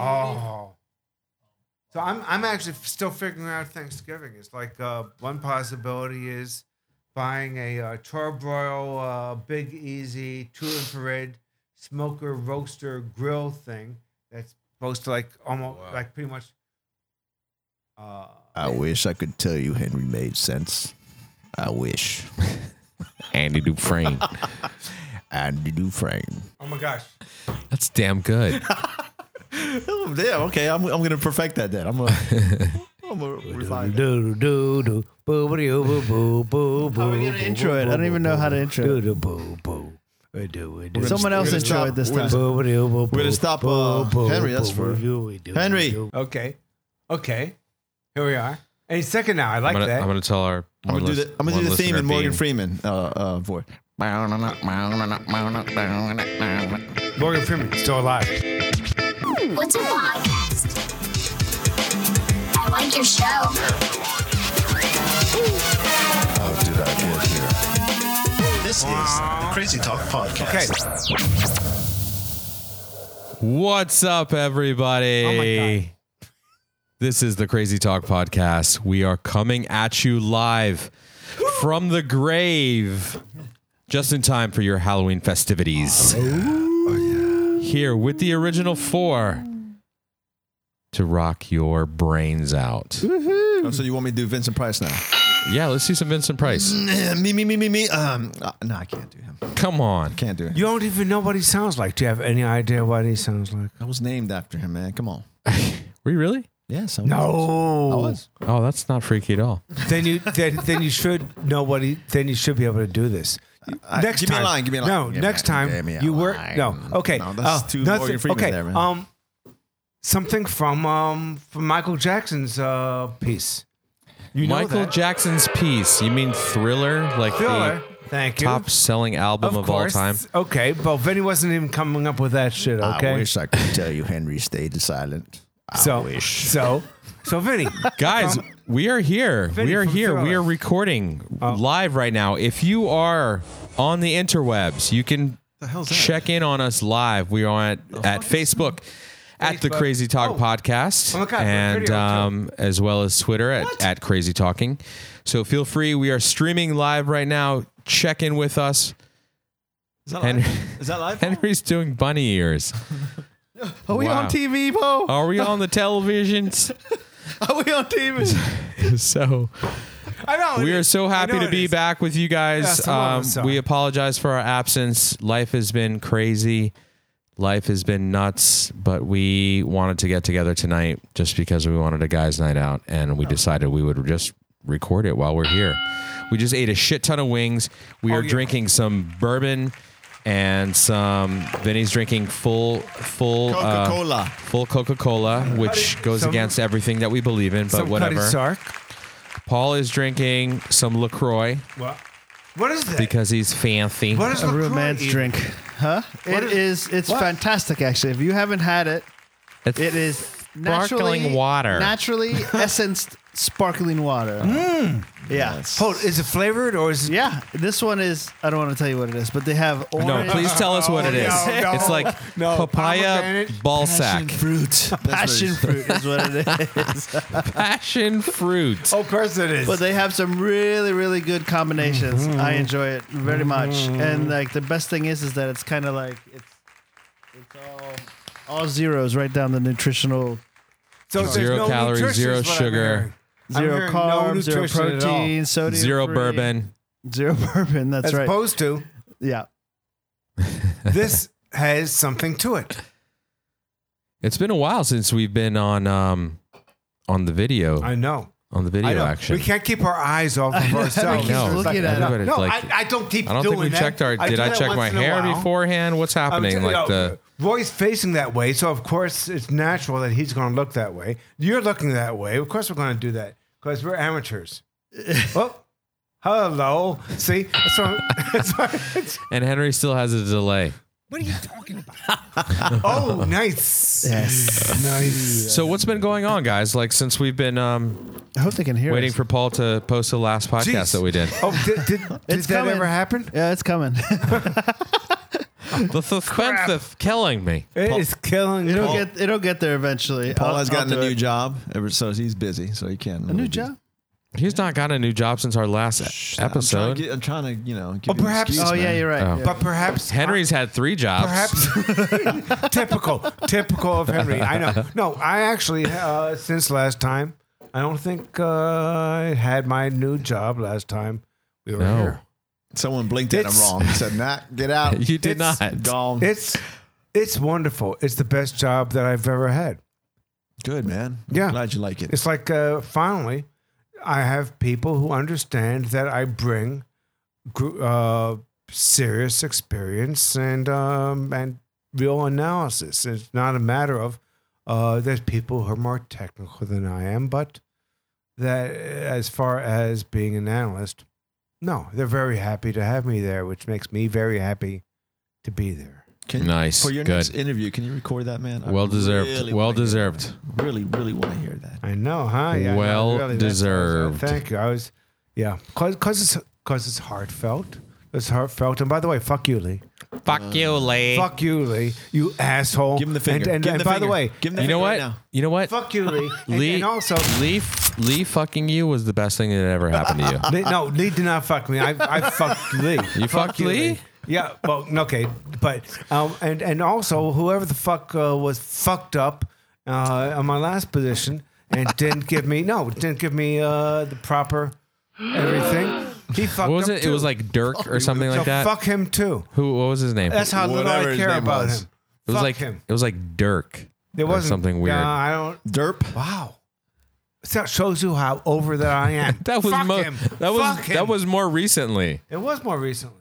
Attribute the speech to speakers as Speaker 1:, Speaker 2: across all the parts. Speaker 1: Oh. So I'm I'm actually still figuring out Thanksgiving. It's like uh, one possibility is buying a uh, Charbroil uh, Big Easy two infrared smoker roaster grill thing that's supposed to like almost
Speaker 2: Wow.
Speaker 1: like pretty much. Uh,
Speaker 3: I wish I could tell you Henry made sense. I wish.
Speaker 4: Andy Dufresne.
Speaker 3: Andy Dufresne.
Speaker 1: oh my gosh!
Speaker 4: That's damn good.
Speaker 3: Oh, damn. Okay, I'm, I'm gonna perfect that then. I'm gonna. I'm gonna refine. that.
Speaker 5: Do do do boo boo boo boo boo boo.
Speaker 3: How are we gonna intro it? I don't even know how to intro it.
Speaker 5: Do do boo boo. We do we do.
Speaker 3: Someone else
Speaker 5: Boo,
Speaker 3: intro it this
Speaker 5: boo,
Speaker 3: time.
Speaker 5: boo, boo, boo,
Speaker 3: We're gonna
Speaker 5: boo,
Speaker 3: stop,
Speaker 5: boo,
Speaker 3: uh,
Speaker 5: boo,
Speaker 3: Henry, that's
Speaker 5: boo,
Speaker 3: for-
Speaker 5: boo, we do, we
Speaker 3: Henry.
Speaker 5: do.
Speaker 1: Okay, okay, here we are. And second now, I like
Speaker 4: I'm gonna,
Speaker 1: that.
Speaker 4: I'm gonna tell our.
Speaker 3: I'm
Speaker 4: one
Speaker 3: gonna do
Speaker 4: lis-
Speaker 3: the. I'm gonna
Speaker 4: one
Speaker 3: do the theme
Speaker 4: listener
Speaker 3: in Morgan
Speaker 4: theme.
Speaker 3: Freeman uh, uh, voice.
Speaker 1: Morgan Freeman still alive.
Speaker 6: What's a podcast? I like your show.
Speaker 7: Oh, dude, I can't hear. This is the Crazy Talk Podcast.
Speaker 1: Okay,
Speaker 4: What's up, everybody?
Speaker 1: Oh my God.
Speaker 4: This is the Crazy Talk Podcast. We are coming at you live from the grave, just in time for your Halloween festivities.
Speaker 3: Oh,
Speaker 4: Here with the original four to rock your brains out.
Speaker 3: Oh, so you want me to do Vincent Price now?
Speaker 4: Yeah, let's see some Vincent Price.
Speaker 3: me, me, me, me, me. Um, uh, no, I can't do him.
Speaker 4: Come on.
Speaker 3: Can't do him.
Speaker 1: you don't even know what he sounds like. Do you have any idea what he sounds like?
Speaker 3: I was named after him, man. Come on.
Speaker 4: Were you really?
Speaker 3: Yes. I was.
Speaker 1: No.
Speaker 3: I was.
Speaker 4: Oh, that's not freaky at all.
Speaker 1: then you then, then you should know what he then you should be able to do this.
Speaker 3: I-
Speaker 1: next
Speaker 3: Uh, give me a
Speaker 1: time,
Speaker 3: line, give me a line.
Speaker 1: No,
Speaker 3: Give me
Speaker 1: next
Speaker 3: a- give
Speaker 1: time
Speaker 3: me a
Speaker 1: you work.
Speaker 3: line.
Speaker 1: No, okay. uh,
Speaker 3: No, that's too Morgan Freeman
Speaker 1: okay.
Speaker 3: there, man.
Speaker 1: Um, something from um from Michael Jackson's uh piece. You know
Speaker 4: Michael
Speaker 1: that.
Speaker 4: Jackson's piece. You mean Thriller? Like
Speaker 1: Thriller.
Speaker 4: the
Speaker 1: Thank you.
Speaker 4: top selling album of, all
Speaker 1: course.
Speaker 4: time?
Speaker 1: Okay, but Vinny wasn't even coming up with that shit. Okay,
Speaker 3: I wish I could tell you Henry stayed silent. I
Speaker 1: so
Speaker 3: wish.
Speaker 1: so so Vinny.
Speaker 4: Guys, we are here.
Speaker 1: Vinny
Speaker 4: we are
Speaker 1: from
Speaker 4: here. We
Speaker 1: Thriller. Oh.
Speaker 4: are recording live right now. If you are on the interwebs, you can check in on us live. We are at, at Facebook. At the
Speaker 1: Facebook.
Speaker 4: Crazy Talk
Speaker 1: Oh.
Speaker 4: podcast,
Speaker 1: Oh my God, we're
Speaker 4: and
Speaker 1: video, too.
Speaker 4: um, as well as Twitter at, at Crazy Talking. So feel free. We are streaming live right now. Check in with us.
Speaker 3: Is that
Speaker 4: Henry-
Speaker 3: Is that live?
Speaker 4: Henry's doing bunny ears.
Speaker 3: Are we
Speaker 4: Wow.
Speaker 3: on TV, Bo?
Speaker 4: Are we on the televisions?
Speaker 3: Are we on TV?
Speaker 4: so
Speaker 1: I know
Speaker 4: we
Speaker 1: it
Speaker 4: are
Speaker 1: is.
Speaker 4: so
Speaker 1: I
Speaker 4: happy
Speaker 1: know
Speaker 4: to
Speaker 1: it
Speaker 4: be
Speaker 1: is.
Speaker 4: back with you
Speaker 1: Yeah,
Speaker 4: guys.
Speaker 1: some of
Speaker 4: um,
Speaker 1: us are.
Speaker 4: we apologize for our absence. Life has been crazy. Life has been nuts, but we wanted to get together tonight just because we wanted a guys' night out, and we
Speaker 1: Oh.
Speaker 4: decided we would just record it while we're here. We just ate a shit ton of wings.
Speaker 1: Oh,
Speaker 4: We are drinking some bourbon and some. Vinny's drinking full, full uh,
Speaker 3: Coca-Cola.
Speaker 4: full Coca Cola, which goes
Speaker 1: some-
Speaker 4: against everything that we believe in, but
Speaker 1: Some
Speaker 4: whatever.
Speaker 1: Cutty Sark.
Speaker 4: Paul is drinking some LaCroix
Speaker 1: What? What is that?
Speaker 4: because he's fancy.
Speaker 1: what is
Speaker 5: A real
Speaker 1: LaCroix
Speaker 5: man's
Speaker 1: even?
Speaker 5: drink.
Speaker 8: Huh? It is. It's fantastic, actually. If you haven't had it,
Speaker 4: It's
Speaker 8: it is naturally
Speaker 4: sparkling water.
Speaker 8: naturally essenced sparkling water. Yeah.
Speaker 1: Hold, is it flavored or is it?
Speaker 8: Yeah. This one is. I don't want to tell you what it is, but they have
Speaker 4: no,
Speaker 8: orange.
Speaker 4: please tell us what it is.
Speaker 1: No, no,
Speaker 4: it's like
Speaker 1: no.
Speaker 4: papaya
Speaker 1: Pomegranate?
Speaker 4: ball
Speaker 3: Passion
Speaker 4: sack,
Speaker 3: fruit.
Speaker 8: Passion fruit is what it is.
Speaker 4: passion fruit.
Speaker 1: Oh, of course it is.
Speaker 8: but they have some really, really good combinations. I enjoy it very much. And like the best thing is, is that it's kind of like it's, it's all, all zeros right down the nutritional
Speaker 1: so there's
Speaker 4: Zero calories,
Speaker 1: nutrition
Speaker 4: zero
Speaker 1: is what I'm
Speaker 4: sugar.
Speaker 1: hearing. I'm
Speaker 8: zero
Speaker 1: hearing no
Speaker 8: carbs, zero
Speaker 1: nutrition at all.
Speaker 8: protein, sodium,
Speaker 4: Zero
Speaker 8: free,
Speaker 4: bourbon.
Speaker 8: zero bourbon. That's
Speaker 1: As
Speaker 8: right.
Speaker 1: opposed to
Speaker 8: yeah,
Speaker 1: this has something to it.
Speaker 4: It's been a while since we've been on um on the video
Speaker 1: I know.
Speaker 4: on the video
Speaker 1: I know.
Speaker 4: action.
Speaker 1: We can't keep our eyes off of ourselves.
Speaker 4: I know.
Speaker 1: It's
Speaker 8: Looking at it.
Speaker 4: Everybody's
Speaker 1: no,
Speaker 4: like-
Speaker 1: I, I don't keep.
Speaker 4: I don't
Speaker 1: doing
Speaker 4: think we
Speaker 1: that.
Speaker 4: checked our.
Speaker 1: do
Speaker 4: did I
Speaker 1: that
Speaker 4: check
Speaker 1: once
Speaker 4: my
Speaker 1: in a
Speaker 4: hair
Speaker 1: while.
Speaker 4: beforehand? What's
Speaker 1: I'm
Speaker 4: happening?
Speaker 1: telling
Speaker 4: Like
Speaker 1: you,
Speaker 4: the
Speaker 1: Roy's facing that way, so of course it's natural that he's going to look that way. You're looking that way. Of course we're going to do that because we're amateurs. well, hello. See, that's what, that's what it's,
Speaker 4: and Henry still has a delay.
Speaker 1: what are you talking about? oh, nice.
Speaker 8: yes.
Speaker 1: Nice.
Speaker 4: So what's been going on, guys? Like since we've been um,
Speaker 8: I hope they can hear.
Speaker 4: waiting
Speaker 8: us.
Speaker 4: for Paul to post the last podcast
Speaker 1: Jeez.
Speaker 4: that we did.
Speaker 1: Oh, did, did, did
Speaker 8: It's
Speaker 1: that
Speaker 8: coming.
Speaker 1: ever happen?
Speaker 8: Yeah, it's coming.
Speaker 4: The suspense is killing me.
Speaker 1: It is killing
Speaker 8: It'll
Speaker 1: me.
Speaker 8: get it'll get there eventually.
Speaker 3: Paul
Speaker 8: I'll-
Speaker 3: has
Speaker 8: I'll
Speaker 3: gotten
Speaker 8: do
Speaker 3: a new
Speaker 8: it.
Speaker 3: job, ever so he's busy, so he can't.
Speaker 8: A new job.
Speaker 4: He's not got a new job sinz our last
Speaker 3: I'm trying,
Speaker 4: episode.
Speaker 3: to, get- I'm trying to, you know. Give
Speaker 1: Well,
Speaker 3: you an
Speaker 1: perhaps-
Speaker 3: excuse,
Speaker 8: Oh yeah,
Speaker 3: man.
Speaker 8: you're right.
Speaker 4: Oh.
Speaker 8: yeah.
Speaker 1: But perhaps
Speaker 4: Henry's had three jobs.
Speaker 1: Perhaps typical, typical of Henry. I know. No, I actually uh, since last time, I don't think uh, I had my new job last time we were
Speaker 4: No.
Speaker 1: here.
Speaker 3: Someone blinked at him
Speaker 1: It's-
Speaker 3: wrong. He said, "Nat, get out."
Speaker 4: you did
Speaker 1: It's-
Speaker 4: not.
Speaker 3: Gone.
Speaker 1: It's it's wonderful. It's the best job that I've ever had.
Speaker 3: Good man.
Speaker 1: Yeah.
Speaker 3: glad you like it.
Speaker 1: It's like uh, finally, I have people who understand that I bring gr- uh, serious experience and um, and real analysis. It's not a matter of uh, there's people who are more technical than I am, but that uh, as far as being an analyst, no, they're very happy to have me there, which makes me very happy to be there.
Speaker 3: Can,
Speaker 4: Nice.
Speaker 3: For your
Speaker 4: Good.
Speaker 3: next interview, can you record that, man? I
Speaker 4: Well deserved.
Speaker 3: really
Speaker 4: well
Speaker 3: wanna hear
Speaker 4: deserved.
Speaker 3: that. Really, really want to hear that.
Speaker 1: I know, huh? I know,
Speaker 4: Well
Speaker 1: that's- uh,
Speaker 4: deserved.
Speaker 1: Thank you. I was, yeah, cause, cause it's cause it's heartfelt. It's heartfelt. And by the way, fuck you, Lee.
Speaker 4: Fuck you, Lee.
Speaker 1: Fuck you, Lee. You asshole.
Speaker 3: Eh. Give him the finger.
Speaker 1: And, and,
Speaker 3: Give him
Speaker 1: and
Speaker 3: the
Speaker 1: by
Speaker 3: finger.
Speaker 1: the way,
Speaker 3: give him the
Speaker 4: You know
Speaker 3: finger
Speaker 4: what?
Speaker 3: Right now.
Speaker 4: you know what?
Speaker 1: fuck you, Lee. And,
Speaker 4: Lee.
Speaker 1: and also,
Speaker 4: Lee. f- Lee fucking you was the best thing that ever happened to you.
Speaker 1: Lee, no, Lee did not fuck me. I, I fucked Lee.
Speaker 4: You
Speaker 1: Fuck
Speaker 4: fucked
Speaker 1: you,
Speaker 4: Lee?
Speaker 1: Yeah. Well, okay, but um, and and also whoever the fuck uh, was fucked up uh, on my last position and didn't give me no didn't give me uh, the proper everything. He fucked
Speaker 4: What was
Speaker 1: up
Speaker 4: it? It
Speaker 1: too.
Speaker 4: was like Dirk or something
Speaker 1: so
Speaker 4: like that.
Speaker 1: Fuck him too.
Speaker 4: Who? What was his name?
Speaker 1: That's how
Speaker 3: Whatever
Speaker 1: little I
Speaker 3: his
Speaker 1: care
Speaker 3: name
Speaker 1: about
Speaker 3: was.
Speaker 1: him.
Speaker 4: it was
Speaker 1: fuck
Speaker 4: like
Speaker 1: him.
Speaker 4: It was like Dirk.
Speaker 1: There
Speaker 4: or
Speaker 1: wasn't
Speaker 4: something weird.
Speaker 1: Nah, I don't.
Speaker 3: Derp.
Speaker 1: Wow. That shows you how over that I am.
Speaker 4: that was
Speaker 1: fuck
Speaker 4: mo-
Speaker 1: him.
Speaker 4: that was
Speaker 1: Fuck him.
Speaker 4: that was more recently.
Speaker 1: It was more recently,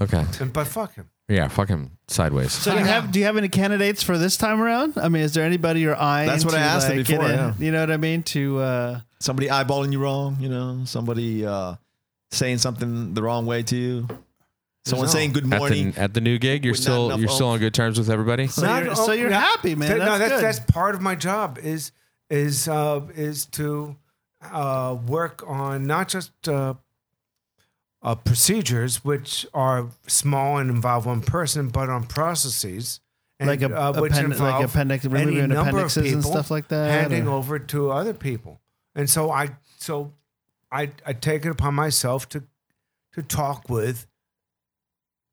Speaker 4: Okay.
Speaker 1: and but fuck him.
Speaker 4: Yeah. Fuck him sideways.
Speaker 8: So do you have do you have any candidates for this time around? I mean, is there anybody you're eyeing?
Speaker 3: That's what
Speaker 8: to,
Speaker 3: I asked him
Speaker 8: like, get
Speaker 3: before,
Speaker 8: in?
Speaker 3: yeah.
Speaker 8: You know what I mean? To uh,
Speaker 3: Somebody eyeballing you wrong. You know, somebody uh, saying something the wrong way to you. Someone
Speaker 1: No.
Speaker 3: saying good
Speaker 4: At the,
Speaker 3: morning.
Speaker 4: at the new gig, you're
Speaker 3: With not
Speaker 4: still
Speaker 3: enough
Speaker 4: you're still
Speaker 3: oomph.
Speaker 4: on good terms with everybody.
Speaker 8: so
Speaker 1: Not
Speaker 8: you're, oh,
Speaker 1: all-
Speaker 8: so you're
Speaker 1: yeah.
Speaker 8: happy, man.
Speaker 1: Th-
Speaker 8: That's,
Speaker 1: no, that's
Speaker 8: good.
Speaker 1: that's part of my job is is uh, is to uh, work on not just uh, uh, procedures, which are small and involve one person, but on processes and, uh,
Speaker 8: Like a- appen- like appendix-
Speaker 1: any
Speaker 8: removing
Speaker 1: number of
Speaker 8: appendixes and
Speaker 1: people
Speaker 8: stuff like that,
Speaker 1: handing
Speaker 8: or-
Speaker 1: over to other people. And so I so I I take it upon myself to to talk with.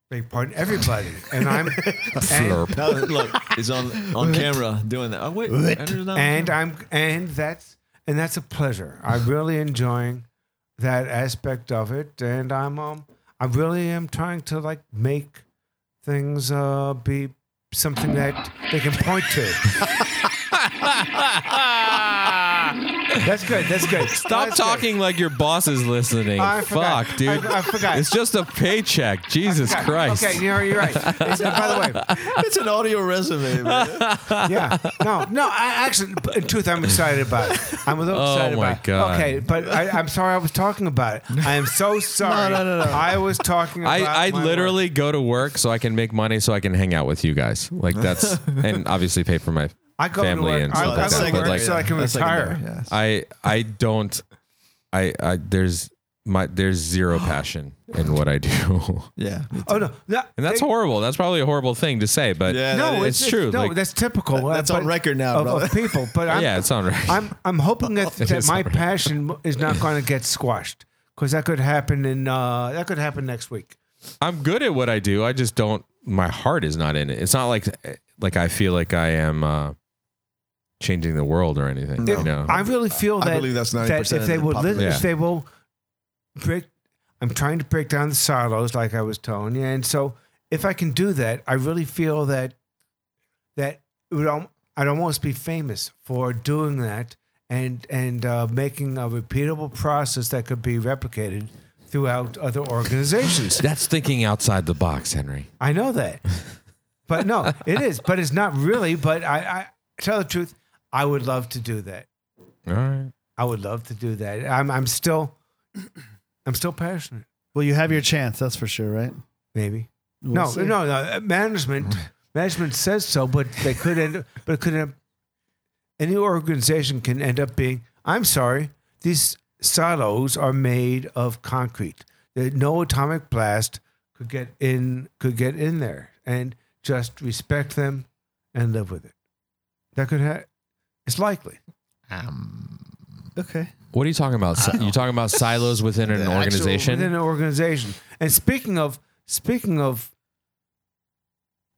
Speaker 1: Big pardon, everybody, and I'm and,
Speaker 4: Slurp.
Speaker 3: No, look, he's on on camera doing that. Oh wait, Andrew's not on
Speaker 1: and
Speaker 4: Uh-huh.
Speaker 3: camera.
Speaker 1: I'm and that's and that's a pleasure. I'm really enjoying that aspect of it, and I'm um I really am trying to like make things uh be something that they can point to. that's good. That's good.
Speaker 4: Stop
Speaker 1: That's good.
Speaker 4: talking like your boss is listening.
Speaker 1: I forgot.
Speaker 4: Fuck, dude.
Speaker 1: I- I forgot.
Speaker 4: It's just a paycheck. Jesus
Speaker 1: Okay,
Speaker 4: Christ.
Speaker 1: Okay, you're, you're right. It's- by the way,
Speaker 3: it's an audio resume. Man.
Speaker 1: yeah. No, no. I actually, in truth, I'm excited about it. I'm a little
Speaker 4: Oh
Speaker 1: excited
Speaker 4: my
Speaker 1: about
Speaker 4: God.
Speaker 1: it. Okay, but I, I'm sorry I was talking about it. I am so sorry.
Speaker 8: no, no, no.
Speaker 1: I was talking about
Speaker 4: I, I
Speaker 1: my
Speaker 4: literally go to work so I can make money so I can hang out with you guys. Like that's and obviously pay for my
Speaker 1: work. I go
Speaker 4: family
Speaker 1: to work.
Speaker 4: and
Speaker 1: I, I
Speaker 4: stuff like
Speaker 1: go
Speaker 4: that.
Speaker 1: to
Speaker 4: But
Speaker 1: work
Speaker 4: like
Speaker 1: so I can
Speaker 3: That's like a
Speaker 1: retire.
Speaker 3: bear, yes.
Speaker 4: I I don't I I there's my there's zero passion in what I do.
Speaker 3: Yeah.
Speaker 1: oh no, no
Speaker 4: And that's
Speaker 1: they-
Speaker 4: horrible. That's probably a horrible thing to say, but
Speaker 3: Yeah. that
Speaker 1: No,
Speaker 3: is-
Speaker 4: it's true,
Speaker 1: No,
Speaker 4: like-
Speaker 1: that's typical.
Speaker 3: that's
Speaker 1: uh,
Speaker 3: on
Speaker 1: but-
Speaker 3: record now,
Speaker 1: of,
Speaker 3: brother.
Speaker 1: of people. But I'm,
Speaker 4: yeah, it's on record.
Speaker 1: I'm I'm hoping that, that
Speaker 4: is
Speaker 1: my
Speaker 4: on record.
Speaker 1: passion is not going to get squashed because that could happen in uh, that could happen next week.
Speaker 4: I'm good at what I do. I just don't. My heart is not in it. It's not like like I feel like I am uh, changing the world or anything.
Speaker 3: No.
Speaker 4: You know,
Speaker 1: I really feel
Speaker 3: I
Speaker 1: that,
Speaker 3: believe that's
Speaker 1: that
Speaker 3: 90%
Speaker 1: if they
Speaker 3: of the
Speaker 1: will li-
Speaker 4: population.
Speaker 1: if they will break I'm trying to break down the silos like I was telling you and so if I can do that I really feel that that it would al- I'd almost be famous for doing that and and uh, making a repeatable process that could be replicated throughout other organizations.
Speaker 4: that's thinking outside the box, Henry.
Speaker 1: I know that. But no, it is. But it's not really. But I, I tell the truth, I would love to do that.
Speaker 4: All right.
Speaker 1: I would love to do that. I'm I'm still I'm still passionate.
Speaker 8: well, you have your chance. That's for sure, right?
Speaker 1: Maybe
Speaker 8: We'll
Speaker 1: no,
Speaker 8: see.
Speaker 1: no, no. uh, Management management says so, but they could end. up- But it could end, up- any organization can end up being. I'm sorry. These silos are made of concrete. There- No atomic blast could get in. Could get in there, and Just respect them and live with it. That could happen. It's likely.
Speaker 8: Okay.
Speaker 4: What are you talking about? Si- you talking about silos within an
Speaker 3: The actual-
Speaker 4: organization?
Speaker 1: within an organization. And speaking of speaking of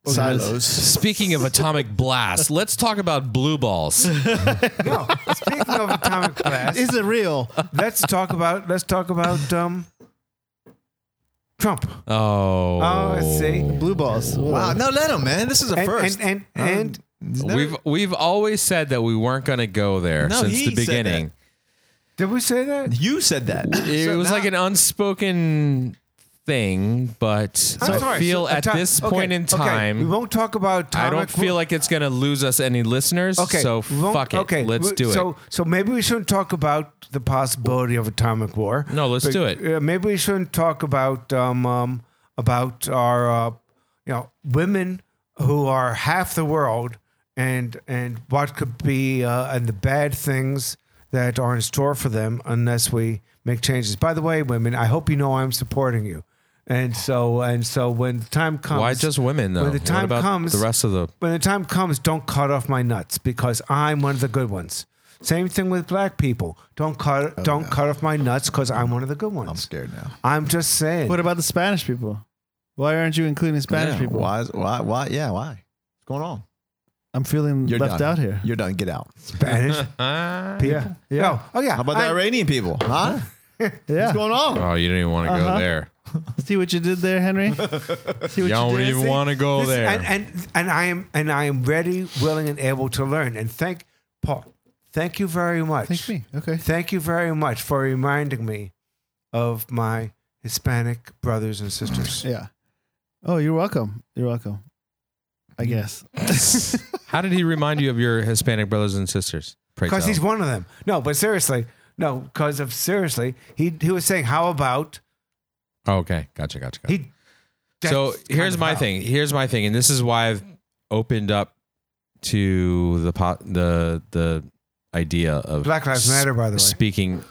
Speaker 3: Silos.
Speaker 4: Speaking of atomic blast, let's talk about blue balls.
Speaker 1: no, speaking of atomic blast,
Speaker 8: Is it real?
Speaker 1: let's talk about let's talk about um Trump.
Speaker 4: Oh,
Speaker 1: Oh, let's see.
Speaker 8: Blue balls.
Speaker 3: Wow. No, let him, man. This is a
Speaker 1: And
Speaker 3: first.
Speaker 1: and and,
Speaker 4: Um,
Speaker 1: and
Speaker 4: We've we've always said that we weren't going to go there
Speaker 3: No,
Speaker 4: since
Speaker 3: he
Speaker 4: the
Speaker 3: said that.
Speaker 4: beginning.
Speaker 1: did we say that?
Speaker 3: you said that.
Speaker 4: It
Speaker 3: So
Speaker 4: was
Speaker 3: now-
Speaker 4: like an unspoken thing, but
Speaker 1: I'm
Speaker 4: I
Speaker 1: sorry,
Speaker 4: feel
Speaker 1: so
Speaker 4: at
Speaker 1: ato-
Speaker 4: this
Speaker 1: okay,
Speaker 4: point in
Speaker 1: okay,
Speaker 4: time,
Speaker 1: we won't talk about.
Speaker 4: I
Speaker 1: Atomic
Speaker 4: don't feel like it's going to lose us any listeners.
Speaker 1: Okay,
Speaker 4: so
Speaker 1: we won't-
Speaker 4: fuck it. let's
Speaker 1: we-
Speaker 4: do it.
Speaker 1: So, so maybe we shouldn't talk about the possibility of atomic war.
Speaker 4: No, let's do it.
Speaker 1: uh, maybe we shouldn't talk about um, um about our uh, you know women who are half the world and and what could be uh, and the bad things that are in store for them unless we make changes. By the way, women, I hope you know I'm supporting you. And so and so when the time comes
Speaker 4: Why just women though?
Speaker 1: When the
Speaker 4: What
Speaker 1: time
Speaker 4: about
Speaker 1: comes
Speaker 4: the rest of the
Speaker 1: when the time comes, don't cut off my nuts because I'm one of the good ones. Same thing with black people. Don't cut don't cut off my nuts because I'm one of the good ones.
Speaker 3: Oh, I'm scared now.
Speaker 1: I'm just saying.
Speaker 8: What about the Spanish people? Why aren't you including Spanish
Speaker 3: Yeah,
Speaker 8: people?
Speaker 3: Why? is- Why? Why? Yeah. Why? What's going on?
Speaker 8: I'm feeling
Speaker 3: You're
Speaker 8: left
Speaker 3: done.
Speaker 8: out here.
Speaker 3: You're done. Get out.
Speaker 1: Spanish people?
Speaker 8: yeah,
Speaker 1: No. Oh, yeah.
Speaker 3: How about the
Speaker 1: I-
Speaker 3: Iranian people? Huh?
Speaker 8: Yeah.
Speaker 3: What's going on?
Speaker 4: Oh, you didn't even want to go
Speaker 8: Uh-huh.
Speaker 4: there.
Speaker 8: See what you did there, Henry? See
Speaker 4: You
Speaker 8: what
Speaker 4: don't
Speaker 8: did?
Speaker 4: even
Speaker 8: See?
Speaker 4: want to go
Speaker 1: Listen,
Speaker 4: there.
Speaker 1: And, and and I am and I am ready, willing, and able to learn. And thank Paul. Thank you very much.
Speaker 8: Thank me. Okay.
Speaker 1: Thank you very much for reminding me of my Hispanic brothers and sisters.
Speaker 8: Yeah. Oh, you're welcome. You're welcome. I guess.
Speaker 4: How did he remind you of your Hispanic brothers and sisters? Pray
Speaker 1: Because
Speaker 4: tell.
Speaker 1: he's one of them. No, but seriously, no, because of seriously, he he was saying, how about
Speaker 4: Oh, okay, gotcha, gotcha, gotcha.
Speaker 1: he?
Speaker 4: so
Speaker 1: That's kind
Speaker 4: here's
Speaker 1: of
Speaker 4: my
Speaker 1: how.
Speaker 4: thing. Here's my thing, and this is why I've opened up to the pot, the the idea of
Speaker 1: Black Lives Matter, by the way.
Speaker 4: Speaking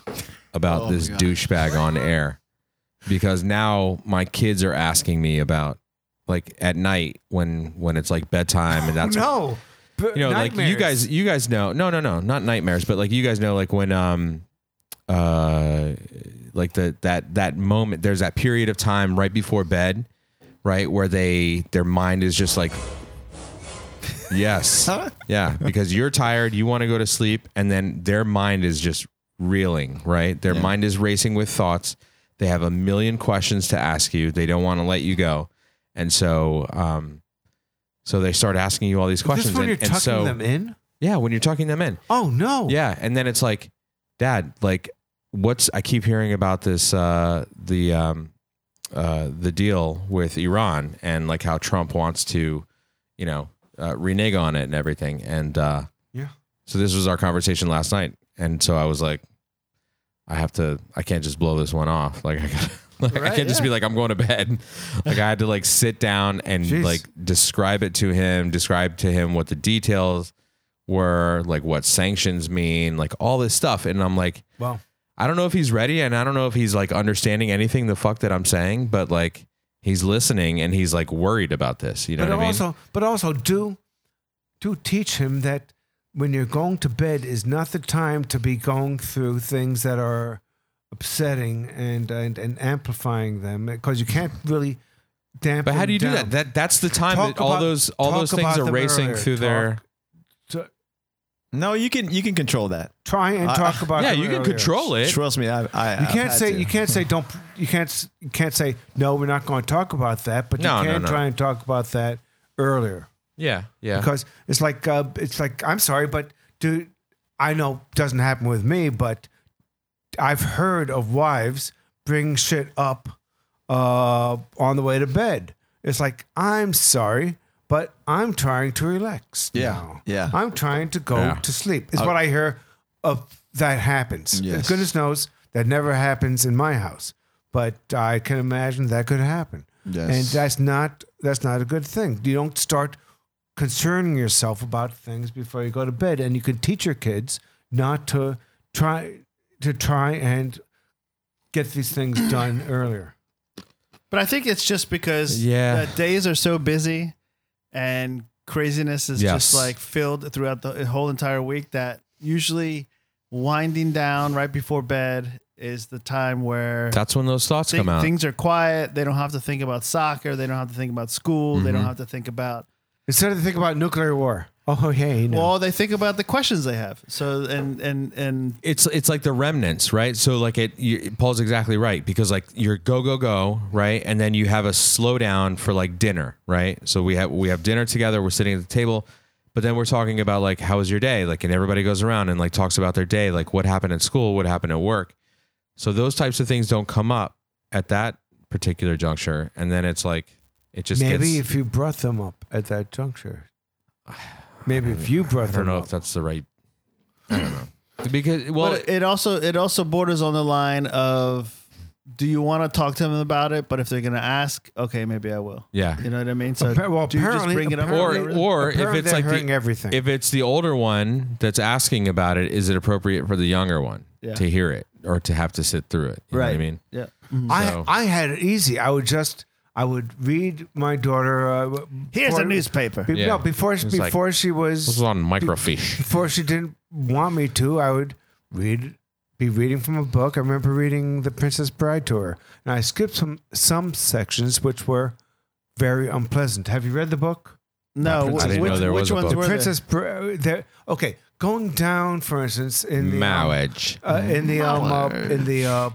Speaker 4: about
Speaker 3: Oh,
Speaker 4: this
Speaker 3: my God.
Speaker 4: douchebag on air, because now my kids are asking me about like at night when when it's like bedtime and that's
Speaker 1: no, but
Speaker 4: you know like you
Speaker 1: nightmares.
Speaker 4: guys you guys know no no no not nightmares but like you guys know like when um uh like the that that moment there's that period of time right before bed right where they their mind is just like yes yeah because you're tired you want to go to sleep and then their mind is just reeling right their mind is racing with thoughts they have a million questions to ask you they don't want to let you go and so um so they start asking you all these
Speaker 1: Is
Speaker 4: questions
Speaker 1: this when
Speaker 4: and,
Speaker 1: you're
Speaker 4: and
Speaker 1: tucking
Speaker 4: so
Speaker 1: them in?
Speaker 4: yeah when you're tucking them in
Speaker 1: Oh no.
Speaker 4: yeah, and then it's like, Dad, like, what's I keep hearing about this uh, the um, uh, the deal with Iran and like how Trump wants to, you know, uh, renege on it and everything. And uh,
Speaker 1: Yeah.
Speaker 4: so this was our conversation last night, and so I was like, I have to, I can't just blow this one off. Like I got. Like, I
Speaker 8: Right,
Speaker 4: can't just
Speaker 8: yeah.
Speaker 4: be like I'm going to bed. Like I had to like sit down and
Speaker 1: Jeez.
Speaker 4: like describe it to him, describe to him what the details were, like what sanctions mean, like all this stuff. And I'm like,
Speaker 1: Well,
Speaker 4: I don't know if he's ready and I don't know if he's like understanding anything the fuck that I'm saying, but like he's listening and he's like worried about this. You know
Speaker 1: but
Speaker 4: what I mean?
Speaker 1: also, but also, do do teach him that when you're going to bed is not the time to be going through things that are upsetting and and, and amplifying them because you can't really dampen.
Speaker 4: but how do you do
Speaker 1: down.
Speaker 4: that? That that's the time
Speaker 1: Talk
Speaker 4: that all
Speaker 1: about-
Speaker 4: those all
Speaker 1: talk
Speaker 4: those things
Speaker 1: about
Speaker 4: are
Speaker 1: them
Speaker 4: racing
Speaker 1: earlier.
Speaker 4: through their
Speaker 1: So,
Speaker 3: No, you can. You can control that.
Speaker 1: try and
Speaker 3: I-
Speaker 1: talk about.
Speaker 4: Yeah,
Speaker 1: them
Speaker 4: you can
Speaker 1: earlier.
Speaker 4: control it.
Speaker 3: Trust me. I. I
Speaker 1: You can't say you can't say don't you can't s- you can't say no we're not going to talk about that but
Speaker 4: No,
Speaker 1: you
Speaker 4: no,
Speaker 1: can
Speaker 4: no.
Speaker 1: try and talk about that earlier
Speaker 4: Yeah. Yeah.
Speaker 1: because it's like uh, it's like I'm sorry, but dude, I know it doesn't happen with me, but I've heard of wives bring shit up uh, on the way to bed. It's like I'm sorry, but I'm trying to relax.
Speaker 3: Yeah,
Speaker 1: now.
Speaker 3: yeah. Uh,
Speaker 1: I'm trying to go
Speaker 4: Yeah.
Speaker 1: to sleep. Is what I hear of that happens.
Speaker 3: Yes.
Speaker 1: Goodness knows that never happens in my house, but I can imagine that could happen.
Speaker 3: Yes.
Speaker 1: And that's not that's not a good thing. You don't start concerning yourself about things before you go to bed, and you can teach your kids not to try to try and get these things done earlier.
Speaker 8: But I think it's just because
Speaker 4: Yeah.
Speaker 8: the days are so busy and craziness is
Speaker 4: Yes.
Speaker 8: just like filled throughout the whole entire week. That usually winding down right before bed is the time where
Speaker 4: That's when those thoughts
Speaker 8: thi-
Speaker 4: come out.
Speaker 8: things are quiet. They don't have to think about soccer. They don't have to think about school. They
Speaker 4: Mm-hmm.
Speaker 8: don't have to think about.
Speaker 1: Instead of think about nuclear war. Oh yeah, you know.
Speaker 8: Well, they think about the questions they have. So and and and
Speaker 4: it's it's like the remnants, right? So like it, you, Paul's exactly right because like you're go go go, right, and then you have a slowdown for like dinner, right? So we have we have dinner together. We're sitting at the table, but then we're talking about like how was your day, like, and everybody goes around and like talks about their day, like what happened at school, what happened at work. So those types of things don't come up at that particular juncture, and then it's like it just
Speaker 1: maybe
Speaker 4: gets.
Speaker 1: if you brought them up at that juncture. Maybe if you brought
Speaker 4: I don't
Speaker 1: them
Speaker 4: know
Speaker 1: up.
Speaker 4: if that's the right. I don't know because well,
Speaker 8: but it, also it also borders on the line of do you want to talk to them about it? But if they're gonna ask, okay, maybe I will.
Speaker 4: yeah.
Speaker 8: You know what I mean? So
Speaker 1: Appa- well,
Speaker 8: do you just
Speaker 1: apparently-
Speaker 8: bring it up?
Speaker 4: or
Speaker 1: Apparently-
Speaker 4: or if
Speaker 1: apparently
Speaker 4: it's
Speaker 1: they're
Speaker 4: like
Speaker 1: hearing
Speaker 4: the,
Speaker 1: everything.
Speaker 4: if it's the older one that's asking about it, is it appropriate for the younger one
Speaker 8: Yeah.
Speaker 4: to hear it or to have to sit through it? You know what I
Speaker 8: Right.
Speaker 4: mean,
Speaker 8: yeah.
Speaker 4: So-
Speaker 1: I I had it easy. I would just I would read my daughter. Uh, w-
Speaker 8: Here's
Speaker 1: before-
Speaker 8: a newspaper.
Speaker 1: Be,
Speaker 4: Yeah.
Speaker 1: No, before
Speaker 4: It's like-
Speaker 1: before she
Speaker 4: this
Speaker 1: was
Speaker 4: is on microfiche.
Speaker 1: before she didn't want me to, I would read be reading from a book. I remember reading The Princess Bride to her, and I skipped some some sections which were very unpleasant. Have you read the book?
Speaker 8: No,
Speaker 4: I didn't
Speaker 8: which,
Speaker 4: know there was
Speaker 8: which
Speaker 4: a
Speaker 8: ones
Speaker 4: book.
Speaker 8: were
Speaker 1: Princess Bride. There. Okay, going down, for instance, in the um,
Speaker 4: Marriage.
Speaker 1: uh, in the um, uh, in the uh,
Speaker 8: there?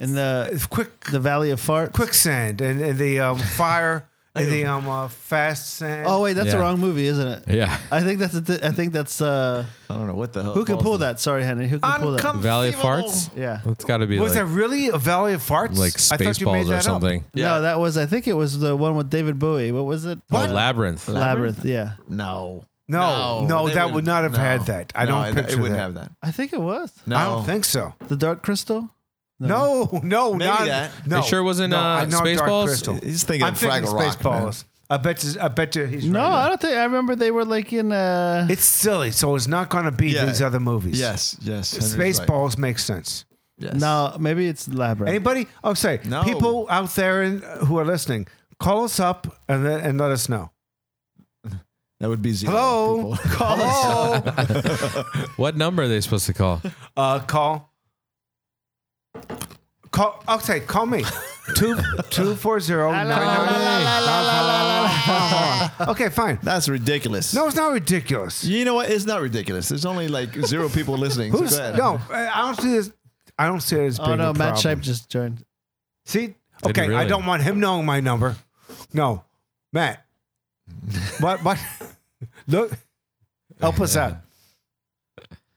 Speaker 8: in the
Speaker 1: quick
Speaker 8: the Valley of Farts?
Speaker 1: quicksand and, and the um, fire and the um, uh, fast sand.
Speaker 8: Oh wait, that's the
Speaker 4: Yeah.
Speaker 8: wrong movie, isn't it?
Speaker 4: Yeah,
Speaker 8: I think that's a th- I think that's uh
Speaker 3: I don't know what the hell.
Speaker 8: who can
Speaker 3: Paul's
Speaker 8: pull
Speaker 3: doing.
Speaker 8: that? Sorry, Henry. Who can pull that?
Speaker 1: Uncom-
Speaker 4: Valley of Farts.
Speaker 8: Yeah.
Speaker 4: It's got to be
Speaker 1: was
Speaker 4: like,
Speaker 1: that really a valley of farts?
Speaker 4: like
Speaker 1: I thought you made
Speaker 4: Spaceballs
Speaker 1: that
Speaker 4: or
Speaker 1: up.
Speaker 4: something.
Speaker 8: No, that was I think it was the one with David Bowie. What was it?
Speaker 4: Oh,
Speaker 8: Uh,
Speaker 4: labyrinth.
Speaker 8: Labyrinth. Yeah,
Speaker 3: No.
Speaker 1: No, no,
Speaker 3: they
Speaker 1: that
Speaker 3: wouldn't-
Speaker 1: would not have
Speaker 3: no.
Speaker 1: had that. I
Speaker 3: No,
Speaker 1: don't
Speaker 3: it-
Speaker 1: picture
Speaker 3: it wouldn't
Speaker 1: that.
Speaker 3: have that.
Speaker 8: I think it was
Speaker 3: No.
Speaker 1: I don't think so.
Speaker 8: the Dark Crystal.
Speaker 1: No, no,
Speaker 3: Maybe
Speaker 1: not
Speaker 3: that.
Speaker 1: no.
Speaker 4: It sure wasn't,
Speaker 1: no,
Speaker 4: uh,
Speaker 1: I know Dark
Speaker 4: Spaceballs?
Speaker 1: Crystal.
Speaker 3: He's thinking
Speaker 1: I'm
Speaker 3: of
Speaker 1: thinking
Speaker 3: Fraggle Rock,
Speaker 1: Spaceballs. I bet you. I bet you he's
Speaker 8: No,
Speaker 1: right.
Speaker 8: I don't think. I remember they were like in. Uh,
Speaker 1: It's silly, so it's not going to be
Speaker 3: Yeah.
Speaker 1: these other movies.
Speaker 3: Yes, yes. Henry's right.
Speaker 1: Spaceballs makes sense.
Speaker 3: Yes.
Speaker 8: no, maybe it's Labyrinth.
Speaker 1: Anybody? Oh, say
Speaker 3: No.
Speaker 1: people out there in, who are listening, call us up and let, and let us know.
Speaker 3: That would be zero.
Speaker 1: Hello,
Speaker 3: people.
Speaker 1: call.
Speaker 4: What number are they supposed to call?
Speaker 1: Uh, call. Call. Okay, call me. Two two four zero nine nine. Okay, fine.
Speaker 3: That's ridiculous.
Speaker 1: No, it's not ridiculous.
Speaker 3: You know what? It's not ridiculous. There's only like zero people listening. so
Speaker 1: Who's
Speaker 3: go ahead.
Speaker 1: no? I I don't see this. I don't see it as being
Speaker 8: oh no,
Speaker 1: a
Speaker 8: Matt
Speaker 1: problem.
Speaker 8: Shipe just joined.
Speaker 1: See,
Speaker 4: Did he
Speaker 1: okay, I
Speaker 4: really?
Speaker 1: don't want him knowing my number. No, Matt. what? What? Look, help us out.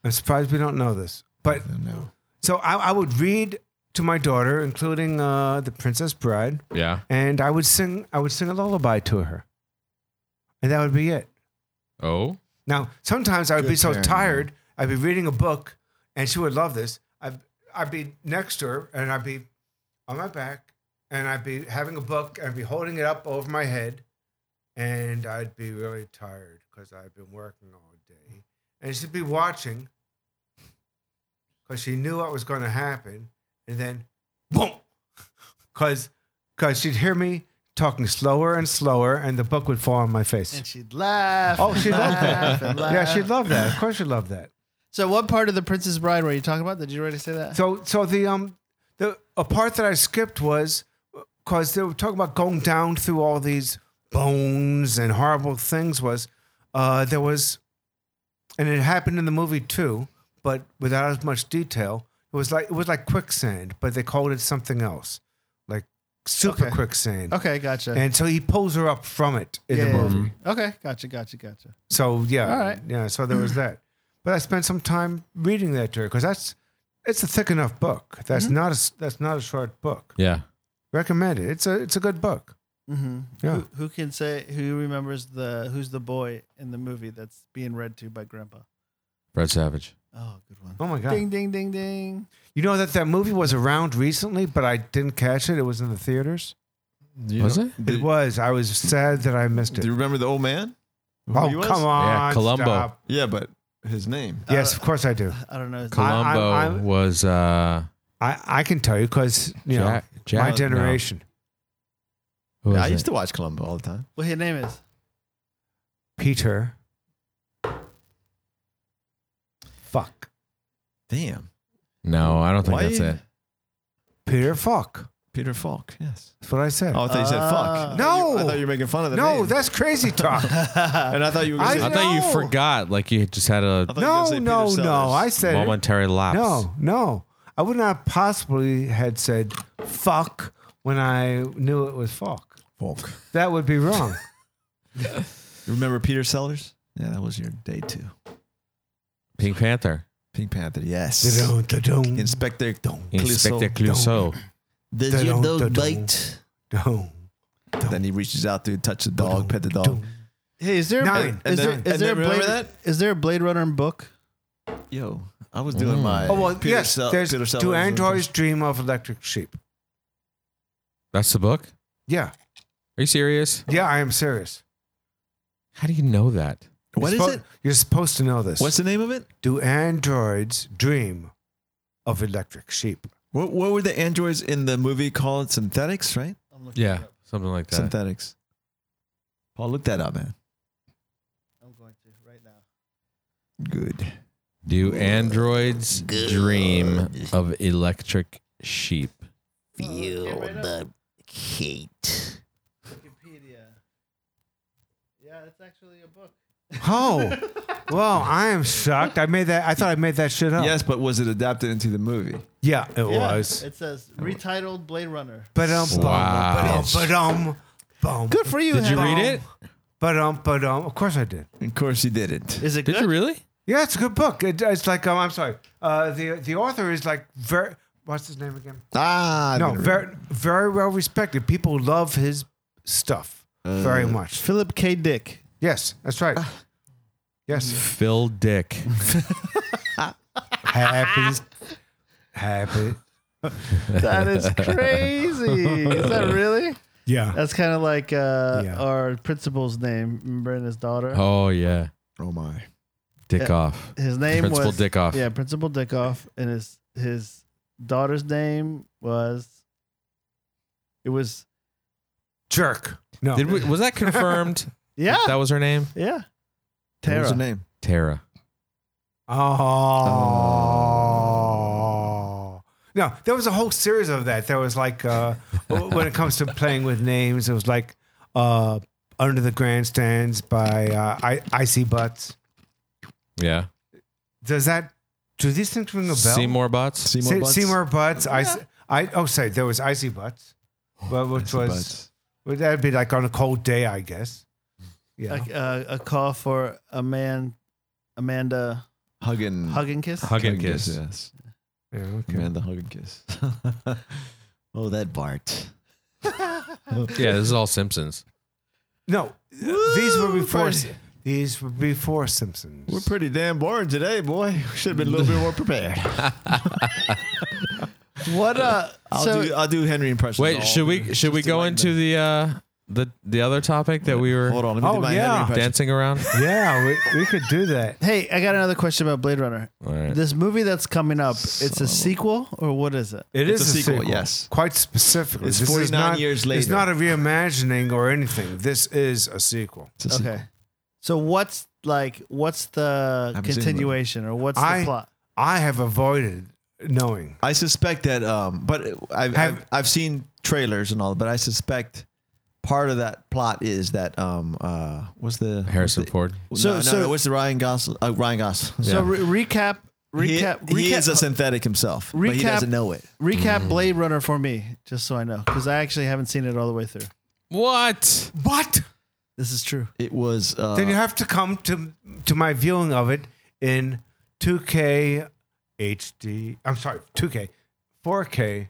Speaker 1: I'm surprised we don't know this, but
Speaker 3: No.
Speaker 1: so I, I would read to my daughter, including uh, the Princess Bride,
Speaker 4: Yeah.
Speaker 1: and I would sing. I would sing a lullaby to her, and that would be it.
Speaker 4: Oh.
Speaker 1: Now, sometimes I would be so
Speaker 3: parent.
Speaker 1: tired, I'd be reading a book, and she would love this. I'd, I'd be next to her, and I'd be on my back, and I'd be having a book, and I'd be holding it up over my head, and I'd be really tired because I'd been working all day. And she'd be watching because she knew what was going to happen, and then boom, because she'd hear me talking slower and slower, and the book would fall on my face.
Speaker 8: And she'd laugh.
Speaker 1: Oh, she
Speaker 8: and
Speaker 1: loved
Speaker 8: laugh
Speaker 1: that.
Speaker 8: and
Speaker 1: Yeah, she
Speaker 8: laugh.
Speaker 1: loved that. Of course, she loved that.
Speaker 8: So, what part of the Princess Bride were you talking about? Did you already say that?
Speaker 1: So, so the um, the a part that I skipped was because they were talking about going down through all these bones and horrible things. Was uh, there was, and it happened in the movie too, but without as much detail. It was like it was like quicksand, but they called it something else, like super
Speaker 8: Okay.
Speaker 1: quicksand.
Speaker 8: okay, gotcha.
Speaker 1: And so he pulls her up from it in
Speaker 8: Yeah,
Speaker 1: the
Speaker 8: yeah,
Speaker 1: movie.
Speaker 8: yeah. Okay, gotcha, gotcha, gotcha.
Speaker 1: So yeah,
Speaker 8: All right.
Speaker 1: yeah. So there was that, but I spent some time reading that to her because that's it's a thick enough book. That's
Speaker 8: Mm-hmm.
Speaker 1: not a s- that's not a short book.
Speaker 4: Yeah.
Speaker 1: Recommend it. It's a it's a good book.
Speaker 8: Mm-hmm.
Speaker 1: Yeah.
Speaker 8: Who, who can say who remembers the who's the boy in the movie that's being read to by Grandpa?
Speaker 4: Fred Savage.
Speaker 8: Oh, good one.
Speaker 1: Oh my god!
Speaker 8: Ding, ding, ding, ding.
Speaker 1: You know that that movie was around recently, but I didn't catch it. It was in the theaters.
Speaker 3: Do you
Speaker 4: Was
Speaker 3: know-
Speaker 4: it?
Speaker 3: Do,
Speaker 1: It was. I was sad that I missed
Speaker 3: do you
Speaker 1: it.
Speaker 3: remember the old man? Who
Speaker 1: Oh
Speaker 3: he was?
Speaker 1: come on,
Speaker 4: Columbo.
Speaker 1: stop.
Speaker 3: Yeah, but his name.
Speaker 1: Yes, of course I do.
Speaker 8: I don't know.
Speaker 1: I- I-
Speaker 4: Columbo
Speaker 1: I-
Speaker 4: was uh,
Speaker 1: I, I can tell you because you know
Speaker 4: Jack. Jack
Speaker 1: my
Speaker 4: no.
Speaker 1: generation.
Speaker 4: Who was
Speaker 3: I
Speaker 4: it?
Speaker 3: used to watch Columbo all the time.
Speaker 8: What his name is?
Speaker 1: Peter. Fuck.
Speaker 3: Damn.
Speaker 4: No, I don't think
Speaker 3: Why-
Speaker 4: that's it.
Speaker 1: Peter Falk.
Speaker 3: Peter Falk. Yes.
Speaker 1: That's what I said.
Speaker 3: Oh, I thought you said fuck.
Speaker 1: Uh, No.
Speaker 3: I thought you were making fun of the
Speaker 1: no,
Speaker 3: name.
Speaker 1: that's crazy talk.
Speaker 3: and I thought you were
Speaker 1: I
Speaker 3: going to
Speaker 4: I
Speaker 3: say.
Speaker 1: No.
Speaker 4: thought you forgot. Like you just had a
Speaker 3: thought you were gonna
Speaker 1: no,
Speaker 3: say Peter
Speaker 1: no, no.
Speaker 3: Sellers.
Speaker 1: I said it.
Speaker 4: momentary lapse.
Speaker 1: No, no. I would not possibly had said fuck when I knew it was Falk.
Speaker 3: Falk.
Speaker 1: That would be wrong.
Speaker 3: You remember Peter Sellers? Yeah, that was your day too.
Speaker 4: Pink Panther.
Speaker 3: Pink Panther. Yes.
Speaker 1: Da-dum, da-dum,
Speaker 3: Inspector
Speaker 4: Inspector
Speaker 3: Clouseau.
Speaker 4: Clouseau.
Speaker 3: Does
Speaker 1: Da-dum,
Speaker 3: your
Speaker 1: da-dum.
Speaker 3: dog bite?
Speaker 1: da-dum.
Speaker 3: Then he reaches out to touch the dog, pet the dog.
Speaker 8: Hey, is there a-
Speaker 1: Nine.
Speaker 3: And
Speaker 8: is there,
Speaker 3: then- and
Speaker 8: is there a
Speaker 3: then remember
Speaker 8: Blade,
Speaker 3: that?
Speaker 8: is there a Blade Runner book?
Speaker 3: Yo, I was doing my.
Speaker 1: Oh well,
Speaker 3: Peter
Speaker 1: yes.
Speaker 3: Sell-
Speaker 1: there's
Speaker 3: Peter Sellers
Speaker 1: do androids dream of electric sheep?
Speaker 4: That's the book.
Speaker 1: Yeah,
Speaker 4: Are you serious?
Speaker 1: yeah. I am serious.
Speaker 4: How do you know that?
Speaker 3: What
Speaker 1: You're
Speaker 3: is
Speaker 1: suppo-
Speaker 3: it?
Speaker 1: You're supposed to know this.
Speaker 3: What's the name of it?
Speaker 1: do androids dream of electric sheep?
Speaker 3: What, what were the androids in the movie called? Synthetics, right?
Speaker 4: Yeah, something like that.
Speaker 3: Synthetics. Paul, look that up, man.
Speaker 8: I'm going to right now.
Speaker 3: Good.
Speaker 4: Do androids dream of electric sheep?
Speaker 8: Wikipedia. Yeah, it's actually a book.
Speaker 1: Oh, well, I am shocked. I made that. I thought I made that shit up.
Speaker 3: Yes, but was it adapted into the movie?
Speaker 1: Yeah, it
Speaker 4: Oh,
Speaker 1: was.
Speaker 8: It says retitled Blade Runner.
Speaker 1: But um,
Speaker 4: Wow.
Speaker 1: but um, bum. Good for you.
Speaker 4: Did you read it?
Speaker 1: But um, but um, of course I did.
Speaker 3: Of course, he didn't.
Speaker 8: Is it
Speaker 4: Did you
Speaker 8: good?
Speaker 4: really?
Speaker 1: Yeah, it's a good book. It, it's like um, I'm sorry. Uh, the the author is like very. What's his name again?
Speaker 3: Ah,
Speaker 1: No, very very well respected. People love his stuff
Speaker 4: Uh.
Speaker 1: very much.
Speaker 8: Philip K. Dick.
Speaker 1: Yes, that's right.
Speaker 4: Ah.
Speaker 1: Yes,
Speaker 4: Phil Dick.
Speaker 1: happy, happy.
Speaker 8: That is crazy. is that really?
Speaker 1: Yeah,
Speaker 8: That's kind of like uh,
Speaker 1: Yeah.
Speaker 8: our principal's name, remember, and his daughter.
Speaker 4: Oh yeah,
Speaker 3: Oh my.
Speaker 4: Dick
Speaker 8: Yeah.
Speaker 4: off.
Speaker 8: His name
Speaker 4: Principal
Speaker 8: was
Speaker 4: Dick off.
Speaker 8: Yeah, Principal Dickoff, and his his daughter's name was. It was
Speaker 1: jerk. No,
Speaker 4: Did we, was that confirmed?
Speaker 8: yeah
Speaker 4: That was her name.
Speaker 8: yeah.
Speaker 3: What was
Speaker 8: Tara.
Speaker 3: her name?
Speaker 4: Tara.
Speaker 1: Oh. No, there was a whole series of that. There was like, uh, when it comes to playing with names, it was like uh, Under the Grandstands by uh, I- Icy Butts.
Speaker 4: Yeah.
Speaker 1: Does that, do these things ring a bell?
Speaker 4: Seymour Butts.
Speaker 1: Se-
Speaker 3: Seymour Butts?
Speaker 1: Seymour Butts. Ice- I, oh, sorry, there was Icy Butts, well, which
Speaker 3: Icy
Speaker 1: was,
Speaker 3: Butts.
Speaker 1: well, that'd be like on a cold day, I guess. Yeah.
Speaker 8: A, uh, a, a call for a man, Amanda
Speaker 3: Hug and,
Speaker 8: Hug and Kiss.
Speaker 4: Hug and kiss.
Speaker 3: Yes.
Speaker 1: yeah okay.
Speaker 3: Command the hug and kiss. oh, that Bart.
Speaker 4: Yeah, this is all Simpsons.
Speaker 1: No, these were before,
Speaker 3: Pretty-
Speaker 1: these were before Simpsons.
Speaker 3: We're pretty damn boring today, boy. We should have been a little bit more prepared.
Speaker 8: What uh?
Speaker 3: I'll,
Speaker 8: so
Speaker 3: do, I'll do Henry impression.
Speaker 4: Wait, should we should we go into the uh the the other topic that we
Speaker 3: Hold
Speaker 4: were
Speaker 3: on. Let me
Speaker 1: Oh,
Speaker 3: do my
Speaker 1: yeah.
Speaker 3: Henry impression.
Speaker 4: dancing around?
Speaker 1: Yeah, we, we could do that.
Speaker 8: hey, I got another question about Blade Runner.
Speaker 4: All right.
Speaker 8: This movie that's coming up, it's a sequel or what is it?
Speaker 1: It is
Speaker 3: It's a sequel, yes.
Speaker 1: Quite specifically.
Speaker 3: It's
Speaker 1: This is
Speaker 3: 49
Speaker 1: not-
Speaker 3: years
Speaker 1: It's
Speaker 3: later.
Speaker 1: not a reimagining or anything. This is a sequel.
Speaker 3: It's a
Speaker 8: Okay. So what's like what's the
Speaker 3: haven't seen the
Speaker 8: continuation or what's
Speaker 1: I-
Speaker 8: the plot?
Speaker 1: I have avoided knowing.
Speaker 3: I suspect that, um, but I've,
Speaker 1: Have-
Speaker 3: I've I've seen trailers and all, but I suspect part of that plot is that um, uh, what's the
Speaker 4: Harrison
Speaker 3: what's the-
Speaker 4: Ford.
Speaker 8: So-
Speaker 3: no, no,
Speaker 8: so-
Speaker 3: no, what's the Ryan Gosling? Uh, Ryan Gosling.
Speaker 8: So re- recap,
Speaker 3: He-
Speaker 8: recap,
Speaker 3: He,
Speaker 8: recap,
Speaker 3: is a synthetic himself, but he
Speaker 8: Recap-
Speaker 3: doesn't know it.
Speaker 8: recap Blade Runner for me, just so I know, because I actually haven't seen it all the way through.
Speaker 4: What?
Speaker 1: What?
Speaker 8: This is true.
Speaker 3: It was uh,
Speaker 1: then you have to come to to my viewing of it in 2K HD. I'm sorry, 2K, 4K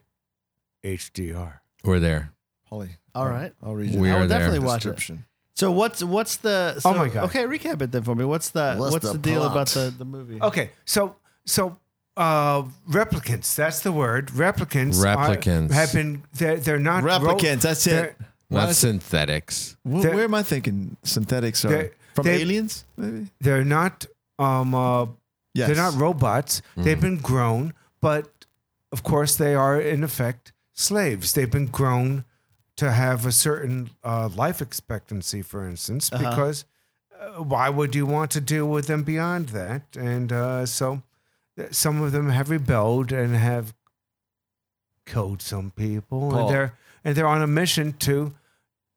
Speaker 1: HDR.
Speaker 4: We're there.
Speaker 3: Holly.
Speaker 8: All right.
Speaker 3: I'll read
Speaker 4: We
Speaker 8: I
Speaker 4: are
Speaker 8: will definitely
Speaker 4: there.
Speaker 8: watch it.
Speaker 3: description.
Speaker 8: So what's what's the? so-
Speaker 1: my God.
Speaker 8: Okay, recap it then for me. What's the what's,
Speaker 3: Oh What's
Speaker 8: the,
Speaker 3: the
Speaker 8: deal
Speaker 3: plot? Oh,
Speaker 8: about the the movie?
Speaker 1: Okay, so so uh replicants. That's the word. Replicants. are-
Speaker 4: Replicants.
Speaker 1: have been. They're, they're not ro-
Speaker 3: Replicants. That's
Speaker 1: they're-
Speaker 3: it.
Speaker 4: Not synthetics.
Speaker 3: Wh-
Speaker 1: They're-
Speaker 3: where am I thinking? Synthetics are
Speaker 1: They're-
Speaker 3: from
Speaker 1: they-
Speaker 3: aliens, maybe.
Speaker 1: They're not. Um. Uh,
Speaker 3: Yes.
Speaker 1: They're not robots. They've been grown, but of course they are in effect slaves. They've been grown to have a certain uh, life expectancy, for instance, because uh, why would you want to deal with them beyond that? And uh, so th- some of them have rebelled and have killed some people,
Speaker 3: Paul.
Speaker 1: and they're and they're on a mission to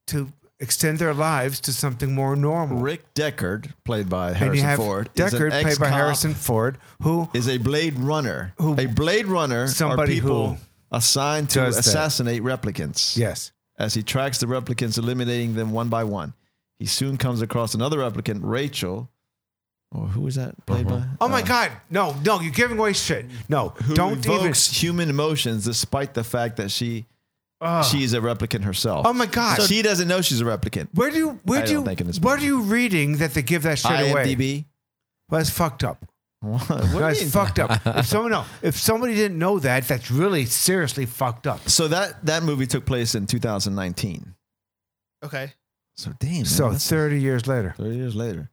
Speaker 1: to extend their lives to something more normal.
Speaker 3: Rick Deckard, played by
Speaker 1: and
Speaker 3: Harrison
Speaker 1: you have
Speaker 3: Ford, is an
Speaker 1: Deckard, played by
Speaker 3: ex-cop,
Speaker 1: Harrison Ford, who
Speaker 3: is a Blade Runner.
Speaker 1: Who-
Speaker 3: a Blade Runner
Speaker 1: somebody
Speaker 3: are people
Speaker 1: who
Speaker 3: assigned to
Speaker 1: does that.
Speaker 3: assassinate replicants.
Speaker 1: yes,
Speaker 3: As he tracks the replicants, eliminating them one by one, he soon comes across another replicant, Rachel. Or who was that played by?
Speaker 1: Oh my
Speaker 3: Uh,
Speaker 1: God! No, no, you're giving away shit. No,
Speaker 3: Who
Speaker 1: don't even.
Speaker 3: evokes human emotions despite the fact that she
Speaker 1: Ugh.
Speaker 3: she's a replicant herself.
Speaker 1: Uh, Oh my God!
Speaker 3: she doesn't know she's a replicant.
Speaker 1: where do you where
Speaker 3: I
Speaker 1: do
Speaker 3: don't
Speaker 1: you
Speaker 3: think in this
Speaker 1: where
Speaker 3: movie.
Speaker 1: are you reading that they give that shit away?
Speaker 3: IMDb.
Speaker 1: Well, that's fucked up.
Speaker 3: What? What do
Speaker 1: That's
Speaker 3: you mean?
Speaker 1: fucked up. If someone no, if somebody didn't know that, that's really seriously fucked up.
Speaker 3: So that that movie took place in 2019.
Speaker 8: Okay.
Speaker 3: So damn. man,
Speaker 1: So
Speaker 3: that's-
Speaker 1: thirty years later,
Speaker 3: 30 years later.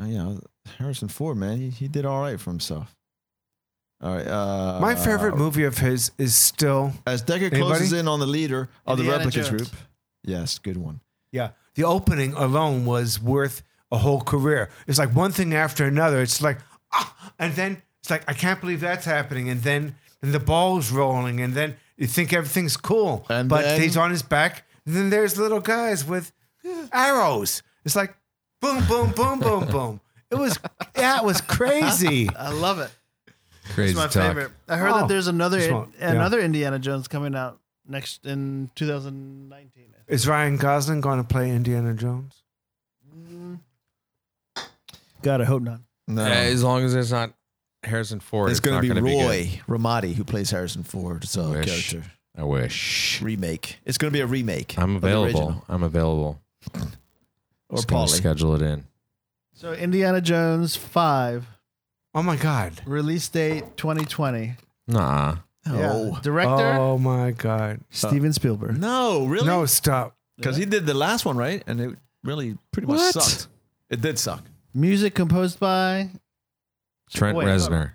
Speaker 3: Uh, you know, Harrison Ford, man, he, he did all right for himself. All right. Uh,
Speaker 1: my favorite movie of his is still
Speaker 3: As Decker
Speaker 1: Anybody?
Speaker 3: closes in on the leader of
Speaker 8: Indiana
Speaker 3: the replicants
Speaker 8: Jones.
Speaker 3: group. Yes, good one.
Speaker 1: yeah. The opening alone was worth a whole career. It's like one thing after another. It's like ah, and then it's like I can't believe that's happening, and then and the ball's rolling, and then you think everything's cool,
Speaker 3: And
Speaker 1: but
Speaker 3: then-
Speaker 1: he's on his back. And then there's little guys with arrows. It's like boom, boom, boom, boom, boom. It was that was crazy.
Speaker 8: I love it.
Speaker 4: Crazy
Speaker 8: It's my
Speaker 4: talk.
Speaker 8: favorite. I heard
Speaker 1: Oh.
Speaker 8: that there's another
Speaker 1: This one, yeah.
Speaker 8: another Indiana Jones coming out next in 2019. I think.
Speaker 1: Is Ryan Gosling going to play Indiana Jones?
Speaker 8: God, I hope not.
Speaker 3: No.
Speaker 4: Yeah, as long as it's not Harrison Ford,
Speaker 3: Uh, it's going
Speaker 4: not
Speaker 3: to be
Speaker 4: gonna
Speaker 3: Roy
Speaker 4: good.
Speaker 3: Ramadi who plays Harrison Ford's uh,
Speaker 4: Wish.
Speaker 3: character.
Speaker 4: I wish.
Speaker 3: Remake. It's going to be a remake.
Speaker 4: I'm
Speaker 3: of the
Speaker 4: available.
Speaker 3: original.
Speaker 4: I'm available.
Speaker 3: Or
Speaker 4: Just gonna
Speaker 3: Paulie.
Speaker 4: schedule it in.
Speaker 8: So Indiana Jones five
Speaker 1: Oh my God!
Speaker 8: release date 2020.
Speaker 4: Nah.
Speaker 3: No.
Speaker 8: Director
Speaker 1: Oh my God!
Speaker 8: Steven Spielberg.
Speaker 3: No, really?
Speaker 1: No, stop.
Speaker 3: Because he did the last one, right? And it really pretty much
Speaker 4: What?
Speaker 3: sucked. It did suck.
Speaker 8: Music composed by
Speaker 4: Trent
Speaker 8: Wait,
Speaker 4: Reznor.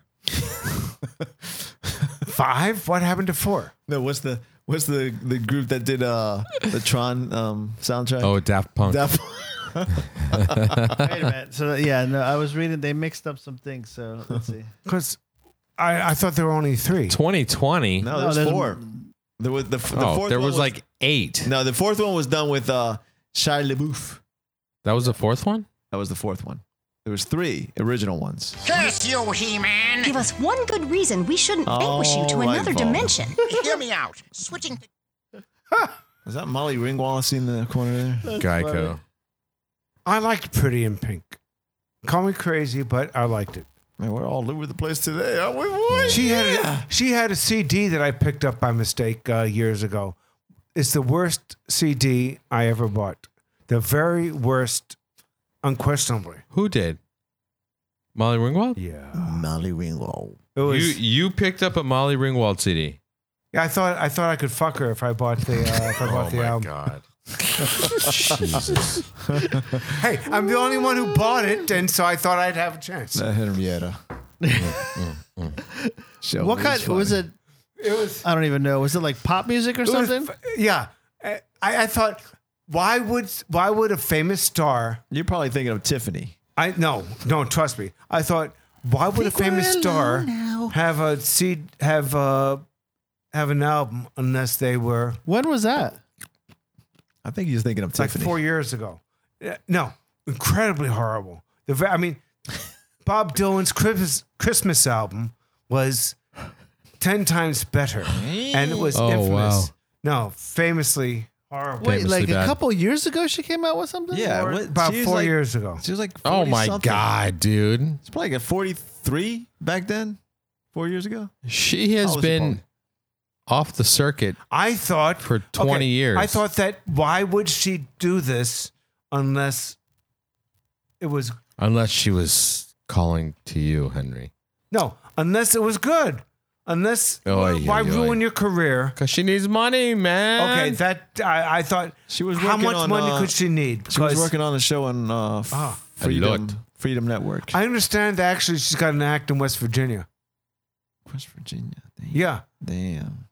Speaker 1: Five? What happened to four?
Speaker 3: No, what's the what's the the group that did uh the Tron um soundtrack?
Speaker 4: Oh, Daft Punk.
Speaker 3: That-
Speaker 8: Wait a minute. So yeah, no, I was reading. They mixed up some things. So let's see.
Speaker 1: Because I, I thought there were only three.
Speaker 4: 2020.
Speaker 3: no,
Speaker 8: No,
Speaker 3: there's,
Speaker 8: there's-
Speaker 3: four. There was the, f- the
Speaker 4: oh,
Speaker 3: fourth
Speaker 4: there
Speaker 3: one
Speaker 4: was, like eight.
Speaker 3: no the fourth one was done with uh Shia LaBeouf.
Speaker 4: That was the fourth one.
Speaker 3: That was the fourth one. There was three original ones.
Speaker 2: Curse you, He-Man!
Speaker 9: Give us one good reason we shouldn't banquish you
Speaker 3: All
Speaker 9: to
Speaker 3: right,
Speaker 9: another
Speaker 3: Paul.
Speaker 9: dimension.
Speaker 2: Hear me out. Switching to
Speaker 3: Is that Molly Ringwald in the corner there?
Speaker 4: Geico.
Speaker 1: I liked Pretty in Pink. Call me crazy, but I liked it.
Speaker 3: Man, we're all over the place today, aren't we? Boy?
Speaker 1: She had a, she had a CD that I picked up by mistake uh, years ago. It's the worst CD I ever bought. The very worst, unquestionably.
Speaker 4: Who did? Molly Ringwald.
Speaker 1: Yeah.
Speaker 3: Molly Ringwald.
Speaker 1: It was,
Speaker 4: you you picked up a Molly Ringwald CD.
Speaker 1: yeah, I thought I thought I could fuck her if I bought the uh, if I bought the album.
Speaker 4: Oh god. Jesus.
Speaker 1: Hey, I'm the only one who bought it, and so I thought I'd have a chance.
Speaker 3: That Henrietta. Show
Speaker 8: What kind was it?
Speaker 1: It was
Speaker 8: I don't even know. Was it like pop music or
Speaker 1: it was-
Speaker 8: something?
Speaker 1: yeah, I, I thought, why would why would a famous star?
Speaker 3: You're probably thinking of Tiffany.
Speaker 1: I no no trust me. I thought, why would a famous star have a seed have a have an album unless they were
Speaker 8: When was that?
Speaker 3: I think he's thinking of
Speaker 1: like
Speaker 3: Tiffany.
Speaker 1: four years ago? Yeah, No, incredibly horrible. The ve- I mean, Bob Dylan's Christmas Christmas album was ten times better, and it was
Speaker 4: Oh,
Speaker 1: infamous.
Speaker 4: wow.
Speaker 1: No, famously horrible.
Speaker 8: Wait,
Speaker 4: Famously
Speaker 8: like
Speaker 4: bad.
Speaker 8: a couple years ago, she came out with something.
Speaker 3: yeah,
Speaker 8: Or-
Speaker 3: what,
Speaker 1: about
Speaker 3: she was
Speaker 1: four
Speaker 3: like-
Speaker 1: years ago.
Speaker 3: She was like,
Speaker 4: Oh
Speaker 3: 40
Speaker 4: my
Speaker 3: something.
Speaker 4: god, dude.
Speaker 3: It's probably like at 43 back then, four years ago.
Speaker 4: She
Speaker 3: How
Speaker 4: has
Speaker 3: old is
Speaker 4: been
Speaker 3: Paul?
Speaker 4: off the circuit.
Speaker 1: I thought
Speaker 4: For 20 years.
Speaker 1: I thought that why would she do this unless it was
Speaker 4: Unless she was calling to you, Henry.
Speaker 1: no, unless it was good. Unless
Speaker 4: Oy,
Speaker 1: why
Speaker 4: oy, oy.
Speaker 1: ruin your career?
Speaker 4: Because she needs money, man.
Speaker 1: Okay, that I, I thought
Speaker 3: She was
Speaker 1: how
Speaker 3: working
Speaker 1: much
Speaker 3: on,
Speaker 1: money
Speaker 3: uh,
Speaker 1: could she need?
Speaker 3: She was working on a show on uh, f-
Speaker 1: Ah.
Speaker 3: Freedom,
Speaker 4: Alert.
Speaker 3: Freedom Network.
Speaker 1: I understand that actually she's got an act in West Virginia.
Speaker 3: West Virginia. Damn.
Speaker 1: Yeah.
Speaker 3: Damn.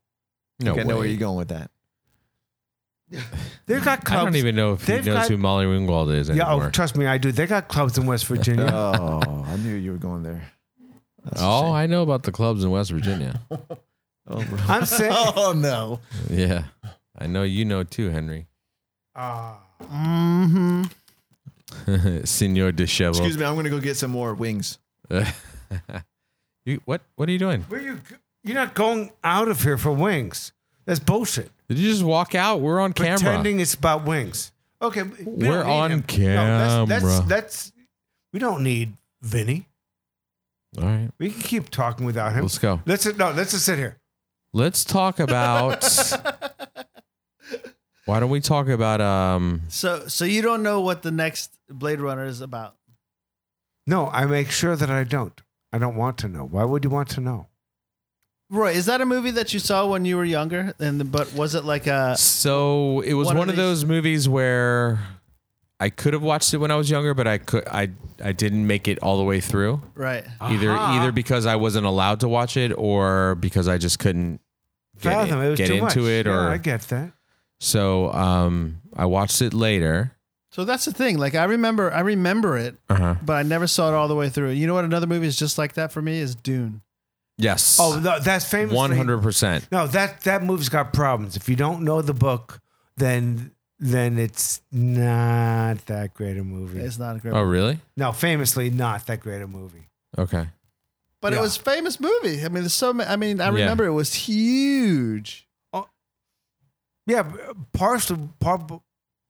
Speaker 4: no
Speaker 3: Okay, I know where
Speaker 4: way.
Speaker 3: you're going with that.
Speaker 1: They've got
Speaker 4: I
Speaker 1: clubs.
Speaker 4: don't even know if he
Speaker 1: They've
Speaker 4: knows
Speaker 1: got-
Speaker 4: who Molly Ringwald is
Speaker 1: Yeah,
Speaker 4: anymore.
Speaker 1: oh, trust me, I do. They got clubs in West Virginia.
Speaker 3: Oh, I knew you were going there. That's a
Speaker 4: oh,
Speaker 3: shame.
Speaker 4: I know about the clubs in West Virginia.
Speaker 3: oh, bro.
Speaker 1: I'm saying.
Speaker 3: oh no.
Speaker 4: yeah, I know you know too, Henry.
Speaker 1: Ah.
Speaker 8: Mm-hmm.
Speaker 4: Senor Disheveled.
Speaker 3: Excuse me, I'm gonna go get some more wings.
Speaker 4: you, what? What are you doing?
Speaker 1: Where you? g- You're not going out of here for wings. That's bullshit.
Speaker 4: Did you just walk out? We're on camera.
Speaker 1: Pretending it's about wings. Okay, we don't
Speaker 4: We're
Speaker 1: need
Speaker 4: on
Speaker 1: him. No, that's,
Speaker 4: camera.
Speaker 1: that's that's we don't need Vinny.
Speaker 4: All right,
Speaker 1: We can keep talking without him.
Speaker 4: let's go.
Speaker 1: Let's no. Let's just sit here.
Speaker 4: Let's talk about. why don't we talk about um?
Speaker 8: So, so you don't know what the next Blade Runner is about.
Speaker 1: No, I make sure that I don't. I don't want to know. Why would you want to know?
Speaker 8: Roy, is that a movie that you saw when you were younger? And but was it like a
Speaker 4: So it was
Speaker 8: one
Speaker 4: one,
Speaker 8: of
Speaker 4: of
Speaker 8: these-
Speaker 4: those movies where I could have watched it when I was younger, but I could I I didn't make it all the way through.
Speaker 8: right?
Speaker 4: Either either because I wasn't allowed to watch it or because I just couldn't get, it-
Speaker 1: Fathom. It was
Speaker 4: get
Speaker 1: too
Speaker 4: into
Speaker 1: much.
Speaker 4: it
Speaker 1: Yeah,
Speaker 4: or
Speaker 1: I get that.
Speaker 4: so um I watched it later.
Speaker 8: So that's the thing. Like I remember, I remember it,
Speaker 4: Uh-huh.
Speaker 8: but I never saw it all the way through. You know what? Another movie is just like that for me is Dune.
Speaker 4: Yes.
Speaker 1: Oh, no, that's famous.
Speaker 4: 100%.
Speaker 1: No, that that movie's got problems. If you don't know the book, then then it's not that great a movie.
Speaker 8: It's not a great,
Speaker 4: Oh, really?
Speaker 1: no, famously not that great a movie.
Speaker 4: Okay.
Speaker 8: but
Speaker 1: yeah.
Speaker 8: it was a famous movie. I mean, there's so. ma- I mean, I
Speaker 4: Yeah.
Speaker 8: remember it was huge.
Speaker 1: Yeah, b- partially part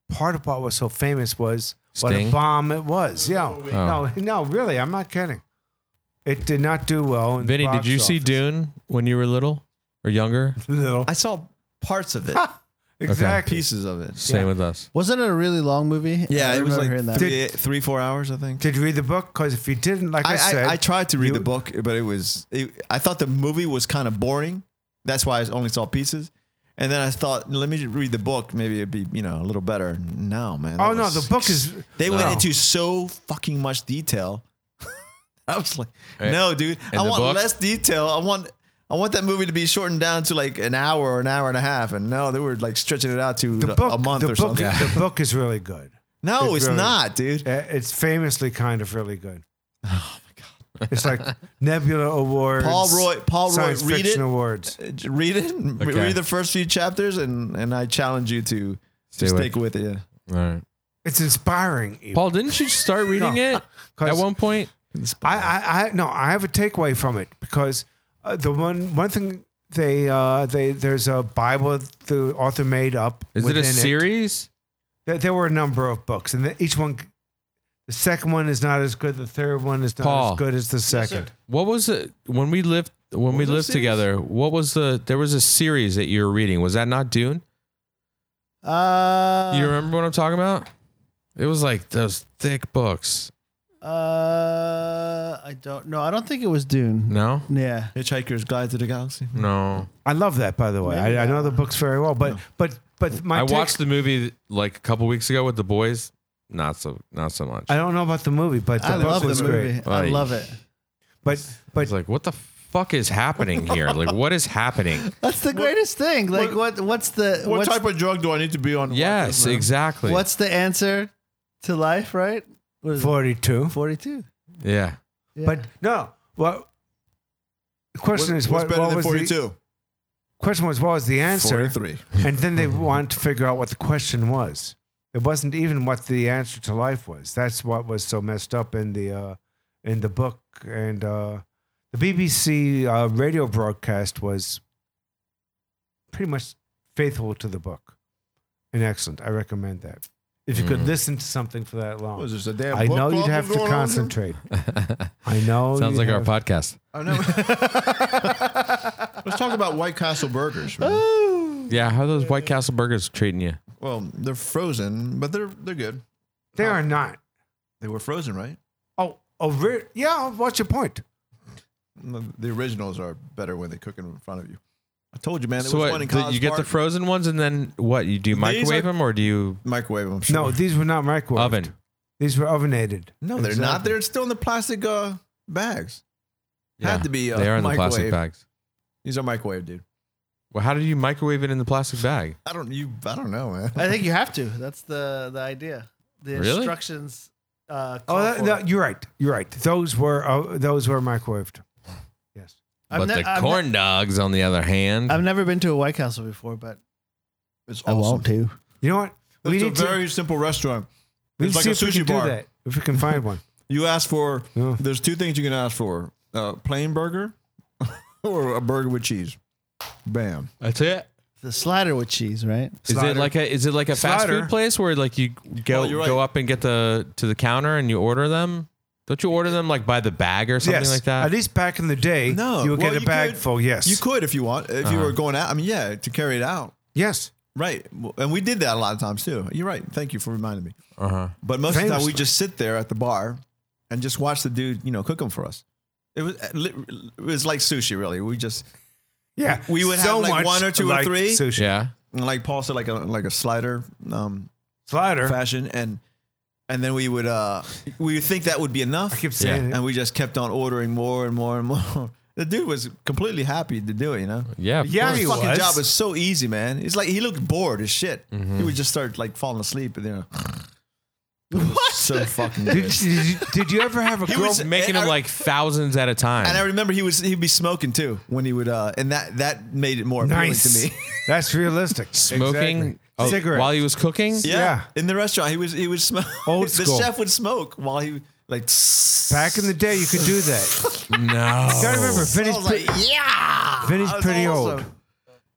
Speaker 1: part of what was so famous was what
Speaker 4: Sting?
Speaker 1: a bomb it was. Yeah,
Speaker 3: Oh.
Speaker 1: no, no, really, I'm not kidding. It did not do well. In the
Speaker 4: Vinny, did
Speaker 1: box
Speaker 4: you see
Speaker 1: office.
Speaker 4: Dune when you were little or younger?
Speaker 1: Little.
Speaker 3: I saw parts of it,
Speaker 1: Exactly.
Speaker 3: pieces of it.
Speaker 4: Same with us.
Speaker 8: Wasn't it a really long movie?
Speaker 3: Yeah,
Speaker 8: I
Speaker 3: it was
Speaker 8: remember
Speaker 3: like
Speaker 8: hearing that.
Speaker 3: three, three, four hours, I think.
Speaker 1: Did you read the book? Because if you didn't, like I,
Speaker 3: I,
Speaker 1: said,
Speaker 3: I, I tried to read
Speaker 1: you-
Speaker 3: the book, but it was. It, I thought the movie was kind of boring. That's why I only saw pieces. And then I thought, let me just read the book. Maybe it'd be you know a little better. No, man.
Speaker 1: oh
Speaker 3: that
Speaker 1: no,
Speaker 3: was-
Speaker 1: the book is
Speaker 3: They
Speaker 1: No.
Speaker 3: went into so fucking much detail. I was like,
Speaker 4: Eh,
Speaker 3: no, dude.
Speaker 4: in
Speaker 3: I
Speaker 4: the
Speaker 3: want
Speaker 4: book?
Speaker 3: less detail. I want. I want that movie to be shortened down to like an hour or an hour and a half. And no, they were like stretching it out to
Speaker 1: the book.
Speaker 3: a month
Speaker 1: the
Speaker 3: or
Speaker 1: book,
Speaker 3: something.
Speaker 1: The book is really good.
Speaker 3: No,
Speaker 1: It
Speaker 3: it's
Speaker 1: really-
Speaker 3: not, dude.
Speaker 1: Uh, It's famously kind of really good. Oh my god! It's like Nebula Awards.
Speaker 3: Paul Roy- Paul Roy,
Speaker 1: Science
Speaker 3: read
Speaker 1: Fiction
Speaker 3: it.
Speaker 1: Awards.
Speaker 3: Uh, j- Read it. and re-
Speaker 4: Okay.
Speaker 3: Read the first few chapters, and and I challenge you to
Speaker 4: Stay
Speaker 3: just
Speaker 4: away.
Speaker 3: stick with it. Yeah.
Speaker 4: All right.
Speaker 1: It's inspiring. Even.
Speaker 4: Paul, didn't you start reading it at one point?
Speaker 1: I, I, I no, I have a takeaway from it because uh, the one one thing they uh, they there's a Bible the author made up.
Speaker 4: Is it a
Speaker 1: within
Speaker 4: series?
Speaker 1: There, there were a number of books, and the, each one, the second one is not as good. The third one is not
Speaker 4: Paul.
Speaker 1: as good as the second.
Speaker 4: What was it when we lived when we
Speaker 3: was that
Speaker 4: lived
Speaker 3: series?
Speaker 4: together? What was the there was a series that you were reading? Was that not Dune?
Speaker 8: Uh,
Speaker 4: you remember what I'm talking about? It was like those thick books.
Speaker 8: uh, I don't know. I don't think it was Dune.
Speaker 4: No,
Speaker 8: Yeah.
Speaker 3: Hitchhiker's Guide to the Galaxy.
Speaker 4: no.
Speaker 1: I love that, by the way. I, I know the books very well, but but but my
Speaker 4: I
Speaker 1: take-
Speaker 4: watched the movie like a couple weeks ago with the boys. Not so not so much.
Speaker 1: I
Speaker 4: I,
Speaker 1: don't know about the movie, but the
Speaker 8: I
Speaker 1: book
Speaker 8: love
Speaker 1: was
Speaker 8: the movie.
Speaker 1: great.
Speaker 8: I
Speaker 4: Right.
Speaker 8: love it.
Speaker 1: But but
Speaker 4: was like, what the fuck is happening here? like, what is happening?
Speaker 8: That's the greatest thing. Like what, What's the
Speaker 3: What
Speaker 8: what's,
Speaker 3: type of drug do I need to be on? to watch
Speaker 4: Yes,
Speaker 3: this, man?
Speaker 4: exactly.
Speaker 8: what's the answer to life? Right? What is it?
Speaker 1: forty two.
Speaker 8: Forty-two.
Speaker 4: yeah.
Speaker 8: Yeah.
Speaker 1: But no, well, the question
Speaker 3: What-
Speaker 1: is
Speaker 3: what's
Speaker 1: what,
Speaker 3: better
Speaker 1: what
Speaker 3: than
Speaker 1: was
Speaker 3: forty
Speaker 1: the
Speaker 3: two?
Speaker 1: question was what was the answer?
Speaker 3: Forty three.
Speaker 1: and then they wanted to figure out what the question was. It wasn't even what the answer to life was. That's what was so messed up in the uh, in the book and uh, the BBC uh, radio broadcast was pretty much faithful to the book and excellent. I recommend that. If you could listen to something for that long,
Speaker 3: Was this a damn?
Speaker 1: I
Speaker 3: book
Speaker 1: know
Speaker 3: club
Speaker 1: you'd have to
Speaker 3: going on here?
Speaker 1: concentrate. I know.
Speaker 4: Sounds
Speaker 1: you'd
Speaker 4: like our
Speaker 1: have-
Speaker 4: podcast.
Speaker 1: Oh,
Speaker 3: I know. Let's talk about White Castle burgers. Man.
Speaker 1: Uh.
Speaker 4: Yeah, how are those White Castle burgers treating you?
Speaker 3: Well, they're frozen, but they're they're good.
Speaker 1: They are not.
Speaker 3: They were frozen, right?
Speaker 1: Oh, oh, re- yeah. What's your point?
Speaker 3: The originals are better when they cook in front of you. I told you, man. There
Speaker 4: So
Speaker 3: was
Speaker 4: what,
Speaker 3: one in
Speaker 4: th-
Speaker 3: College
Speaker 4: you get the
Speaker 3: Park.
Speaker 4: frozen ones, and then what? You do you
Speaker 3: These
Speaker 4: microwave
Speaker 3: are-
Speaker 4: them, or do you
Speaker 3: microwave. I'm sure.
Speaker 1: No, these were not microwave
Speaker 4: oven?
Speaker 1: These were ovenated.
Speaker 3: no, they're not.
Speaker 1: Exactly.
Speaker 3: They're still in the plastic uh, bags.
Speaker 4: Yeah,
Speaker 3: Had to be. Uh,
Speaker 4: they are in the
Speaker 3: microwave.
Speaker 4: plastic bags.
Speaker 3: These are microwave, dude.
Speaker 4: Well, how did you microwave it in the plastic bag?
Speaker 3: I don't you. I don't know, man.
Speaker 8: I think you have to. That's the the idea. The
Speaker 4: Really?
Speaker 8: instructions. Uh,
Speaker 1: Oh,
Speaker 8: call
Speaker 1: that,
Speaker 8: for
Speaker 1: that-
Speaker 8: it.
Speaker 1: you're right. You're right. Those were uh, those were microwaved. Yes.
Speaker 8: I've
Speaker 4: but
Speaker 8: ne-
Speaker 4: the
Speaker 8: I've ne-
Speaker 4: corn dogs, on the other hand,
Speaker 8: I've never been to a White Castle before, but
Speaker 3: It's
Speaker 5: I want to.
Speaker 1: You know what? We
Speaker 3: It's a
Speaker 1: need to-
Speaker 3: very simple restaurant.
Speaker 1: we
Speaker 3: it's
Speaker 1: need
Speaker 3: like
Speaker 1: to
Speaker 3: a
Speaker 1: see if
Speaker 3: sushi
Speaker 1: we can
Speaker 3: bar.
Speaker 1: do that if we can find one.
Speaker 3: You ask for.
Speaker 1: Yeah.
Speaker 3: There's two things you can ask for: a plain burger or a burger with cheese. Bam.
Speaker 4: that's it.
Speaker 8: the slider with cheese, right?
Speaker 4: Is it
Speaker 1: Slider.
Speaker 4: like a is it like a fast
Speaker 1: Slider.
Speaker 4: food place where like you go
Speaker 3: Oh, you're right.
Speaker 4: go up and get the to the counter and you order them? Don't you order them like by the bag or something
Speaker 1: yes.
Speaker 4: like that?
Speaker 1: At least back in the day,
Speaker 3: No,
Speaker 1: you would
Speaker 3: well,
Speaker 1: get a
Speaker 3: you
Speaker 1: bag
Speaker 3: could-
Speaker 1: full. Yes. Uh-huh.
Speaker 3: You could if you want. If you were going out, I mean, yeah, to carry it out.
Speaker 1: Yes.
Speaker 3: Right. And we did that a lot of times too. You're right. Thank you for reminding me.
Speaker 4: uh-huh.
Speaker 3: But most of the time,
Speaker 1: Famously.
Speaker 3: we just sit there at the bar and just watch the dude, you know, cook them for us. It was it was like sushi, really. We just
Speaker 1: Yeah.
Speaker 3: We would have,
Speaker 1: so
Speaker 3: like,
Speaker 1: much
Speaker 3: one or two or
Speaker 1: like
Speaker 3: three.
Speaker 1: Sushi.
Speaker 4: Yeah.
Speaker 3: like Paul said, like a like a slider um,
Speaker 1: Slider.
Speaker 3: fashion, and and then we would uh we would think that would be enough.
Speaker 1: I keep saying
Speaker 3: and
Speaker 1: it.
Speaker 3: we just kept on ordering more and more and more. The dude was completely happy to do it, you know.
Speaker 4: Yeah. of
Speaker 1: Yeah,
Speaker 4: course.
Speaker 1: he
Speaker 3: His fucking
Speaker 1: was.
Speaker 3: job was so easy, man. It's like he looked bored as shit.
Speaker 1: Mm-hmm.
Speaker 3: He would just start like falling asleep, and you know. What? So fucking.
Speaker 1: Did,
Speaker 3: Good.
Speaker 1: did, you, did you ever have a girl?
Speaker 3: was-
Speaker 4: making
Speaker 3: And
Speaker 4: them
Speaker 3: I-
Speaker 4: like thousands at a time.
Speaker 3: And I remember he was he'd be smoking too when he would uh and that that made it more appealing
Speaker 1: nice.
Speaker 3: to me.
Speaker 1: That's realistic.
Speaker 4: Smoking
Speaker 1: Exactly.
Speaker 4: oh,
Speaker 1: cigarettes.
Speaker 4: while he was cooking.
Speaker 1: Yeah.
Speaker 3: In the restaurant, he was he would smoke.
Speaker 1: Old
Speaker 3: The
Speaker 1: school.
Speaker 3: chef would smoke while he like
Speaker 1: back in the day, you could do
Speaker 4: Oh.
Speaker 1: that.
Speaker 4: No.
Speaker 1: You gotta remember,
Speaker 3: I
Speaker 1: Vinny's,
Speaker 3: was like, yeah.
Speaker 1: Vinny's
Speaker 3: I was
Speaker 1: pretty
Speaker 3: awesome.
Speaker 1: old.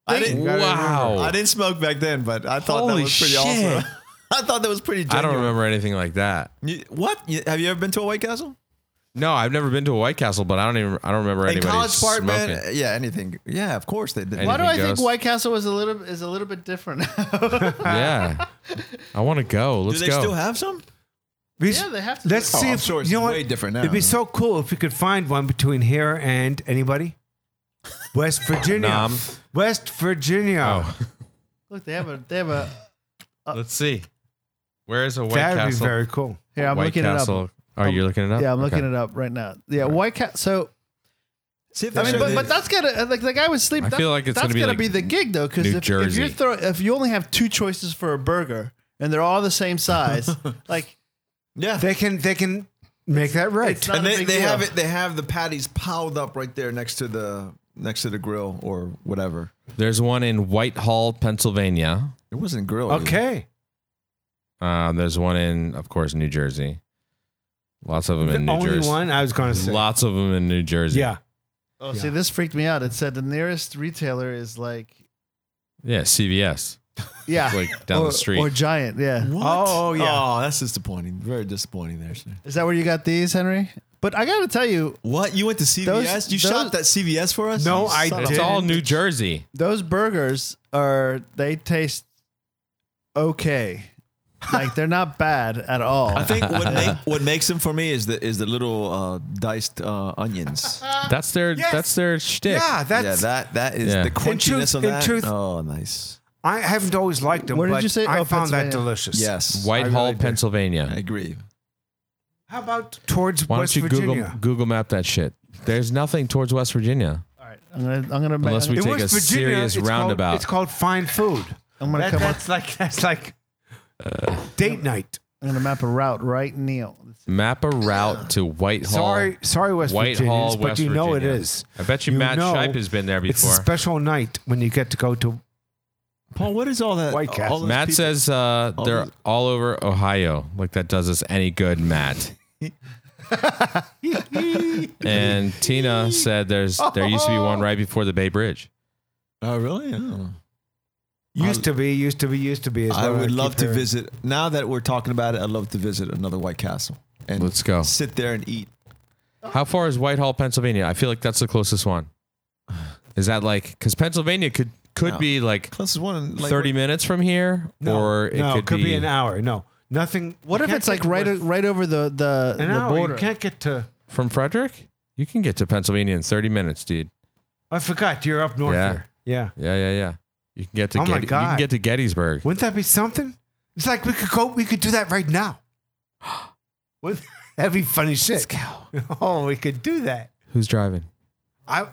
Speaker 3: I didn't
Speaker 4: Wow.
Speaker 3: I didn't smoke back then, but I thought
Speaker 4: Holy
Speaker 3: that was pretty
Speaker 4: shit.
Speaker 3: awesome. I thought that was pretty
Speaker 4: I
Speaker 3: genuine.
Speaker 4: don't remember anything like that.
Speaker 3: You- what? You- have you ever been to a White Castle?
Speaker 4: No, I've never been to a White Castle, but I don't even I don't remember
Speaker 3: In
Speaker 4: anybody
Speaker 3: College Park,
Speaker 4: smoking.
Speaker 3: man. Yeah, anything. Yeah, of course they did.
Speaker 4: And-
Speaker 8: Why do I
Speaker 4: Anything
Speaker 8: think
Speaker 4: goes.
Speaker 8: White Castle was a little is a little bit different?
Speaker 4: Yeah. I want to go.
Speaker 3: Do
Speaker 4: Let's
Speaker 3: they
Speaker 4: go.
Speaker 3: still have some?
Speaker 1: We-
Speaker 8: yeah, they have to.
Speaker 1: Let's
Speaker 8: do it.
Speaker 1: see
Speaker 3: Oh, I'm
Speaker 1: if
Speaker 3: sure it's
Speaker 1: you know what?
Speaker 3: way different now.
Speaker 1: It'd be
Speaker 4: Um,
Speaker 1: so cool if we could find one between here and anybody. West Virginia.
Speaker 4: Nam.
Speaker 1: West Virginia.
Speaker 4: Oh.
Speaker 8: Look, they have a they have a.
Speaker 4: Let's see. Where is a White
Speaker 1: That'd
Speaker 4: Castle?
Speaker 1: be very cool.
Speaker 8: Here, I'm
Speaker 4: White
Speaker 8: looking
Speaker 4: Castle. Oh, you're looking it
Speaker 8: it
Speaker 4: up.
Speaker 8: up. Yeah, I'm
Speaker 4: Okay.
Speaker 8: looking it up right now. Yeah, White Castle. So
Speaker 3: See if
Speaker 8: I
Speaker 3: they
Speaker 8: mean,
Speaker 3: show
Speaker 8: but,
Speaker 3: the-
Speaker 8: but that's gotta uh, like the guy was sleep.
Speaker 4: I
Speaker 8: that-
Speaker 4: feel like it's
Speaker 8: that's
Speaker 4: gonna be like
Speaker 8: the gig though, because
Speaker 4: New
Speaker 8: if, if
Speaker 4: Jersey.
Speaker 8: you're throw, if you only have two choices for a burger and they're all the same size, like
Speaker 3: yeah.
Speaker 1: They can they can make that right.
Speaker 8: It's not-
Speaker 3: and
Speaker 8: a
Speaker 3: they,
Speaker 8: big
Speaker 3: they
Speaker 8: deal.
Speaker 3: have it. They have the patties piled up right there next to the next to the grill or whatever.
Speaker 4: There's one in Whitehall, Pennsylvania.
Speaker 3: It wasn't grill.
Speaker 1: Okay.
Speaker 4: Uh, there's one in, of course, New Jersey. Lots of them
Speaker 1: The
Speaker 4: in New
Speaker 1: only
Speaker 4: Jersey.
Speaker 1: one I was gonna say.
Speaker 4: Lots of them in New Jersey.
Speaker 1: Yeah.
Speaker 8: oh,
Speaker 1: Yeah.
Speaker 8: see, this freaked me out. It said the nearest retailer is like
Speaker 4: Yeah, CVS.
Speaker 8: yeah,
Speaker 4: Like down the
Speaker 8: or,
Speaker 4: street.
Speaker 8: or Giant. Yeah,
Speaker 3: What?
Speaker 1: Oh, oh, yeah.
Speaker 3: Oh, that's disappointing. Very disappointing there. Sir.
Speaker 8: is that where you got these, Henry? But I gotta tell you,
Speaker 3: What? You went to CVS? you
Speaker 8: those-
Speaker 3: shopped at CVS for us?
Speaker 1: No,
Speaker 3: You
Speaker 1: I
Speaker 3: son of a-
Speaker 4: it's all New Jersey.
Speaker 8: those burgers are they taste okay. like they're not bad at all.
Speaker 3: I think what make, what makes them for me is the is the little uh, diced uh, onions.
Speaker 4: That's their
Speaker 1: Yes.
Speaker 4: that's their shtick.
Speaker 1: Yeah, that's
Speaker 3: yeah, that that is
Speaker 4: Yeah.
Speaker 3: the
Speaker 4: In
Speaker 3: crunchiness
Speaker 1: truth-
Speaker 3: of
Speaker 1: in
Speaker 3: that.
Speaker 1: truth-
Speaker 3: oh, nice.
Speaker 1: I haven't always liked them,
Speaker 8: Where did
Speaker 1: but
Speaker 8: you say?
Speaker 1: I
Speaker 8: Oh,
Speaker 1: found that
Speaker 8: Pennsylvania.
Speaker 1: delicious.
Speaker 3: Yes,
Speaker 4: Whitehall,
Speaker 3: I really do.
Speaker 4: Pennsylvania.
Speaker 3: I agree.
Speaker 1: How about towards
Speaker 4: Why
Speaker 1: West
Speaker 4: don't you
Speaker 1: Virginia?
Speaker 4: Google Google map that shit? There's nothing towards West Virginia.
Speaker 8: All right, I'm gonna I'm gonna
Speaker 4: Unless we
Speaker 8: I'm
Speaker 1: In
Speaker 8: gonna-
Speaker 4: take
Speaker 1: West
Speaker 4: a serious
Speaker 1: it's
Speaker 4: roundabout.
Speaker 1: Called, it's called fine food.
Speaker 8: I'm gonna
Speaker 1: That-
Speaker 8: come up
Speaker 1: that's like that's like date night.
Speaker 8: I'm gonna map a route right, Neil.
Speaker 4: Map a route to Whitehall.
Speaker 1: Sorry, sorry, West Virginians,
Speaker 4: Whitehall, West
Speaker 1: but you know
Speaker 4: Virginia.
Speaker 1: it is.
Speaker 4: I bet you,
Speaker 1: You
Speaker 4: Matt
Speaker 1: know
Speaker 4: Shipe has been there
Speaker 1: It's a
Speaker 4: before.
Speaker 1: special night when you get to go to.
Speaker 3: Paul, what is all that?
Speaker 1: White Castle.
Speaker 3: all those
Speaker 4: Matt
Speaker 3: people-
Speaker 4: says uh,
Speaker 3: All
Speaker 4: they're
Speaker 3: these-
Speaker 4: all over Ohio. Like that does us any good, Matt. and Tina said there's there used to be one right before the Bay Bridge.
Speaker 3: "Oh, really? Oh.
Speaker 1: Used to be, used to be, used to be. Is
Speaker 3: I
Speaker 1: what
Speaker 3: would
Speaker 1: keep
Speaker 3: love to
Speaker 1: hearing.
Speaker 3: visit. Now that we're talking about it, I'd love to visit another White Castle and
Speaker 4: Let's go.
Speaker 3: sit there and eat.
Speaker 4: How far is Whitehall, Pennsylvania? I feel like that's the closest one. Is that like because Pennsylvania could could
Speaker 3: No.
Speaker 4: be like
Speaker 3: Plus one like,
Speaker 4: thirty minutes from here,
Speaker 1: No,
Speaker 4: or it
Speaker 1: no,
Speaker 4: could,
Speaker 1: be, an hour. No, nothing.
Speaker 8: What
Speaker 1: you
Speaker 8: if
Speaker 1: can't
Speaker 8: it's like
Speaker 1: get
Speaker 8: right
Speaker 1: to-
Speaker 8: right over the the,
Speaker 1: an
Speaker 8: the
Speaker 1: hour?
Speaker 8: border?
Speaker 1: You can't get to.
Speaker 4: from Frederick. You can get to Pennsylvania in thirty minutes, dude.
Speaker 1: I forgot. You're up north
Speaker 4: Yeah.
Speaker 1: here. Yeah.
Speaker 4: Yeah, yeah, yeah. You can get to
Speaker 1: Oh my
Speaker 4: Getty, you can
Speaker 1: God.
Speaker 4: get to Gettysburg.
Speaker 1: Wouldn't that be something? It's like we could go. We could do that right now. Wouldn't- That'd be funny shit. Oh, we could do that.
Speaker 4: Who's driving?
Speaker 1: I.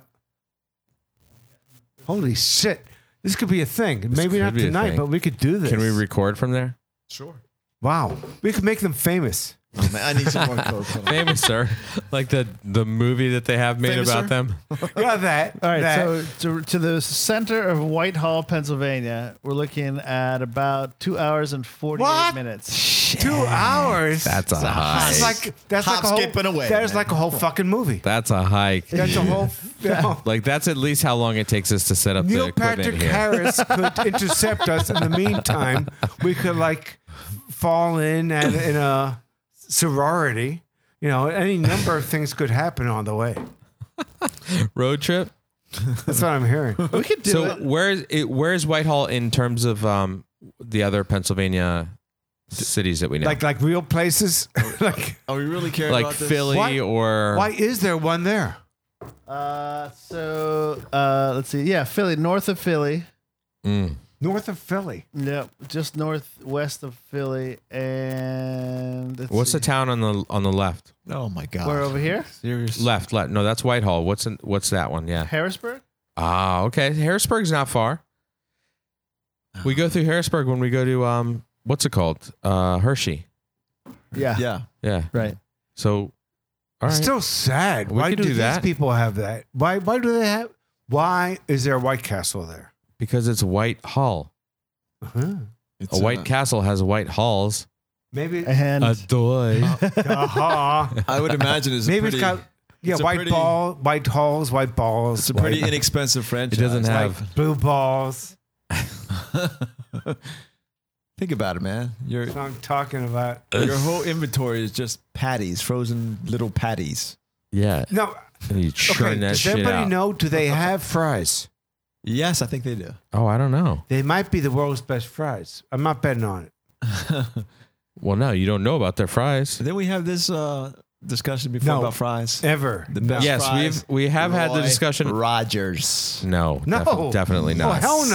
Speaker 1: holy shit, this could be a thing. Maybe
Speaker 4: could
Speaker 1: not
Speaker 4: be a
Speaker 1: tonight,
Speaker 4: thing.
Speaker 1: but we could do this.
Speaker 4: Can we record from there?
Speaker 7: Sure.
Speaker 1: wow, we could make them famous.
Speaker 3: Oh, man, I need some more coke. Hold on.
Speaker 4: Famous, sir. Like the the movie that they have made
Speaker 3: Famous,
Speaker 4: about
Speaker 3: sir?
Speaker 4: them.
Speaker 1: yeah, that.
Speaker 8: All right,
Speaker 1: that.
Speaker 8: so to, to the center of Whitehall, Pennsylvania, we're looking at about two hours and 48
Speaker 1: What?
Speaker 8: minutes.
Speaker 1: two hours.
Speaker 4: That's a
Speaker 1: that's
Speaker 4: hike.
Speaker 1: like that's
Speaker 3: Hop,
Speaker 1: like a whole,
Speaker 3: skip, and away,
Speaker 1: That's
Speaker 3: man.
Speaker 1: like a whole fucking movie.
Speaker 4: That's a hike.
Speaker 1: That's a
Speaker 4: dude.
Speaker 1: whole. no.
Speaker 4: Like that's at least how long it takes us to set up the
Speaker 1: Neil
Speaker 4: equipment
Speaker 1: Patrick
Speaker 4: here.
Speaker 1: Harris could intercept us. In the meantime, we could like fall in at, in a sorority. You know, any number of things could happen on the way.
Speaker 4: Road trip.
Speaker 1: That's what I'm hearing.
Speaker 8: We could do
Speaker 4: so
Speaker 8: it.
Speaker 4: where is it? Where is Whitehall in terms of um the other Pennsylvania cities that we know,
Speaker 1: Like
Speaker 4: like,
Speaker 1: like real places.
Speaker 4: Oh,
Speaker 1: like
Speaker 3: Are we really caring about this?
Speaker 4: Philly
Speaker 1: Why-
Speaker 4: or
Speaker 1: why is there one there?
Speaker 8: Uh, so uh, let's see. Yeah, Philly, north of Philly.
Speaker 4: Mm.
Speaker 1: North of Philly.
Speaker 8: Yep, just northwest of Philly. And let's
Speaker 4: What's
Speaker 8: see.
Speaker 4: the town on the on the left?
Speaker 3: Oh my god.
Speaker 8: We're over here.
Speaker 3: Serious.
Speaker 4: Left, left. No, that's Whitehall. What's in, what's that one? Yeah.
Speaker 8: Harrisburg?
Speaker 4: Ah, okay. Harrisburg's not far. We
Speaker 1: Ah.
Speaker 4: go through Harrisburg when we go to um what's it called? Uh Hershey.
Speaker 8: Yeah.
Speaker 3: Yeah.
Speaker 4: Yeah.
Speaker 8: Right.
Speaker 4: So all right.
Speaker 1: Still sad.
Speaker 4: We
Speaker 1: why
Speaker 4: could
Speaker 1: do,
Speaker 4: do
Speaker 1: these
Speaker 4: that.
Speaker 1: people have that? Why why do they have? Why is there a White Castle there?
Speaker 4: because it's Whitehall.
Speaker 1: Huh.
Speaker 3: It's,
Speaker 4: A white
Speaker 3: uh,
Speaker 4: castle has white halls.
Speaker 1: Maybe.
Speaker 8: And
Speaker 4: doy.
Speaker 1: uh
Speaker 3: I would imagine it's
Speaker 1: Maybe
Speaker 3: a pretty,
Speaker 1: it's got yeah
Speaker 3: it's a
Speaker 1: white
Speaker 3: pretty-
Speaker 1: ball, white halls, white balls.
Speaker 3: it's a pretty
Speaker 1: white-
Speaker 3: inexpensive
Speaker 4: It
Speaker 3: franchise.
Speaker 4: doesn't have
Speaker 1: like blue balls.
Speaker 3: Think about it, man. Your
Speaker 1: That's what I'm talking about.
Speaker 3: your whole inventory is just patties, frozen little patties.
Speaker 4: yeah.
Speaker 1: No.
Speaker 4: And you churn
Speaker 1: Okay.
Speaker 4: that
Speaker 1: Does
Speaker 4: shit
Speaker 1: everybody
Speaker 4: out.
Speaker 1: know? Do they have fries?
Speaker 3: Yes, I think they do.
Speaker 4: Oh, I don't know.
Speaker 1: They might be the world's best fries. I'm not betting on it.
Speaker 4: Well, no, you don't know about their fries.
Speaker 3: And then we have this uh, discussion before
Speaker 1: No.
Speaker 3: about fries.
Speaker 1: Ever.
Speaker 3: The best
Speaker 4: Yes,
Speaker 3: fries,
Speaker 4: we've- we have had the
Speaker 3: Roy
Speaker 4: discussion-
Speaker 3: Rogers.
Speaker 4: No,
Speaker 1: No.
Speaker 4: defi- definitely
Speaker 1: No,
Speaker 4: not.
Speaker 1: hell Oh,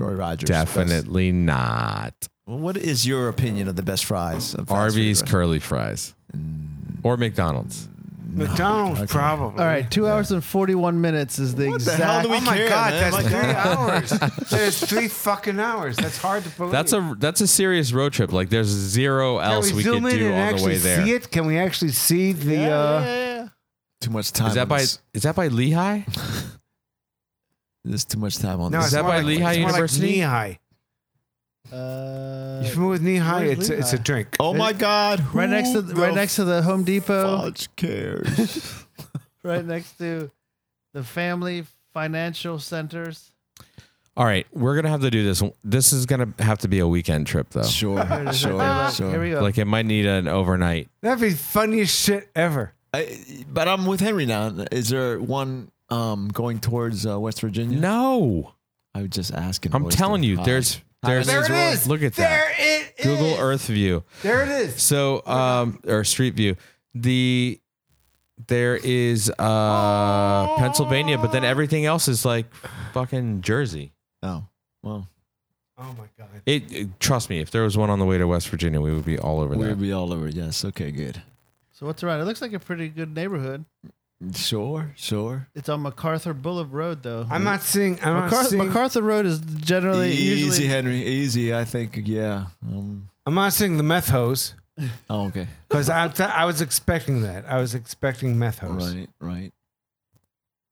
Speaker 1: no.
Speaker 3: Roy Rogers. Best.
Speaker 4: Definitely not.
Speaker 3: Well, what is your opinion of the best fries? of fast food
Speaker 4: Arby's
Speaker 3: restaurants?
Speaker 4: curly fries
Speaker 1: Mm.
Speaker 4: or McDonald's.
Speaker 1: McDonald's probably.
Speaker 8: all right, two hours and 41 minutes is the
Speaker 3: What the
Speaker 8: exact.
Speaker 3: hell do we
Speaker 1: Oh my
Speaker 3: care,
Speaker 1: God,
Speaker 3: man?
Speaker 1: that's
Speaker 3: My
Speaker 1: three
Speaker 3: God.
Speaker 1: hours. That is three fucking hours. That's hard to believe.
Speaker 4: That's a that's a serious road trip. Like there's zero
Speaker 1: Can
Speaker 4: else
Speaker 1: we
Speaker 4: we,
Speaker 1: zoom
Speaker 4: could
Speaker 1: in
Speaker 4: do
Speaker 1: and
Speaker 4: on the
Speaker 1: actually
Speaker 4: way there.
Speaker 1: see
Speaker 4: Is
Speaker 1: it? Can we actually see the?
Speaker 8: Yeah,
Speaker 1: uh,
Speaker 8: yeah, yeah, yeah.
Speaker 3: Too much time.
Speaker 4: that
Speaker 3: on
Speaker 4: by
Speaker 3: This.
Speaker 4: is that by Lehigh?
Speaker 3: There's too much time on
Speaker 1: No,
Speaker 3: this.
Speaker 1: it's
Speaker 4: that
Speaker 1: more
Speaker 4: by
Speaker 1: like,
Speaker 4: Lehigh
Speaker 1: it's more
Speaker 4: University?
Speaker 1: Like knee high.
Speaker 8: Uh,
Speaker 1: You familiar with knee high?
Speaker 8: where's
Speaker 1: It's a, it's a
Speaker 8: Lehigh?
Speaker 1: drink.
Speaker 3: Oh my God! who
Speaker 8: right next to the, right
Speaker 3: the
Speaker 8: next to the Home Depot,
Speaker 3: fudge cares?
Speaker 8: right next to the Family Financial Centers.
Speaker 4: All right, we're gonna have to do this. This is gonna have to be a weekend trip though.
Speaker 3: sure, sure,
Speaker 8: Here we
Speaker 3: sure.
Speaker 8: go.
Speaker 4: Like it might need an overnight.
Speaker 1: That'd be funniest shit ever.
Speaker 3: I, but I'm with Henry now. Is there one um, going towards uh, West Virginia?
Speaker 4: No,
Speaker 3: I was just asking.
Speaker 4: I'm telling you, there's there's
Speaker 1: There it is.
Speaker 4: Look at
Speaker 1: there
Speaker 4: that
Speaker 1: it is.
Speaker 4: Google Earth view.
Speaker 1: There it is.
Speaker 4: So, um, or Street View. The there is uh Pennsylvania, but then everything else is like fucking Jersey.
Speaker 3: Oh, well,
Speaker 1: Oh my god.
Speaker 4: It, it- trust me, if there was one on the way to West Virginia, we would be all over
Speaker 3: we'll
Speaker 4: that.
Speaker 3: be all over. Yes. Okay. Good.
Speaker 8: so what's around? It looks like a pretty good neighborhood.
Speaker 3: Sure. Sure.
Speaker 8: It's on MacArthur Boulevard Road, though.
Speaker 1: I'm not seeing. I'm not
Speaker 8: MacArthur,
Speaker 1: seeing.
Speaker 8: MacArthur Road is generally
Speaker 3: easy,
Speaker 8: usually
Speaker 3: Henry. Easy. I think. Yeah. Um,
Speaker 1: I'm not seeing the meth hose
Speaker 3: oh, okay.
Speaker 1: because I, I was expecting that. I was expecting meth hose.
Speaker 3: Right. Right.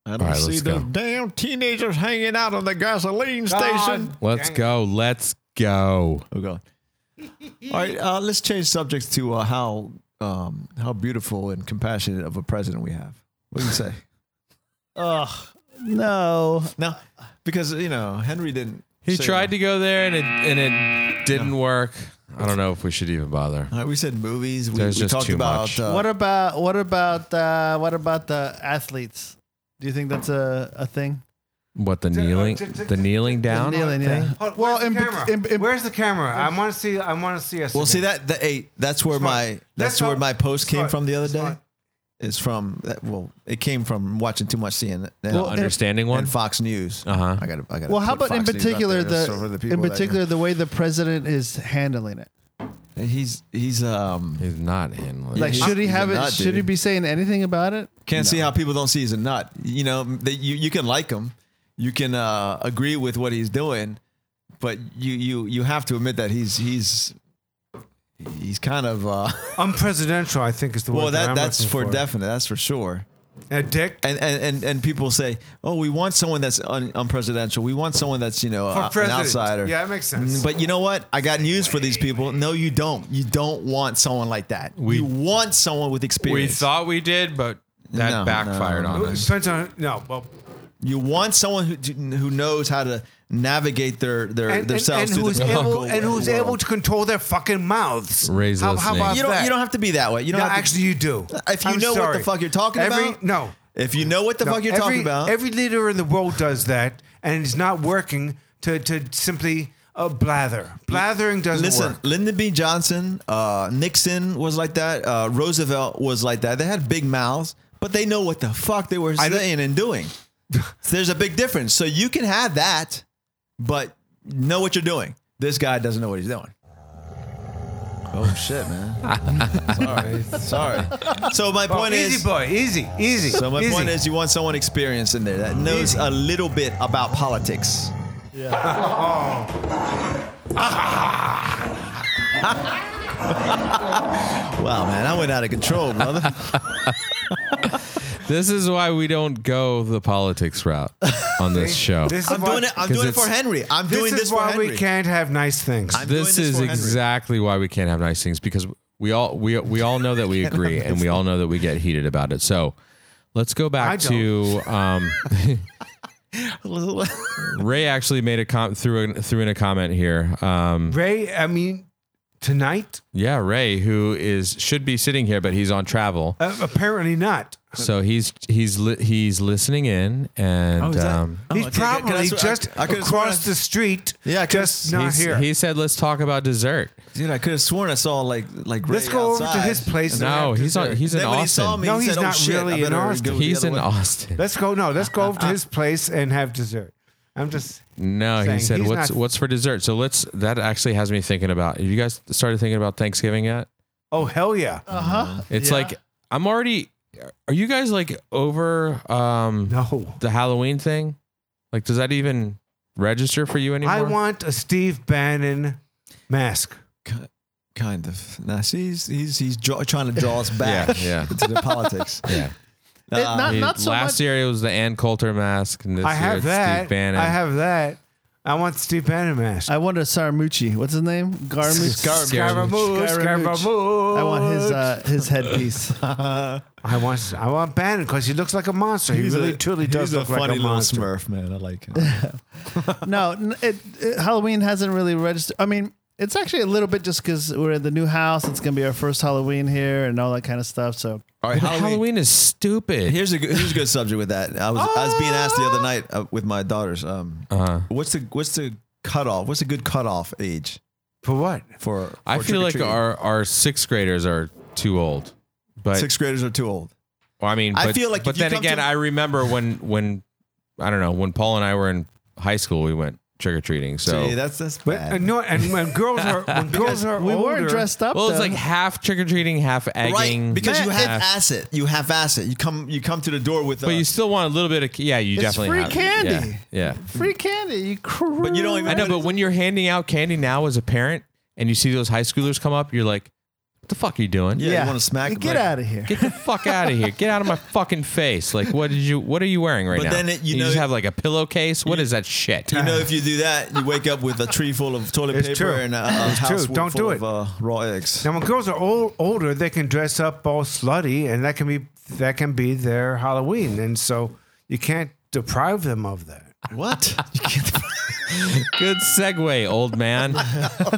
Speaker 3: I
Speaker 4: All right, let's go.
Speaker 3: damn teenagers hanging out on the gasoline
Speaker 1: God
Speaker 4: Let's
Speaker 1: dang it.
Speaker 4: go. Let's go.
Speaker 3: Oh God. All right. Uh, let's change subjects to uh, how um, how beautiful and compassionate of a president we have. What do you say?
Speaker 8: no.
Speaker 3: Now, because you know Henry didn't.
Speaker 4: He
Speaker 3: say
Speaker 4: tried
Speaker 3: that.
Speaker 4: to go there and it and it didn't work. I don't know if we should even bother.
Speaker 3: All right, we said movies. We,
Speaker 4: There's
Speaker 3: we
Speaker 4: just
Speaker 3: talked
Speaker 4: too
Speaker 3: about
Speaker 4: much.
Speaker 3: Uh,
Speaker 8: what about what about uh, what about the athletes? Do you think that's a, a thing?
Speaker 4: What the kneeling the kneeling down?
Speaker 8: Kneeling, yeah.
Speaker 1: Hold- where's
Speaker 8: Well,
Speaker 1: the
Speaker 8: in bet-
Speaker 1: camera?
Speaker 8: in- in-
Speaker 1: where's the camera? I want to see. I want to see us.
Speaker 3: Well, see
Speaker 1: again.
Speaker 3: that. that hey, that's where my that's
Speaker 1: Smart.
Speaker 3: where my post came
Speaker 1: Smart.
Speaker 3: from the other day.
Speaker 1: Smart.
Speaker 3: It's from that- well, it came from watching too much CNN
Speaker 4: Well,
Speaker 3: and,
Speaker 4: understanding one.
Speaker 3: and Fox News.
Speaker 4: Uh-huh.
Speaker 3: I got. I got.
Speaker 8: Well, how about in particular the, in particular the way the president is handling it?
Speaker 3: he's he's um
Speaker 4: He's not handling.
Speaker 8: Like,
Speaker 4: it.
Speaker 3: he's-
Speaker 8: should he
Speaker 3: he's a
Speaker 8: have it?
Speaker 3: nut,
Speaker 8: should he
Speaker 3: dude.
Speaker 8: be saying anything about it?
Speaker 3: can't see how people don't see he's a nut. You know, they, you you can like him. you can uh, agree with what he's doing, but you you you have to admit that he's he's he's kind of uh,
Speaker 1: Unpresidential, I think, is the word.
Speaker 3: well
Speaker 1: I'm
Speaker 3: that that's
Speaker 1: looking
Speaker 3: for
Speaker 1: for
Speaker 3: definite. That's for sure.
Speaker 1: A dick.
Speaker 3: And and and, and people say, oh, we want someone that's un, unpresidential. We want someone that's you know
Speaker 1: For
Speaker 3: a- an
Speaker 1: president.
Speaker 3: outsider.
Speaker 1: Yeah, that makes sense.
Speaker 3: But you know what? I got news for these people. No, you don't. You don't want someone like that.
Speaker 4: We-
Speaker 3: you want someone with
Speaker 4: We
Speaker 3: experience.
Speaker 4: thought we did, but that
Speaker 3: No,
Speaker 4: backfired
Speaker 3: no,
Speaker 4: on
Speaker 1: It
Speaker 4: us.
Speaker 1: depends on no. Well,
Speaker 3: You want someone who who knows how to navigate their their
Speaker 1: and, and, and
Speaker 3: themselves through
Speaker 1: who's
Speaker 3: the
Speaker 1: able
Speaker 3: political
Speaker 1: and who's
Speaker 3: world.
Speaker 1: able to control their fucking mouths.
Speaker 4: Raise
Speaker 1: how,
Speaker 4: those
Speaker 1: how
Speaker 4: names.
Speaker 1: about
Speaker 3: You don't
Speaker 1: that?
Speaker 3: you don't have to be that way. You don't
Speaker 1: No,
Speaker 3: have to-
Speaker 1: actually, you do.
Speaker 3: If you
Speaker 1: I'm
Speaker 3: know what the
Speaker 1: sorry.
Speaker 3: fuck you're talking
Speaker 1: Every-
Speaker 3: about-
Speaker 1: no.
Speaker 3: if you know what the
Speaker 1: No,
Speaker 3: fuck you're
Speaker 1: every,
Speaker 3: talking about.
Speaker 1: Every leader in the world does that, and it's not working to to simply uh, blather. Blathering doesn't
Speaker 3: Listen,
Speaker 1: work.
Speaker 3: Lyndon B. Johnson, uh, Nixon was like that. Uh, Roosevelt was like that. They had big mouths, but they know what the fuck they were saying and doing. So there's a big difference. So you can have that, but know what you're doing. This guy doesn't know what he's doing. Oh shit, man! Sorry, sorry. So my
Speaker 1: Oh,
Speaker 3: point
Speaker 1: easy
Speaker 3: is,
Speaker 1: boy, easy, easy.
Speaker 3: so my
Speaker 1: easy.
Speaker 3: point is, you want someone experienced in there that knows a little bit about politics. Yeah. wow, man, I went out of control, brother.
Speaker 4: This is why we don't go the politics route on this show.
Speaker 1: This is
Speaker 3: I'm
Speaker 1: why,
Speaker 3: doing it. I'm
Speaker 4: 'Cause
Speaker 3: doing it for
Speaker 4: it's-
Speaker 3: Henry. I'm
Speaker 1: this
Speaker 3: doing
Speaker 1: is
Speaker 3: this for
Speaker 1: why
Speaker 3: Henry.
Speaker 1: we can't have nice things.
Speaker 3: I'm doing
Speaker 4: This
Speaker 3: this
Speaker 4: is
Speaker 3: for Henry.
Speaker 4: exactly why we can't have nice things because we all we we all know that we agree and we all know that we get heated about it. So let's go
Speaker 1: I
Speaker 4: back to um, Ray. Actually, made a com- threw in, threw in a comment here. Um,
Speaker 1: Ray, I mean, tonight
Speaker 4: yeah, Ray, who is should be sitting here, but he's on travel,
Speaker 1: uh, apparently not.
Speaker 4: so he's he's li- he's listening in and.
Speaker 3: is that-
Speaker 4: um,
Speaker 3: Oh,
Speaker 1: He's
Speaker 3: okay, good. 'Cause
Speaker 1: probably
Speaker 3: that's what I-
Speaker 1: just
Speaker 3: I could've sworn
Speaker 1: across
Speaker 3: I-
Speaker 1: the street.
Speaker 3: Yeah, I could've-
Speaker 1: just not
Speaker 4: he's-
Speaker 1: here.
Speaker 4: He said, "Let's talk about dessert."
Speaker 3: Dude, I could have sworn I saw like like.
Speaker 1: Let's
Speaker 3: Ray
Speaker 1: go over to
Speaker 3: outside.
Speaker 1: his place.
Speaker 4: No,
Speaker 1: and have
Speaker 4: he's on.
Speaker 1: dessert.
Speaker 4: He's in
Speaker 3: Then when he saw
Speaker 4: Austin.
Speaker 3: me,
Speaker 1: No,
Speaker 3: he
Speaker 1: he's
Speaker 3: said,
Speaker 1: not
Speaker 3: oh, shit,
Speaker 1: really
Speaker 3: I
Speaker 1: in
Speaker 3: better
Speaker 1: Austin.
Speaker 3: go the
Speaker 4: He's
Speaker 3: other
Speaker 4: in
Speaker 3: way."
Speaker 4: Austin.
Speaker 1: Let's go. No, let's go over
Speaker 3: Uh,
Speaker 1: to his place and have dessert. I'm just.
Speaker 4: No, he
Speaker 1: saying
Speaker 4: said,
Speaker 1: he's
Speaker 4: "What's
Speaker 1: not-
Speaker 4: what's for dessert?" So let's. That actually has me thinking about. Have you guys started thinking about Thanksgiving yet?
Speaker 1: Oh hell yeah!
Speaker 8: Uh,
Speaker 4: It's
Speaker 8: Yeah.
Speaker 4: like I'm already. Are you guys like over um
Speaker 1: No,
Speaker 4: the Halloween thing? Like, does that even register for you anymore?
Speaker 1: I want a Steve Bannon mask.
Speaker 3: Ki- Kind of. Nah, see, he's he's he's draw, trying to draw us back
Speaker 4: yeah.
Speaker 3: to the politics.
Speaker 4: Yeah.
Speaker 3: Uh,
Speaker 8: It- not,
Speaker 4: He-
Speaker 8: not so
Speaker 4: last
Speaker 8: much.
Speaker 4: year it was the Ann Coulter mask, and this
Speaker 1: I
Speaker 4: year
Speaker 1: have
Speaker 4: it's
Speaker 1: that.
Speaker 4: Steve Bannon.
Speaker 1: I have that. I want the Steve Bannon mask.
Speaker 8: I wanted Saramucci. What's his name? Garmucci.
Speaker 1: Scaramouche,
Speaker 8: Scaramouche.
Speaker 1: Scaramouche.
Speaker 8: I want his uh, his headpiece.
Speaker 1: I want. I want Bannon because he looks like a monster. He
Speaker 3: He's
Speaker 1: really,
Speaker 3: a-
Speaker 1: truly does
Speaker 3: he's a
Speaker 1: look
Speaker 3: funny
Speaker 1: like a
Speaker 3: little
Speaker 1: monster.
Speaker 3: Smurf, man. I like him.
Speaker 8: no, n- it, it, Halloween hasn't really registered. I mean, it's actually a little bit just because we're in the new house. It's gonna be our first Halloween here and all that kind of stuff. So
Speaker 3: All right,
Speaker 4: But
Speaker 3: Halloween.
Speaker 4: Halloween. is stupid.
Speaker 3: Here's a good, here's a good subject with that. I was I was being asked the other night uh, with my daughters. Um, what's the what's the cutoff? What's a good cutoff age
Speaker 1: For what?
Speaker 3: for? for
Speaker 4: I feel like
Speaker 3: trick-or-treating?
Speaker 4: our our sixth graders are too old. But
Speaker 3: sixth graders are too old.
Speaker 4: Well, I mean,
Speaker 3: I
Speaker 4: but,
Speaker 3: feel like
Speaker 4: but
Speaker 3: if you
Speaker 4: then
Speaker 3: come
Speaker 4: again,
Speaker 3: to-
Speaker 4: I remember when when I don't know when Paul and I were in high school, we went trick or treating. So
Speaker 3: See, that's that's
Speaker 1: But
Speaker 3: bad.
Speaker 1: uh, no, and when girls are when girls are
Speaker 8: we
Speaker 1: older,
Speaker 8: weren't dressed up.
Speaker 4: well, it's
Speaker 8: though.
Speaker 4: like half trick or treating, half egging,
Speaker 3: right, because you have
Speaker 4: half-
Speaker 3: acid. You have acid. You come you come to the door with.
Speaker 4: but
Speaker 3: a,
Speaker 4: you still want a little bit of yeah. You definitely
Speaker 8: free
Speaker 4: have,
Speaker 8: candy.
Speaker 4: Yeah, yeah.
Speaker 8: free candy. You cr-
Speaker 3: But you don't even.
Speaker 4: I know. But when you're handing out candy now as a parent, and you see those high schoolers come up, you're like, "What the fuck are you doing?
Speaker 3: yeah,
Speaker 8: Yeah.
Speaker 3: you want to smack.
Speaker 8: You
Speaker 3: them,
Speaker 8: get
Speaker 3: like-
Speaker 8: out of here.
Speaker 4: Get the fuck out of here! Get out of my fucking face! Like, what did you? What are you wearing right
Speaker 3: But
Speaker 4: now?
Speaker 3: then it- you
Speaker 4: you
Speaker 3: know-
Speaker 4: just have like a pillowcase. What is that shit?
Speaker 3: You know, if you do that, you wake up with a tree full of toilet
Speaker 1: It's
Speaker 3: paper
Speaker 1: true.
Speaker 3: and a, a
Speaker 1: It's
Speaker 3: house
Speaker 1: true.
Speaker 3: full-
Speaker 1: Don't
Speaker 3: full
Speaker 1: do
Speaker 3: of
Speaker 1: it.
Speaker 3: uh, raw eggs.
Speaker 1: Now, when girls are old, older, they can dress up all slutty, and that can be that can be their Halloween, and so you can't deprive them of that.
Speaker 3: What? You can't
Speaker 4: Good segue, old man.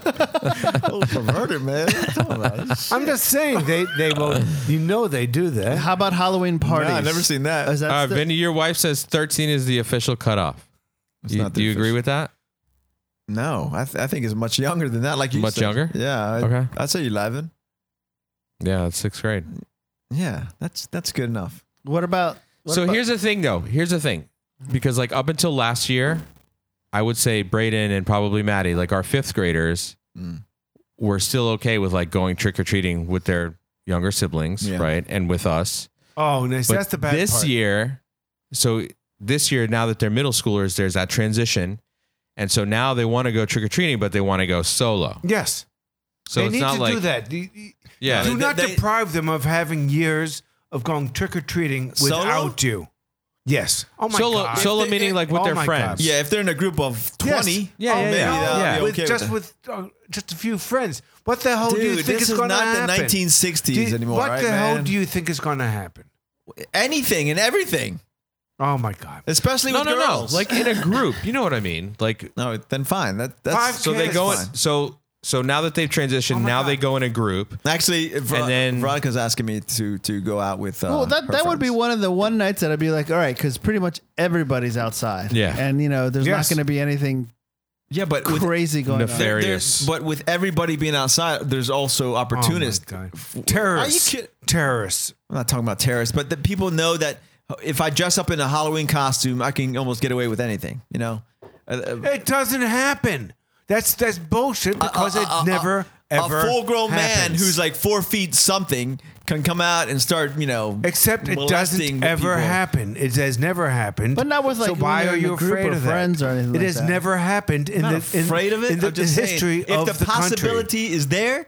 Speaker 3: oh, perverted, man. What are you talking about?
Speaker 1: I'm just saying they they will. You know they do that.
Speaker 8: How about Halloween parties?
Speaker 3: Nah, I've never seen that.
Speaker 8: Is that
Speaker 4: All right,
Speaker 8: still-
Speaker 4: Vinny, your wife says 13 is the official cutoff. You-
Speaker 3: not the
Speaker 4: do you agree
Speaker 3: official-
Speaker 4: with that?
Speaker 3: No, I, th- I think it's much younger than that. Like you
Speaker 4: Much
Speaker 3: said.
Speaker 4: younger?
Speaker 3: Yeah. I,
Speaker 4: Okay.
Speaker 3: I'd say eleven.
Speaker 4: Yeah, it's sixth grade.
Speaker 3: Yeah, that's that's good enough.
Speaker 8: what about? What
Speaker 4: so
Speaker 8: about-
Speaker 4: here's the thing, though. Here's the thing. Because, like, up until last year, I would say Braden and probably Maddie, like our fifth graders,
Speaker 3: Mm.
Speaker 4: were still okay with like going trick or treating with their younger siblings,
Speaker 3: Yeah.
Speaker 4: right? And with us.
Speaker 1: Oh, nice.
Speaker 4: But
Speaker 1: That's the bad
Speaker 4: this
Speaker 1: part.
Speaker 4: year, so this year, now that they're middle schoolers, there's that transition. And so now they want to go trick or treating, but they want to go solo.
Speaker 1: Yes.
Speaker 4: So
Speaker 1: they
Speaker 4: it's
Speaker 1: need
Speaker 4: not
Speaker 1: to
Speaker 4: like
Speaker 1: do that. You- you-
Speaker 4: Yeah.
Speaker 1: Do
Speaker 4: They-
Speaker 1: not
Speaker 3: they-
Speaker 1: deprive them of having years of going trick or treating
Speaker 3: Solo?
Speaker 1: without you. Yes. Oh my
Speaker 4: solo,
Speaker 1: god.
Speaker 4: solo
Speaker 3: It-
Speaker 4: meaning
Speaker 3: it-
Speaker 4: like with
Speaker 1: oh
Speaker 4: their
Speaker 1: my
Speaker 4: friends.
Speaker 1: God.
Speaker 3: Yeah, if they're in a group of
Speaker 1: Yes.
Speaker 3: twenty,
Speaker 4: Yeah, yeah,
Speaker 3: oh, maybe
Speaker 4: yeah.
Speaker 3: that'll
Speaker 4: Yeah.
Speaker 3: be
Speaker 1: with
Speaker 3: okay
Speaker 1: just
Speaker 3: with,
Speaker 1: with uh, just a few friends. What the hell
Speaker 3: that.
Speaker 1: do you
Speaker 3: Dude,
Speaker 1: think
Speaker 3: this
Speaker 1: is
Speaker 3: is
Speaker 1: going to
Speaker 3: not
Speaker 1: happen?
Speaker 3: the 1960s
Speaker 1: Do you-
Speaker 3: anymore.
Speaker 1: What
Speaker 3: right,
Speaker 1: the hell
Speaker 3: man?
Speaker 1: do you think is going to happen?
Speaker 3: Anything and everything,
Speaker 1: Oh my god.
Speaker 3: especially
Speaker 4: No,
Speaker 3: with
Speaker 4: no,
Speaker 3: girls.
Speaker 4: no. Like in a group. You know what I mean? Like
Speaker 3: no, then fine. That
Speaker 1: Five
Speaker 3: that's
Speaker 4: so they
Speaker 1: kids.
Speaker 4: go
Speaker 3: Fine.
Speaker 4: in, so so now that they've transitioned,
Speaker 1: Oh my
Speaker 4: now
Speaker 1: God.
Speaker 4: they go in a group.
Speaker 3: actually. Ver-
Speaker 4: And then-
Speaker 3: Veronica's asking me to to go out with. Uh,
Speaker 8: Well, that,
Speaker 3: her
Speaker 8: that would be
Speaker 3: friends.
Speaker 8: one of the one nights that I'd be like, all right, because pretty much everybody's outside.
Speaker 4: Yeah.
Speaker 8: And, you know, there's
Speaker 1: Yes.
Speaker 8: not going to be anything
Speaker 3: yeah, but with
Speaker 8: crazy going on.
Speaker 4: nefarious.
Speaker 3: there's- but with everybody being outside, there's also opportunists.
Speaker 1: Oh my God.
Speaker 3: Are you
Speaker 1: Terrorists.
Speaker 3: kid-
Speaker 1: Terrorists.
Speaker 3: I'm not talking about terrorists, but the people know that if I dress up in a Halloween costume, I can almost get away with anything. You know, Uh, uh,
Speaker 1: It doesn't happen. That's that's bullshit because
Speaker 3: a-
Speaker 1: it
Speaker 3: a- a-
Speaker 1: never ever
Speaker 3: a full-grown man
Speaker 1: happens.
Speaker 3: who's like four feet something can come out and start, you know,
Speaker 1: Except it
Speaker 3: molesting
Speaker 1: doesn't ever
Speaker 3: people.
Speaker 1: happen. It has never happened.
Speaker 8: But not with,
Speaker 1: so
Speaker 8: like, when
Speaker 1: why
Speaker 8: you're
Speaker 1: are
Speaker 8: in
Speaker 1: you
Speaker 8: a group
Speaker 1: afraid
Speaker 8: of
Speaker 1: of that?
Speaker 8: friends or anything
Speaker 1: It
Speaker 8: like
Speaker 1: has
Speaker 8: that.
Speaker 1: never happened in
Speaker 3: I'm not
Speaker 1: the in-
Speaker 3: afraid of it.
Speaker 1: in the,
Speaker 3: I'm just
Speaker 1: the
Speaker 3: saying,
Speaker 1: history
Speaker 3: if
Speaker 1: of
Speaker 3: the,
Speaker 1: country.
Speaker 3: possibility is there,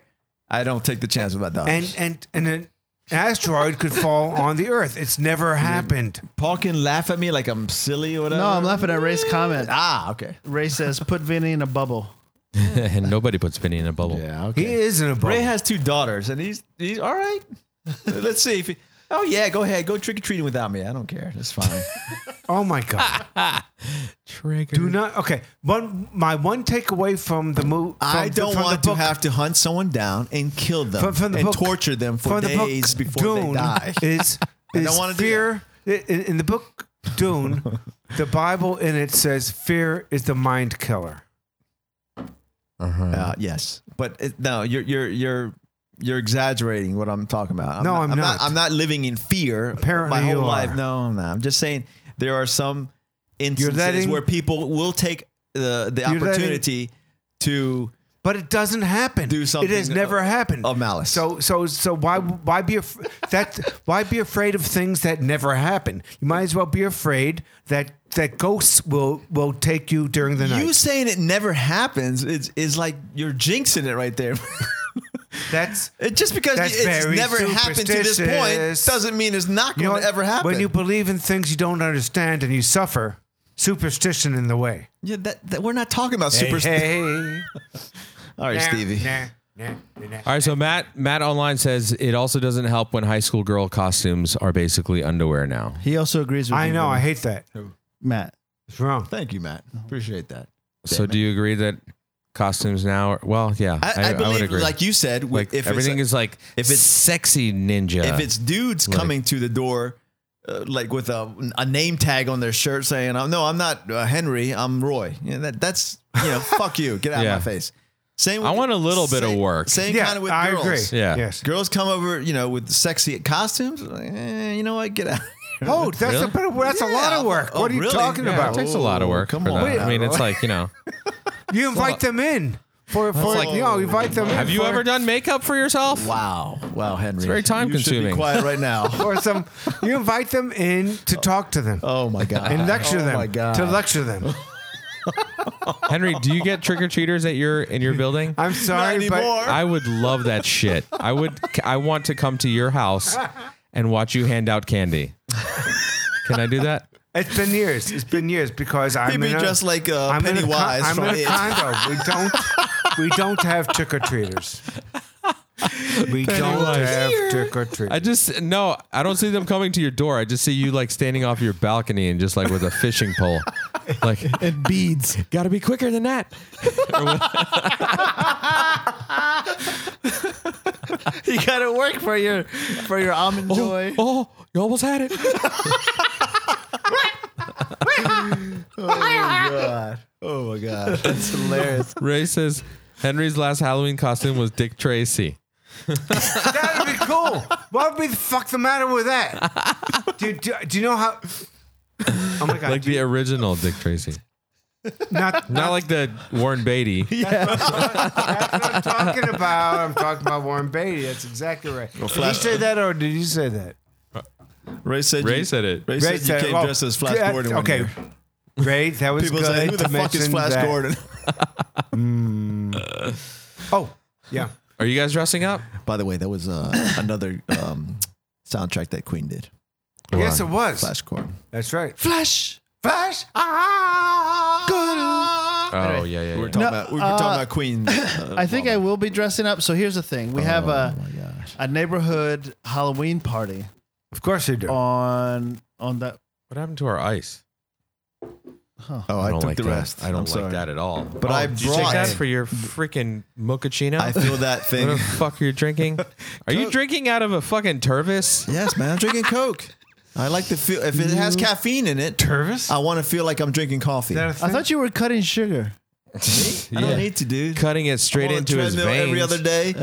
Speaker 3: I don't take the chance with my dog.
Speaker 1: And and and an asteroid could fall on the Earth. It's never happened.
Speaker 3: Paul can laugh at me like I'm silly or whatever.
Speaker 8: No, I'm laughing at Ray's comment.
Speaker 3: Ah, okay.
Speaker 8: Ray says, put Vinny in a bubble.
Speaker 4: and nobody puts Vinny in a bubble.
Speaker 3: Yeah,
Speaker 1: He is in a bubble.
Speaker 3: Ray has two daughters, and he's he's all right. Let's see if he. Oh yeah, go ahead, go trick or treating without me. I don't care. That's fine.
Speaker 1: oh my god!
Speaker 4: Trigger.
Speaker 1: Do not. Okay. One. My one takeaway from the movie.
Speaker 3: I don't want
Speaker 1: the
Speaker 3: to
Speaker 1: book,
Speaker 3: have to hunt someone down and kill them
Speaker 1: from, from the
Speaker 3: and
Speaker 1: book,
Speaker 3: torture them for
Speaker 1: from the book
Speaker 3: days before
Speaker 1: Dune
Speaker 3: they die.
Speaker 1: Is, is
Speaker 3: don't wanna do
Speaker 1: fear in, in the book Dune? the Bible in it says fear is the mind killer.
Speaker 3: Uh, yes, but it, no, you're you're you're you're exaggerating what I'm talking about.
Speaker 1: No, I'm
Speaker 3: I'm
Speaker 1: not.
Speaker 3: I'm not living in fear.
Speaker 1: Apparently
Speaker 3: my whole
Speaker 1: you
Speaker 3: life.
Speaker 1: are.
Speaker 3: No, no. I'm just saying there are some instances
Speaker 1: letting-
Speaker 3: where people will take the the
Speaker 1: You're letting-
Speaker 3: opportunity to.
Speaker 1: But it doesn't happen.
Speaker 3: Do
Speaker 1: It has
Speaker 3: something
Speaker 1: never
Speaker 3: of-
Speaker 1: happened.
Speaker 3: of malice.
Speaker 1: So so so why why be af- that why be afraid of things that never happen? You might as well be afraid that that ghosts will will take you during the night.
Speaker 3: You saying it never happens is is like you're jinxing it right there.
Speaker 1: That's
Speaker 3: It just because
Speaker 1: That's
Speaker 3: it's
Speaker 1: very
Speaker 3: never happened to this
Speaker 1: superstitious.
Speaker 3: point doesn't mean it's not
Speaker 1: you
Speaker 3: going
Speaker 1: know,
Speaker 3: to ever happen.
Speaker 1: When you believe in things you don't understand and you suffer, superstition in the way.
Speaker 3: yeah, that, that- we're not talking about
Speaker 1: Hey,
Speaker 3: superstition.
Speaker 1: hey.
Speaker 3: All right, Stevie.
Speaker 1: Nah, nah, nah, nah.
Speaker 4: All right, so Matt Matt online says it also doesn't help when high school girl costumes are basically underwear now.
Speaker 8: He also agrees with
Speaker 1: I
Speaker 8: you,
Speaker 1: know. I
Speaker 8: Vinny.
Speaker 1: hate that.
Speaker 8: Matt.
Speaker 1: It's wrong.
Speaker 3: Thank you, Matt. Appreciate that.
Speaker 4: so do you agree that costumes now? Are, well, yeah,
Speaker 3: I, I, believe, like you said, w-
Speaker 4: Like,
Speaker 3: if
Speaker 4: everything
Speaker 3: it's,
Speaker 4: is like
Speaker 3: if it's-
Speaker 4: sexy ninja.
Speaker 3: if it's dudes
Speaker 4: like-
Speaker 3: coming to the door, uh, like with a, a name tag on their shirt saying, "Oh, "No, I'm not uh, Henry. I'm Roy." You know, that that's you know, fuck you. Get out
Speaker 4: Yeah.
Speaker 3: of my face. Same.
Speaker 4: I
Speaker 3: with-
Speaker 4: want a little bit of
Speaker 3: same-
Speaker 4: work.
Speaker 3: Same
Speaker 1: Yeah,
Speaker 3: kind of with
Speaker 1: I
Speaker 3: girls.
Speaker 1: agree.
Speaker 4: Yeah.
Speaker 1: Yes.
Speaker 3: Girls come over, you know, with sexy costumes. Like, eh, you know what? Get out.
Speaker 1: Oh, that's a
Speaker 4: Really?
Speaker 1: bit of, that's a lot of
Speaker 3: Yeah.
Speaker 1: work.
Speaker 3: Oh,
Speaker 1: what are you
Speaker 3: really?
Speaker 1: talking
Speaker 4: yeah,
Speaker 1: about?
Speaker 4: it takes a lot of work.
Speaker 3: Come
Speaker 4: for
Speaker 3: on
Speaker 4: that.
Speaker 3: now,
Speaker 4: I mean, it's
Speaker 3: Roy.
Speaker 4: like you know.
Speaker 1: You invite them in for for
Speaker 3: like-
Speaker 1: you know, invite them in.
Speaker 4: Have you
Speaker 1: for-
Speaker 4: ever done makeup for yourself?
Speaker 3: Wow, wow, Henry. It's
Speaker 4: very
Speaker 3: You should
Speaker 4: time-consuming.
Speaker 3: be quiet right now.
Speaker 1: or some? You invite them in to talk to them
Speaker 3: oh my god.
Speaker 1: and lecture
Speaker 3: Oh
Speaker 1: them.
Speaker 3: my god.
Speaker 1: To lecture them.
Speaker 4: Henry, do you get trick or treaters at your in your building?
Speaker 1: I'm sorry, but
Speaker 4: I would love that shit. I would. I want to come to your house and watch you hand out candy. Can I do that?
Speaker 1: it's been years. It's been years because I'm
Speaker 3: Maybe
Speaker 1: in a,
Speaker 3: just like uh,
Speaker 1: I'm in a, con-
Speaker 3: Pennywise
Speaker 1: I'm
Speaker 3: from
Speaker 1: in a
Speaker 3: It.
Speaker 1: condo. We don't we don't have trick or treaters. We don't
Speaker 4: Pennywise.
Speaker 1: have trick or treaters.
Speaker 4: I just no. I don't see them coming to your door. I just see you like standing off your balcony and just like with a fishing pole, like and beads. Got to be quicker than that.
Speaker 8: You got to work for your for your almond joy.
Speaker 4: Oh, you almost had it.
Speaker 3: Oh my god, that's hilarious.
Speaker 4: Ray says Henry's last Halloween costume was Dick Tracy.
Speaker 1: That'd be cool. What would be the fuck the matter with that? Do, do, do you know how? Oh my god!
Speaker 4: Like
Speaker 1: do
Speaker 4: the
Speaker 1: you-
Speaker 4: original Dick Tracy,
Speaker 1: not,
Speaker 4: not like the Warren Beatty.
Speaker 1: that's what I'm talking about. I'm talking about Warren Beatty. That's exactly right. Did you
Speaker 3: flash-
Speaker 1: say that, or did you say that?
Speaker 3: Ray said.
Speaker 4: Ray
Speaker 3: you,
Speaker 4: said it.
Speaker 3: Ray, said, you can't
Speaker 1: well,
Speaker 3: dress as Flash
Speaker 1: yeah,
Speaker 3: Gordon. one
Speaker 1: Okay.
Speaker 3: year.
Speaker 1: Ray, that was
Speaker 3: People
Speaker 1: good.
Speaker 3: say, "Who the
Speaker 1: to
Speaker 3: fuck is
Speaker 1: mention
Speaker 3: Flash
Speaker 1: that.
Speaker 3: Gordon?"
Speaker 1: Oh, yeah.
Speaker 4: Are you guys dressing up?
Speaker 3: By the way, that was uh, another um, soundtrack that Queen did.
Speaker 1: Yes, it was.
Speaker 3: Flash Gordon.
Speaker 1: That's right.
Speaker 3: Flash.
Speaker 1: Flash. Ah,
Speaker 4: Oh yeah, yeah. yeah.
Speaker 3: We're talking,
Speaker 8: No,
Speaker 3: about, we were
Speaker 8: uh,
Speaker 3: talking about Queen. uh,
Speaker 8: I think I will be dressing up. So here's the thing: we have a
Speaker 3: Oh my gosh.
Speaker 8: a neighborhood Halloween party
Speaker 1: Of course you do.
Speaker 8: on on that.
Speaker 4: what happened to our ice?
Speaker 3: Oh, I,
Speaker 4: don't
Speaker 3: took
Speaker 4: like
Speaker 3: the
Speaker 4: that.
Speaker 3: rest.
Speaker 4: I don't
Speaker 3: I'm
Speaker 4: like
Speaker 3: sorry.
Speaker 4: that at all. Oh,
Speaker 3: But I
Speaker 4: did you take that
Speaker 3: brought-
Speaker 4: for your freaking mochaccino?
Speaker 3: I feel that
Speaker 4: What
Speaker 3: thing.
Speaker 4: the fuck are you drinking? Are you drinking out of a fucking turvis?
Speaker 3: yes, man. I'm drinking Coke. I like to feel if it
Speaker 1: Mm.
Speaker 3: has caffeine in it.
Speaker 1: Purvis?
Speaker 3: I want to feel like I'm drinking coffee.
Speaker 1: Is that a
Speaker 3: I
Speaker 1: thing?
Speaker 8: I thought you were cutting sugar.
Speaker 3: don't need to, dude.
Speaker 4: Cutting it straight
Speaker 3: I'm on
Speaker 4: into
Speaker 3: the
Speaker 4: his
Speaker 3: treadmill
Speaker 4: veins.
Speaker 3: every other day.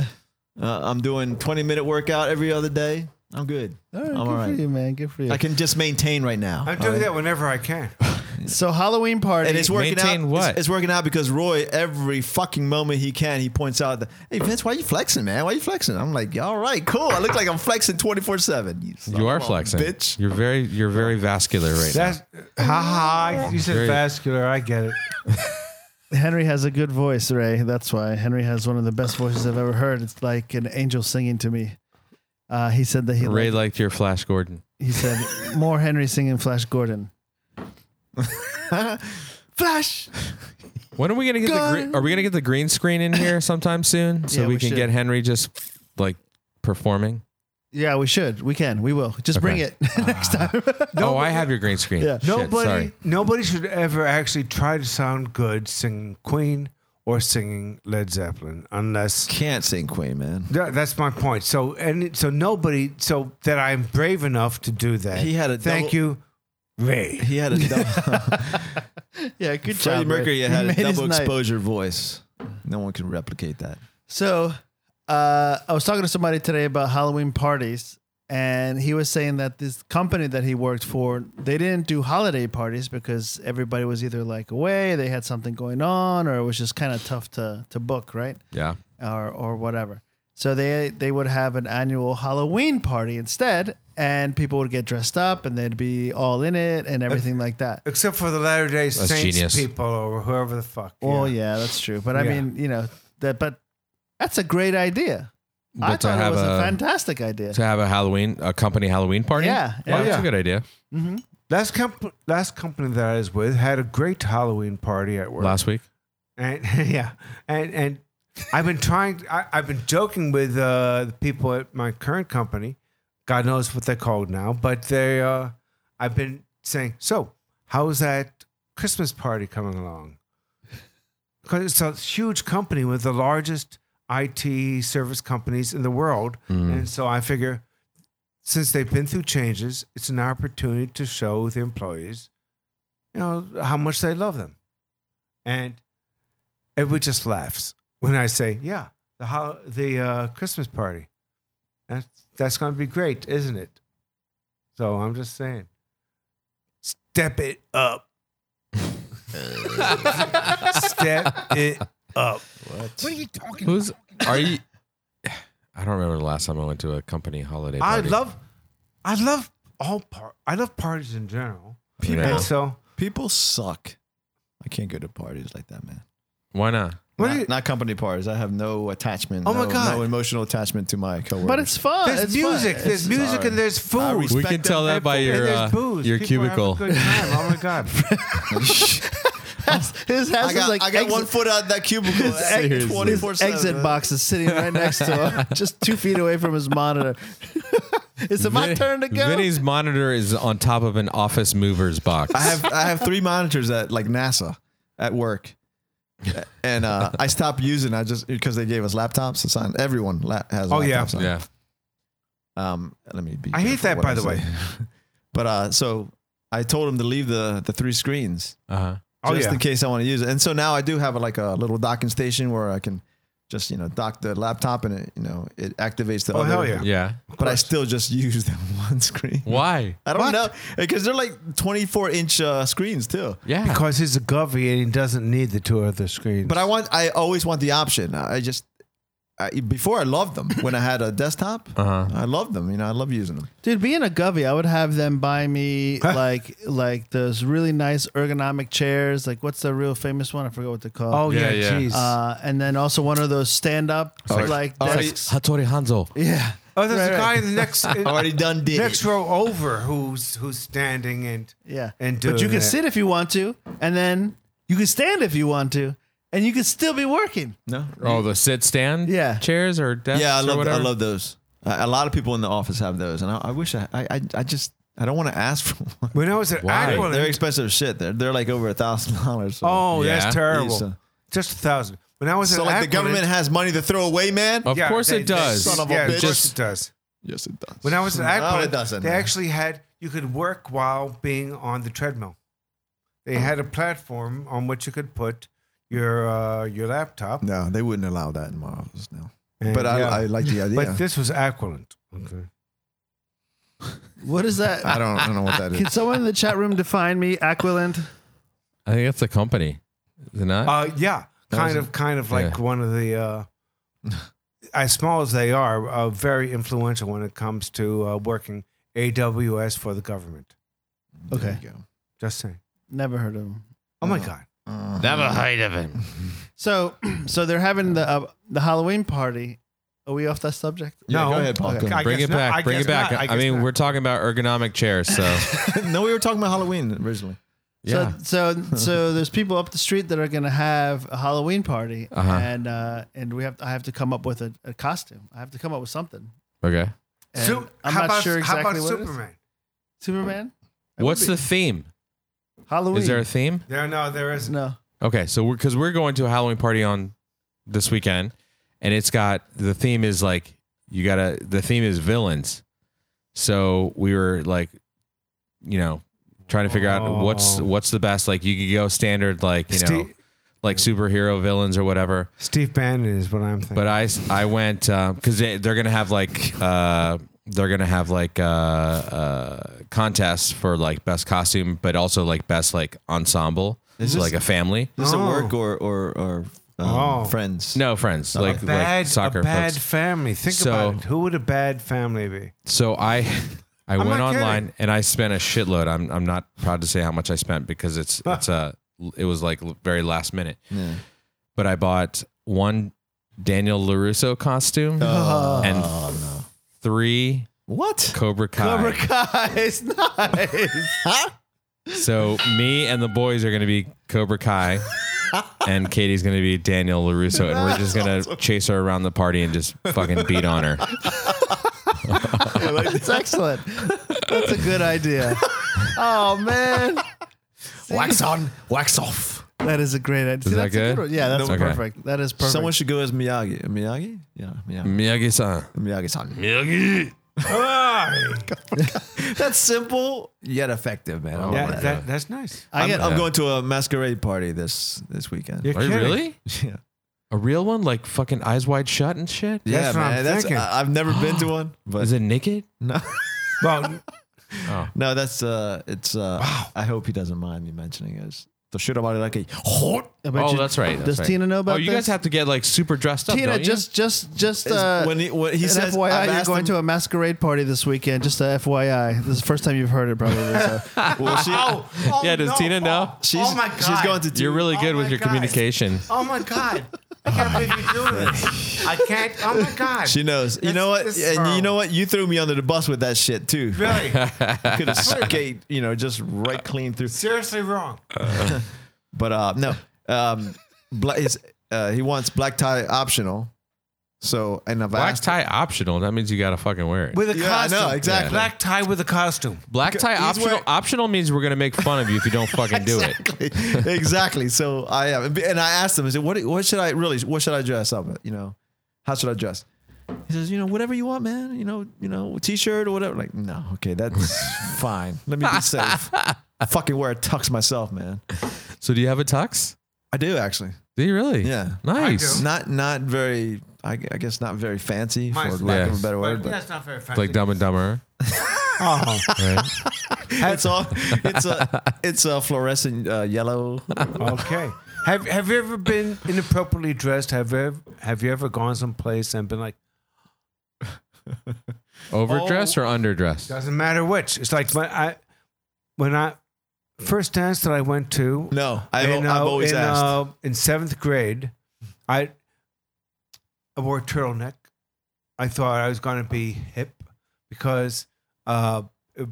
Speaker 3: Uh, I'm doing 20 minute workout every other day. I'm good.
Speaker 8: All right,
Speaker 3: I'm
Speaker 8: good
Speaker 3: all right.
Speaker 8: for you, man. Good for you.
Speaker 3: I can just maintain right now.
Speaker 1: I'm
Speaker 3: all
Speaker 1: doing
Speaker 3: right?
Speaker 1: that whenever I can.
Speaker 8: so Halloween party.
Speaker 3: And it's working
Speaker 4: Maintain
Speaker 3: out.
Speaker 4: what?
Speaker 3: It's, it's working out because Roy, every fucking moment he can, he points out that, hey Vince, why you flexing, man? Why you flexing? I'm like, "Yeah, all right, cool. I look like I'm flexing 24 seven.
Speaker 4: You are flexing.
Speaker 3: bitch.
Speaker 4: You're very you're very vascular right now.
Speaker 1: That's ha ha. You said
Speaker 4: Great.
Speaker 1: vascular. I get it.
Speaker 8: Henry has a good voice, Ray. That's why Henry has one of the best voices I've ever heard. It's like an angel singing to me. Uh, he said that he
Speaker 4: Ray
Speaker 8: liked-
Speaker 4: liked your Flash Gordon.
Speaker 8: he said more Henry singing Flash Gordon.
Speaker 3: Flash.
Speaker 4: When are we gonna get the green, are we gonna get the green screen in here sometime soon so
Speaker 8: Yeah,
Speaker 4: we,
Speaker 8: we
Speaker 4: can
Speaker 8: should.
Speaker 4: get Henry just like performing?
Speaker 8: Yeah, we should. We can. We will. Just bring
Speaker 4: Okay.
Speaker 8: it next time.
Speaker 4: oh, I have your green screen.
Speaker 8: Yeah.
Speaker 4: Shit,
Speaker 1: nobody,
Speaker 4: sorry.
Speaker 1: nobody should ever actually try to sound good singing Queen or singing Led Zeppelin, unless
Speaker 3: Can't sing Queen, man.
Speaker 1: Tha- that's my point. So and it- so nobody. So that I'm brave enough to do that.
Speaker 3: He had a
Speaker 1: thank
Speaker 3: double-
Speaker 1: you, Ray.
Speaker 3: He had a double,
Speaker 8: yeah,
Speaker 3: Ah.
Speaker 8: good
Speaker 3: Freddie
Speaker 8: job. Ray.
Speaker 3: Mercury
Speaker 8: You
Speaker 3: had a
Speaker 8: made his
Speaker 3: double
Speaker 8: night.
Speaker 3: exposure voice. No one can replicate that.
Speaker 8: So uh, I was talking to somebody today about Halloween parties, and he was saying that this company that he worked for, they didn't do holiday parties because everybody was either like away, they had something going on, or it was just kind of tough to to book, right?
Speaker 4: Yeah.
Speaker 8: or or whatever. So they they would have an annual Halloween party instead, and people would get dressed up, and they'd be all in it and everything like that.
Speaker 1: Except for the Latter Day Saints
Speaker 4: genius.
Speaker 1: people or whoever the fuck.
Speaker 8: Oh yeah, that's true. But I
Speaker 1: Yeah.
Speaker 8: mean, you know, that but that's a great idea. I
Speaker 4: But to
Speaker 8: thought it
Speaker 4: have
Speaker 8: was a,
Speaker 4: a-
Speaker 8: fantastic idea.
Speaker 4: To have a Halloween a company Halloween party?
Speaker 8: Yeah.
Speaker 4: Oh,
Speaker 8: Yeah.
Speaker 4: that's a good idea.
Speaker 1: Last comp- last company that I was with had a great Halloween party at work.
Speaker 4: Last week.
Speaker 1: And yeah, and and I've been trying. I, I've been joking with uh, the people at my current company. God knows what they're called now, but they. Uh, I've been saying, so how's that Christmas party coming along? Because it's a huge company with the largest IT service companies in the world, and so I figure. Since they've been through changes, it's an opportunity to show the employees, you know, how much they love them. And everybody just laughs when I say, "Yeah, the hol- the uh, Christmas party. That's that's going to be great, isn't it?" So I'm just saying, step it up. step it up.
Speaker 2: What are you talking
Speaker 4: Who's are you I don't remember the last time I went to a company holiday
Speaker 1: I
Speaker 4: party.
Speaker 1: love, I love all par. I love parties in general.
Speaker 4: people.
Speaker 1: And so,
Speaker 3: People suck. I can't go to parties like that, man.
Speaker 4: Why not?
Speaker 1: what
Speaker 3: not,
Speaker 1: do you?
Speaker 3: not company parties. I have no attachment.
Speaker 1: Oh my
Speaker 3: no,
Speaker 1: God.
Speaker 3: no emotional attachment to my coworkers.
Speaker 8: but it's fun.
Speaker 1: There's
Speaker 8: it's
Speaker 1: music.
Speaker 8: Fun.
Speaker 1: There's music
Speaker 3: sorry.
Speaker 1: and there's
Speaker 3: I
Speaker 1: food.
Speaker 3: respect
Speaker 4: We can tell that by
Speaker 1: And
Speaker 4: your
Speaker 1: there's
Speaker 4: uh,
Speaker 1: booze.
Speaker 4: your
Speaker 1: People are having a
Speaker 4: cubicle.
Speaker 1: good time. Oh my god!
Speaker 8: His house
Speaker 3: I got,
Speaker 8: is like
Speaker 3: I got
Speaker 8: exit,
Speaker 3: one foot out of that cubicle.
Speaker 8: His exit box is sitting right next to him, just two feet away from his monitor. it's my
Speaker 4: Vin-
Speaker 8: turn to go.
Speaker 4: Vinny's monitor is on top of an office mover's box.
Speaker 3: I have I have three monitors at like NASA at work, and uh, I stopped using. I just because they gave us laptops. It's on everyone la- has.
Speaker 1: Oh,
Speaker 3: laptops
Speaker 1: yeah.
Speaker 3: now.
Speaker 4: yeah.
Speaker 3: Um, let me be.
Speaker 1: I hate
Speaker 3: careful
Speaker 1: that,
Speaker 3: what
Speaker 1: by
Speaker 3: I
Speaker 1: the
Speaker 3: say.
Speaker 1: way.
Speaker 3: But uh, so I told him to leave the the three screens
Speaker 4: Uh-huh.
Speaker 1: Oh
Speaker 3: just
Speaker 1: yeah.
Speaker 3: in case I want to use it. And so now I do have a, like a little docking station where I can just you know dock the laptop and it you know it activates the.
Speaker 1: Oh,
Speaker 3: other,
Speaker 1: hell yeah.
Speaker 4: Yeah.
Speaker 3: But I still just use that one screen.
Speaker 4: Why?
Speaker 3: I don't know because they're like 24 inch uh, screens too.
Speaker 4: Yeah.
Speaker 1: Because he's a govy and he doesn't need the two other screens.
Speaker 3: But I want I always want the option. I just I, before I loved them when I had a desktop.
Speaker 4: Uh-huh.
Speaker 3: I loved them. You know, I love using them.
Speaker 8: Dude, being a govy, I would have them buy me like like those really nice ergonomic chairs. Like what's the real famous one? I forgot what they're called.
Speaker 4: Oh, yeah, Yeah, yeah.
Speaker 1: jeez.
Speaker 8: Uh, and then also one of those stand up like desks.
Speaker 4: Hattori Hanzo.
Speaker 8: yeah.
Speaker 1: oh, there's a guy in the next
Speaker 3: Already done did.
Speaker 1: next row over who's who's standing and
Speaker 8: Yeah.
Speaker 1: and doing
Speaker 8: but you can
Speaker 1: that.
Speaker 8: sit if you want to, and then you can stand if you want to, and you can still be working.
Speaker 3: No.
Speaker 4: Oh, the sit stand
Speaker 8: Yeah.
Speaker 4: chairs or desks
Speaker 3: Yeah, I
Speaker 4: or
Speaker 3: love I
Speaker 4: whatever?
Speaker 3: love those. A a lot of people in the office have those, and I, I wish I, I I- I just I don't want to ask for one.
Speaker 1: When I was at
Speaker 4: Why?
Speaker 1: Aqualand,
Speaker 3: They're expensive as shit. They're they're like over a thousand dollars.
Speaker 1: oh,
Speaker 4: Yeah.
Speaker 1: that's
Speaker 3: It's,
Speaker 1: terrible.
Speaker 3: uh,
Speaker 1: Just a thousand. When I was
Speaker 3: so
Speaker 1: at
Speaker 3: like the
Speaker 1: Aqualand-
Speaker 3: government has money to throw away, man.
Speaker 4: Of
Speaker 1: Yeah,
Speaker 4: course
Speaker 1: they-
Speaker 4: it
Speaker 1: they-
Speaker 4: does.
Speaker 3: Son of a
Speaker 1: yeah,
Speaker 3: bitch.
Speaker 1: of course it does.
Speaker 3: Yes, it does.
Speaker 1: When I was at
Speaker 3: no,
Speaker 1: Aqualand,
Speaker 3: it doesn't.
Speaker 1: they actually had you could work while being on the treadmill.
Speaker 3: Hmm.
Speaker 1: They had a platform on which you could put your uh, your laptop.
Speaker 3: no, they wouldn't allow that in my office now.
Speaker 1: And,
Speaker 3: But I,
Speaker 1: yeah.
Speaker 3: I like the idea.
Speaker 1: but this was Aqualand. Okay.
Speaker 8: What is that?
Speaker 3: I don't I don't know what that is.
Speaker 8: Can someone in the chat room define me, Aquiland?
Speaker 4: I think that's the company. Is it not?
Speaker 1: Uh, yeah, kind
Speaker 4: was-
Speaker 1: of, kind of like
Speaker 4: yeah.
Speaker 1: one of the, uh, as small as they are, uh, very influential when it comes to uh, working AWS for the government.
Speaker 8: Okay.
Speaker 3: There you go.
Speaker 1: Just saying.
Speaker 8: Never heard of him.
Speaker 1: Oh my God.
Speaker 4: Never heard of him.
Speaker 8: So, so they're having the uh, the Halloween party. Are we off that subject?
Speaker 3: Yeah,
Speaker 1: No.
Speaker 3: go ahead, Paul.
Speaker 8: Okay.
Speaker 1: I
Speaker 4: Bring
Speaker 1: guess
Speaker 4: it
Speaker 1: not.
Speaker 4: back.
Speaker 1: I
Speaker 4: Bring
Speaker 1: guess
Speaker 4: it back.
Speaker 1: not. I
Speaker 4: I, mean,
Speaker 1: guess
Speaker 4: we're talking about ergonomic chairs, so
Speaker 3: no, we were talking about Halloween originally.
Speaker 4: yeah.
Speaker 8: So, so, so there's people up the street that are gonna have a Halloween party,
Speaker 4: Uh-huh.
Speaker 8: and uh, and we have I have to come up with a, a costume. I have to come up with something.
Speaker 4: okay.
Speaker 8: And
Speaker 1: Su-
Speaker 8: I'm
Speaker 1: how
Speaker 8: not
Speaker 1: about,
Speaker 8: sure exactly
Speaker 1: how about
Speaker 8: what it is.
Speaker 1: Superman?
Speaker 8: Superman.
Speaker 4: What's the theme?
Speaker 8: Halloween?
Speaker 4: Is there a theme?
Speaker 1: There, no, there isn't.
Speaker 8: no?
Speaker 4: Okay, so we're because we're going to a Halloween party on this weekend, and it's got the theme is like you gotta the theme is villains. So we were like, you know, trying to figure out what's
Speaker 1: Oh.
Speaker 4: what's the best. Like you could go standard like you know
Speaker 1: Steve-
Speaker 4: like superhero villains or whatever.
Speaker 1: Steve Bannon is what I'm thinking.
Speaker 4: But I s- I went because they they're gonna have like uh they're gonna have like uh, uh contests for like best costume, but also like best like ensemble.
Speaker 3: Is
Speaker 4: so
Speaker 3: this-
Speaker 4: like a family.
Speaker 3: Is this
Speaker 1: Oh.
Speaker 3: at work or or or um,
Speaker 1: Oh.
Speaker 3: friends?
Speaker 4: No friends, like
Speaker 1: bad,
Speaker 4: like soccer
Speaker 1: a bad
Speaker 4: folks.
Speaker 1: family. Think
Speaker 4: So-
Speaker 1: about it. Who would a bad family be?
Speaker 4: So I I went
Speaker 1: not
Speaker 4: online
Speaker 1: kidding.
Speaker 4: and I spent a shitload. I'm I'm not proud to say how much I spent because it's it's uh it was like l- very last minute.
Speaker 3: Yeah.
Speaker 4: But I bought one Daniel Larusso costume and three
Speaker 3: What?
Speaker 4: Cobra Kai.
Speaker 8: Cobra Kai is nice.
Speaker 4: So me and the boys are going to be Cobra Kai. And Katie's gonna be Daniel Larusso, and we're just gonna chase her around the party and just fucking beat on her.
Speaker 8: That's excellent. That's a good idea. Oh man,
Speaker 3: Wax on, wax off.
Speaker 8: that is a great idea. See,
Speaker 4: that
Speaker 8: that's A
Speaker 4: good?
Speaker 8: good one. Yeah, that's
Speaker 4: Okay.
Speaker 8: perfect. That is perfect.
Speaker 3: Someone should go as Miyagi. Miyagi? Yeah, Miyagi.
Speaker 4: Miyagi-san.
Speaker 3: Miyagi-san.
Speaker 4: Mm. Miyagi.
Speaker 3: That's simple yet effective, man. I
Speaker 1: yeah,
Speaker 3: like that.
Speaker 1: that, that's nice.
Speaker 8: I get
Speaker 3: I'm, I'm going to a masquerade party this this weekend.
Speaker 1: You're
Speaker 4: Are you
Speaker 1: kidding.
Speaker 4: really?
Speaker 3: Yeah,
Speaker 4: A real one, like fucking eyes wide shut and shit.
Speaker 3: yeah,
Speaker 1: That's what
Speaker 3: man.
Speaker 1: I'm
Speaker 3: that's
Speaker 1: thinking.
Speaker 3: I, I've never been to one, but
Speaker 4: Is it naked?
Speaker 3: no,
Speaker 1: Well,
Speaker 3: no, that's uh, it's uh, I hope he doesn't mind me mentioning it. Toshirobariraki.
Speaker 8: I bet
Speaker 4: oh,
Speaker 8: you-
Speaker 4: that's right. that's
Speaker 8: does
Speaker 4: right.
Speaker 8: Tina know about
Speaker 4: Oh, you
Speaker 8: this?
Speaker 4: guys have to get like super dressed up.
Speaker 8: Tina,
Speaker 4: don't you?
Speaker 8: just just just uh,
Speaker 3: when he when he
Speaker 8: an
Speaker 3: says
Speaker 8: FYI,
Speaker 3: I've
Speaker 8: you're
Speaker 3: asked
Speaker 8: going
Speaker 3: him-
Speaker 8: to a masquerade party this weekend. Just a FYI, this is the first time you've heard it, probably. So.
Speaker 3: well, she,
Speaker 4: yeah. Does Tina know?
Speaker 3: she's
Speaker 1: Oh my God.
Speaker 3: she's going to do
Speaker 4: You're really good
Speaker 1: Oh
Speaker 4: with
Speaker 1: my
Speaker 4: your
Speaker 1: God.
Speaker 4: communication.
Speaker 1: Oh my god! I can't believe you're doing this. I can't. Oh my god!
Speaker 3: She knows. You
Speaker 1: That's-
Speaker 3: know what?
Speaker 1: this is
Speaker 3: And you
Speaker 1: horrible.
Speaker 3: know what? You threw me under the bus with that shit too.
Speaker 1: Really,
Speaker 3: Could have skate, you know, just right clean through.
Speaker 1: seriously wrong.
Speaker 3: But uh, no, um, bla- his, uh, he wants black tie optional. So and I've
Speaker 4: Black
Speaker 3: asked
Speaker 4: tie optional. That means you gotta fucking wear it.
Speaker 1: With a
Speaker 3: Yeah, I know,
Speaker 1: costume,
Speaker 3: exactly.
Speaker 1: Black tie with a costume.
Speaker 4: Black tie
Speaker 3: he's
Speaker 4: optional.
Speaker 3: wearing-
Speaker 4: optional means we're gonna make fun of you if you don't fucking do it.
Speaker 3: exactly. So I am, and I asked him. I said, "What? What should I really? What should I dress up? You know, how should I dress?" He says, "You know, whatever you want, man. You know, you know, t-shirt or whatever." Like, no, okay, that's fine. Let me be safe. Fucking wear a tux myself, man.
Speaker 4: So do you have a tux?
Speaker 3: I do actually.
Speaker 4: Do you really?
Speaker 3: Yeah.
Speaker 4: Nice.
Speaker 1: I
Speaker 3: Not not very. I, gu- I guess not very fancy
Speaker 1: Mine's
Speaker 3: for lack of
Speaker 4: nice.
Speaker 3: a better word,
Speaker 1: But
Speaker 3: but
Speaker 1: that's not very fancy.
Speaker 4: Like Dumb and Dumber.
Speaker 1: oh,
Speaker 4: Right?
Speaker 3: it's all it's a it's a fluorescent uh, yellow.
Speaker 1: okay. Have Have you ever been inappropriately dressed? Have you ever, Have you ever gone someplace and been like,
Speaker 4: Overdressed or underdressed?
Speaker 1: doesn't matter which? It's like when I, when I first dance that I went to.
Speaker 3: No, I've,
Speaker 1: in,
Speaker 3: I've
Speaker 1: uh,
Speaker 3: always
Speaker 1: in,
Speaker 3: asked.
Speaker 1: uh, in seventh grade, I, I wore a turtleneck. I thought I was going to be hip because uh,
Speaker 3: Wait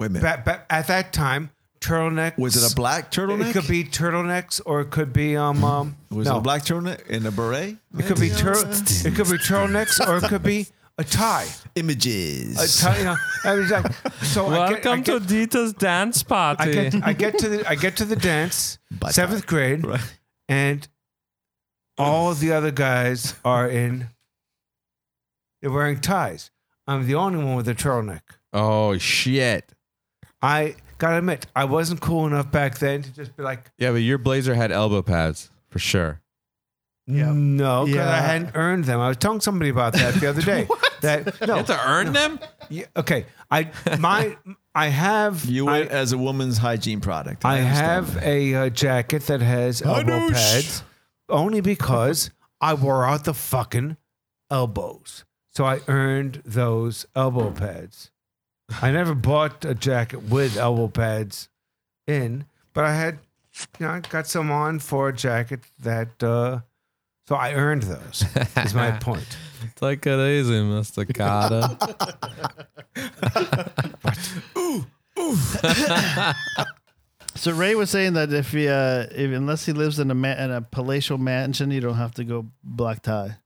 Speaker 3: a minute.
Speaker 1: ba- ba- at that time, turtleneck
Speaker 3: was it a black turtleneck? Hmm.
Speaker 1: It could be turtlenecks or it could be um um
Speaker 3: Was
Speaker 1: no.
Speaker 3: it a black turtleneck and a beret?
Speaker 1: It could be tur- it could be turtlenecks or it could be a tie. A
Speaker 3: Images.
Speaker 1: tie, you know. I was like, so I get, I get,
Speaker 4: Dita's dance party.
Speaker 1: I get, I get to the I get to the dance
Speaker 3: Bye-bye.
Speaker 1: seventh grade
Speaker 3: Right.
Speaker 1: and all the other guys are in they're wearing ties. I'm the only one with a turtleneck.
Speaker 4: oh shit!
Speaker 1: I gotta admit, I wasn't cool enough back then to just be like,
Speaker 4: Yeah, but your blazer had elbow pads for sure.
Speaker 1: no, because I
Speaker 8: Yeah.
Speaker 1: hadn't earned them. I was telling somebody about that the other day. That no,
Speaker 4: to earn them.
Speaker 1: Yeah, okay. I my I have
Speaker 3: You
Speaker 1: I,
Speaker 3: went as a woman's hygiene product.
Speaker 1: I
Speaker 3: understand
Speaker 1: have
Speaker 3: that.
Speaker 1: a uh, jacket that has elbow
Speaker 3: know, sh-
Speaker 1: pads only because I wore out the fucking elbows. So I earned those elbow pads. I never bought a jacket with elbow pads in, but I had you know, I got some on for a jacket that uh so I earned those. Is my point.
Speaker 4: It's like it is, Mr. Carter.
Speaker 8: So Ray was saying that if he, uh, if, unless he lives in a ma- in a palatial mansion, you don't have to go black tie.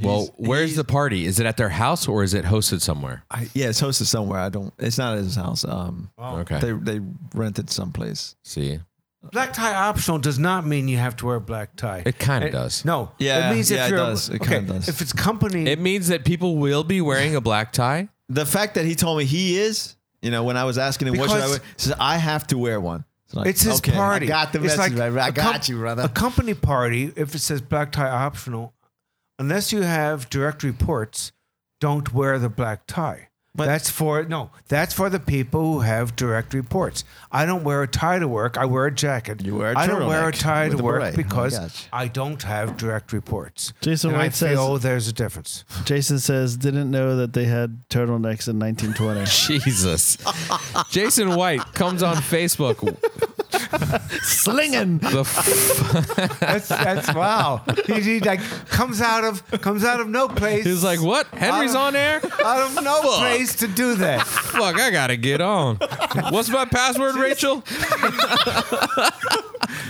Speaker 4: well, where's the party? Is it at their house or is it hosted somewhere?
Speaker 3: I, yeah, it's hosted somewhere. I don't. It's not at his house. Um,
Speaker 4: Okay.
Speaker 3: they they rented someplace.
Speaker 4: See,
Speaker 1: Black tie optional does not mean you have to wear a black tie.
Speaker 4: it kind
Speaker 1: It-
Speaker 4: of does.
Speaker 1: No.
Speaker 3: Yeah,
Speaker 1: It means
Speaker 3: yeah,
Speaker 1: if
Speaker 3: it
Speaker 1: you're,
Speaker 3: does. It
Speaker 1: okay,
Speaker 3: kinda does.
Speaker 1: If it's company,
Speaker 4: It means that people will be wearing a black tie.
Speaker 3: The fact that he told me he is, you know, when I was asking him what should I
Speaker 1: Because-
Speaker 3: wear, he says I have to wear one. So I'm like,
Speaker 1: it's his
Speaker 3: okay,
Speaker 1: party.
Speaker 3: I got the
Speaker 1: It's
Speaker 3: message.
Speaker 1: like
Speaker 3: brother. I
Speaker 1: a
Speaker 3: got
Speaker 1: comp-
Speaker 3: you,
Speaker 1: A
Speaker 3: brother.
Speaker 1: company party, if it says black tie optional, unless you have direct reports, don't wear the black tie. that's for no. That's for the people who have direct reports. I don't wear a tie to work. I wear a jacket.
Speaker 3: You wear a
Speaker 1: I don't wear a
Speaker 3: turtleneck
Speaker 1: tie to
Speaker 3: with a
Speaker 1: work
Speaker 3: beret. I
Speaker 1: because
Speaker 3: gotcha.
Speaker 1: I don't have direct reports.
Speaker 8: Jason
Speaker 1: and I
Speaker 8: White says-
Speaker 1: feel there's a difference.
Speaker 8: Jason says didn't know that they had turtlenecks in 1920.
Speaker 4: Jesus. Jason White comes on Facebook.
Speaker 8: Slinging.
Speaker 4: The f-
Speaker 1: That's that's wow. He, he like comes out of comes out of no place.
Speaker 4: he's like, what? Henry's on air?
Speaker 1: out of no place to do that.
Speaker 4: Fuck, I gotta get on. What's my password, Rachel?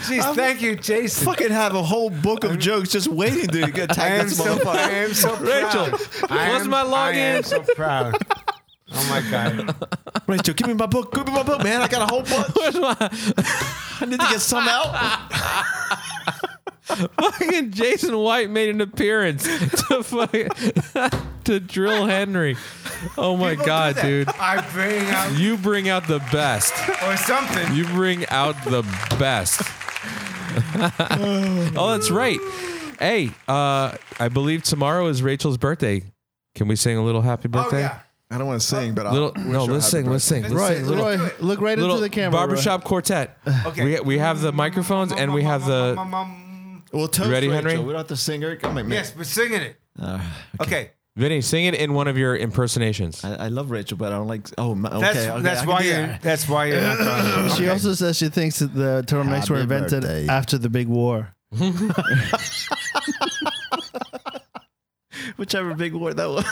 Speaker 1: Jeez, thank you, Jason.
Speaker 3: Fucking have a whole book of jokes just waiting to get
Speaker 1: I
Speaker 3: tagged.
Speaker 1: am
Speaker 3: in this
Speaker 1: so,
Speaker 3: motherfucker.
Speaker 1: I am so proud.
Speaker 4: Rachel,
Speaker 1: I
Speaker 4: what's
Speaker 1: am-
Speaker 4: my
Speaker 1: I am
Speaker 4: login?
Speaker 1: so proud. Oh my god.
Speaker 3: Rachel, give me my book. Give me my book, man. I got a whole book. I need to get some out.
Speaker 4: Fucking Jason White made an appearance to fucking, to drill Henry. Oh my
Speaker 1: People
Speaker 4: god,
Speaker 1: do that.
Speaker 4: dude.
Speaker 1: I bring out
Speaker 4: You bring out the best.
Speaker 1: or something.
Speaker 4: You bring out the best. oh, that's right. Hey, uh, I believe tomorrow is Rachel's birthday. Can we sing a little happy
Speaker 1: Oh
Speaker 4: birthday?
Speaker 1: yeah.
Speaker 3: I don't want to sing, but I'll
Speaker 4: Little,
Speaker 3: wish
Speaker 4: no,
Speaker 3: her
Speaker 4: let's
Speaker 3: happy
Speaker 4: sing, let's
Speaker 3: birthday.
Speaker 4: sing, let's
Speaker 8: Roy,
Speaker 4: sing. Little,
Speaker 8: Roy, look right into
Speaker 4: little
Speaker 8: the camera. Roy.
Speaker 4: barbershop quartet. We, we have the microphones and we
Speaker 1: Um,
Speaker 4: have the.
Speaker 3: We'll toast
Speaker 4: You ready,
Speaker 3: Rachel.
Speaker 4: Henry?
Speaker 3: We don't have to sing her. Come on, man.
Speaker 1: Yes, we're singing it. Uh, okay.
Speaker 4: Vinny, sing it in one of your impersonations.
Speaker 3: I, I love Rachel, but I don't like. Oh, my, okay.
Speaker 1: That's
Speaker 3: okay, I
Speaker 1: that's
Speaker 3: can
Speaker 1: why
Speaker 3: do
Speaker 1: you're
Speaker 3: that.
Speaker 1: that's why you're not done.
Speaker 8: She
Speaker 1: Okay.
Speaker 8: also says she thinks that the turtlenecks were
Speaker 3: Happy
Speaker 8: invented
Speaker 3: birthday.
Speaker 8: after the big war.
Speaker 3: whichever big war that was.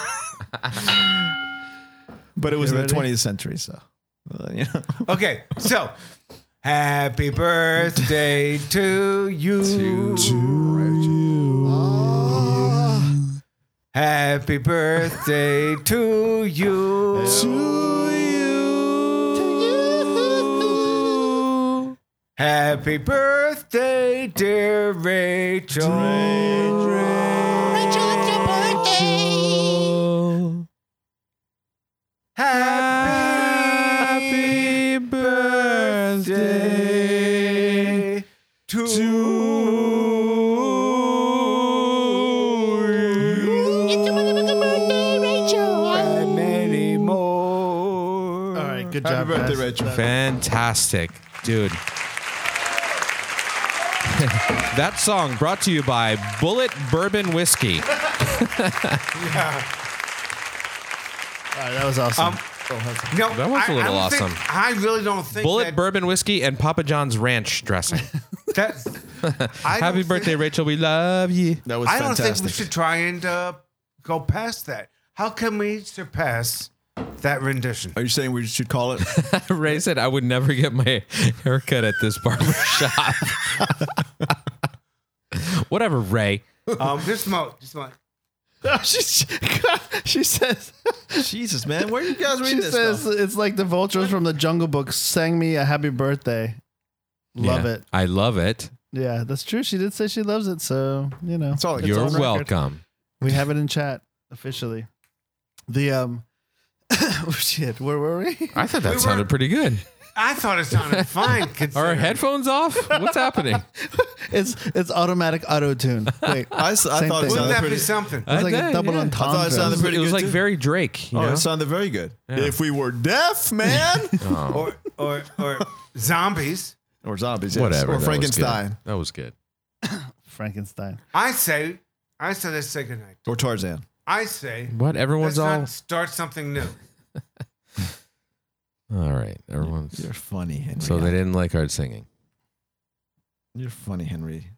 Speaker 3: but it was in the 20th century, so uh, you know.
Speaker 1: Okay, so happy birthday to you. Happy birthday to you. Happy birthday, dear Rachel.
Speaker 2: Rachel, it's your birthday.
Speaker 1: Happy birthday to,
Speaker 2: It's
Speaker 1: you.
Speaker 2: your motherfucking birthday, Rachel.
Speaker 1: And many more. Uh,
Speaker 8: All right, good
Speaker 3: Happy
Speaker 8: job,
Speaker 3: birthday,
Speaker 8: guys.
Speaker 3: Rachel.
Speaker 4: Fantastic, dude. that song brought to you by Bullet Bourbon Whiskey.
Speaker 8: All right, that was awesome.
Speaker 1: Um, No,
Speaker 4: That one's
Speaker 1: I-
Speaker 4: a
Speaker 1: I
Speaker 4: little
Speaker 1: don't think-
Speaker 4: awesome.
Speaker 1: I really don't think
Speaker 4: Bullet
Speaker 1: that,
Speaker 4: Bourbon Whiskey and Papa John's Ranch dressing.
Speaker 1: that- I don't
Speaker 4: Happy
Speaker 1: think-
Speaker 4: birthday, Rachel. We love you.
Speaker 3: That was
Speaker 1: I don't
Speaker 3: fantastic.
Speaker 1: think we should try and uh, go past that. How can we surpass that rendition?
Speaker 3: Are you saying we should call it?
Speaker 4: Ray said I would never get my haircut at this barber shop. Whatever, Ray.
Speaker 1: Um, just smoke, just smoke.
Speaker 8: she, she says,
Speaker 3: Jesus, man, where are you guys reading
Speaker 8: she
Speaker 3: this?
Speaker 8: says
Speaker 3: stuff?
Speaker 8: it's like the vultures from the Jungle Book sang me a happy birthday. Love
Speaker 4: Yeah,
Speaker 8: it.
Speaker 4: I love it.
Speaker 8: Yeah, that's true. She did say she loves it, so you know
Speaker 3: That's all. it's
Speaker 4: You're
Speaker 3: on record.
Speaker 4: welcome.
Speaker 8: we have it in chat officially. The um, oh shit, where were we?
Speaker 4: I thought
Speaker 1: We
Speaker 4: that
Speaker 1: were-
Speaker 4: sounded pretty good.
Speaker 1: I thought it sounded fine.
Speaker 4: Are our
Speaker 1: considering-
Speaker 4: headphones off? What's happening?
Speaker 8: It's it's automatic auto tune. Wait,
Speaker 3: I, s- I
Speaker 8: Same
Speaker 3: thought it
Speaker 1: Wouldn't
Speaker 8: thing.
Speaker 3: sounded
Speaker 1: that be
Speaker 3: pretty.
Speaker 1: something?
Speaker 8: it's like
Speaker 4: I-
Speaker 8: a double
Speaker 4: yeah.
Speaker 8: entendre.
Speaker 3: I thought it sounded pretty
Speaker 4: It was
Speaker 3: good,
Speaker 4: like
Speaker 3: too.
Speaker 4: very Drake. You
Speaker 3: Oh,
Speaker 4: know?
Speaker 3: it sounded very good.
Speaker 4: Yeah.
Speaker 3: If we were deaf, man,
Speaker 1: Or or or zombies?
Speaker 3: or zombies, yes.
Speaker 4: Whatever.
Speaker 3: or
Speaker 4: that was good.
Speaker 3: Frankenstein,
Speaker 4: That was good.
Speaker 8: Frankenstein.
Speaker 1: I say, I say, let's say goodnight.
Speaker 3: or Tarzan.
Speaker 1: I say,
Speaker 4: What?
Speaker 1: let's
Speaker 4: Everyone's all.
Speaker 1: not start something new.
Speaker 4: All right. Everyone's.
Speaker 3: You're funny, Henry.
Speaker 4: So they didn't like our singing.
Speaker 3: You're funny, Henry.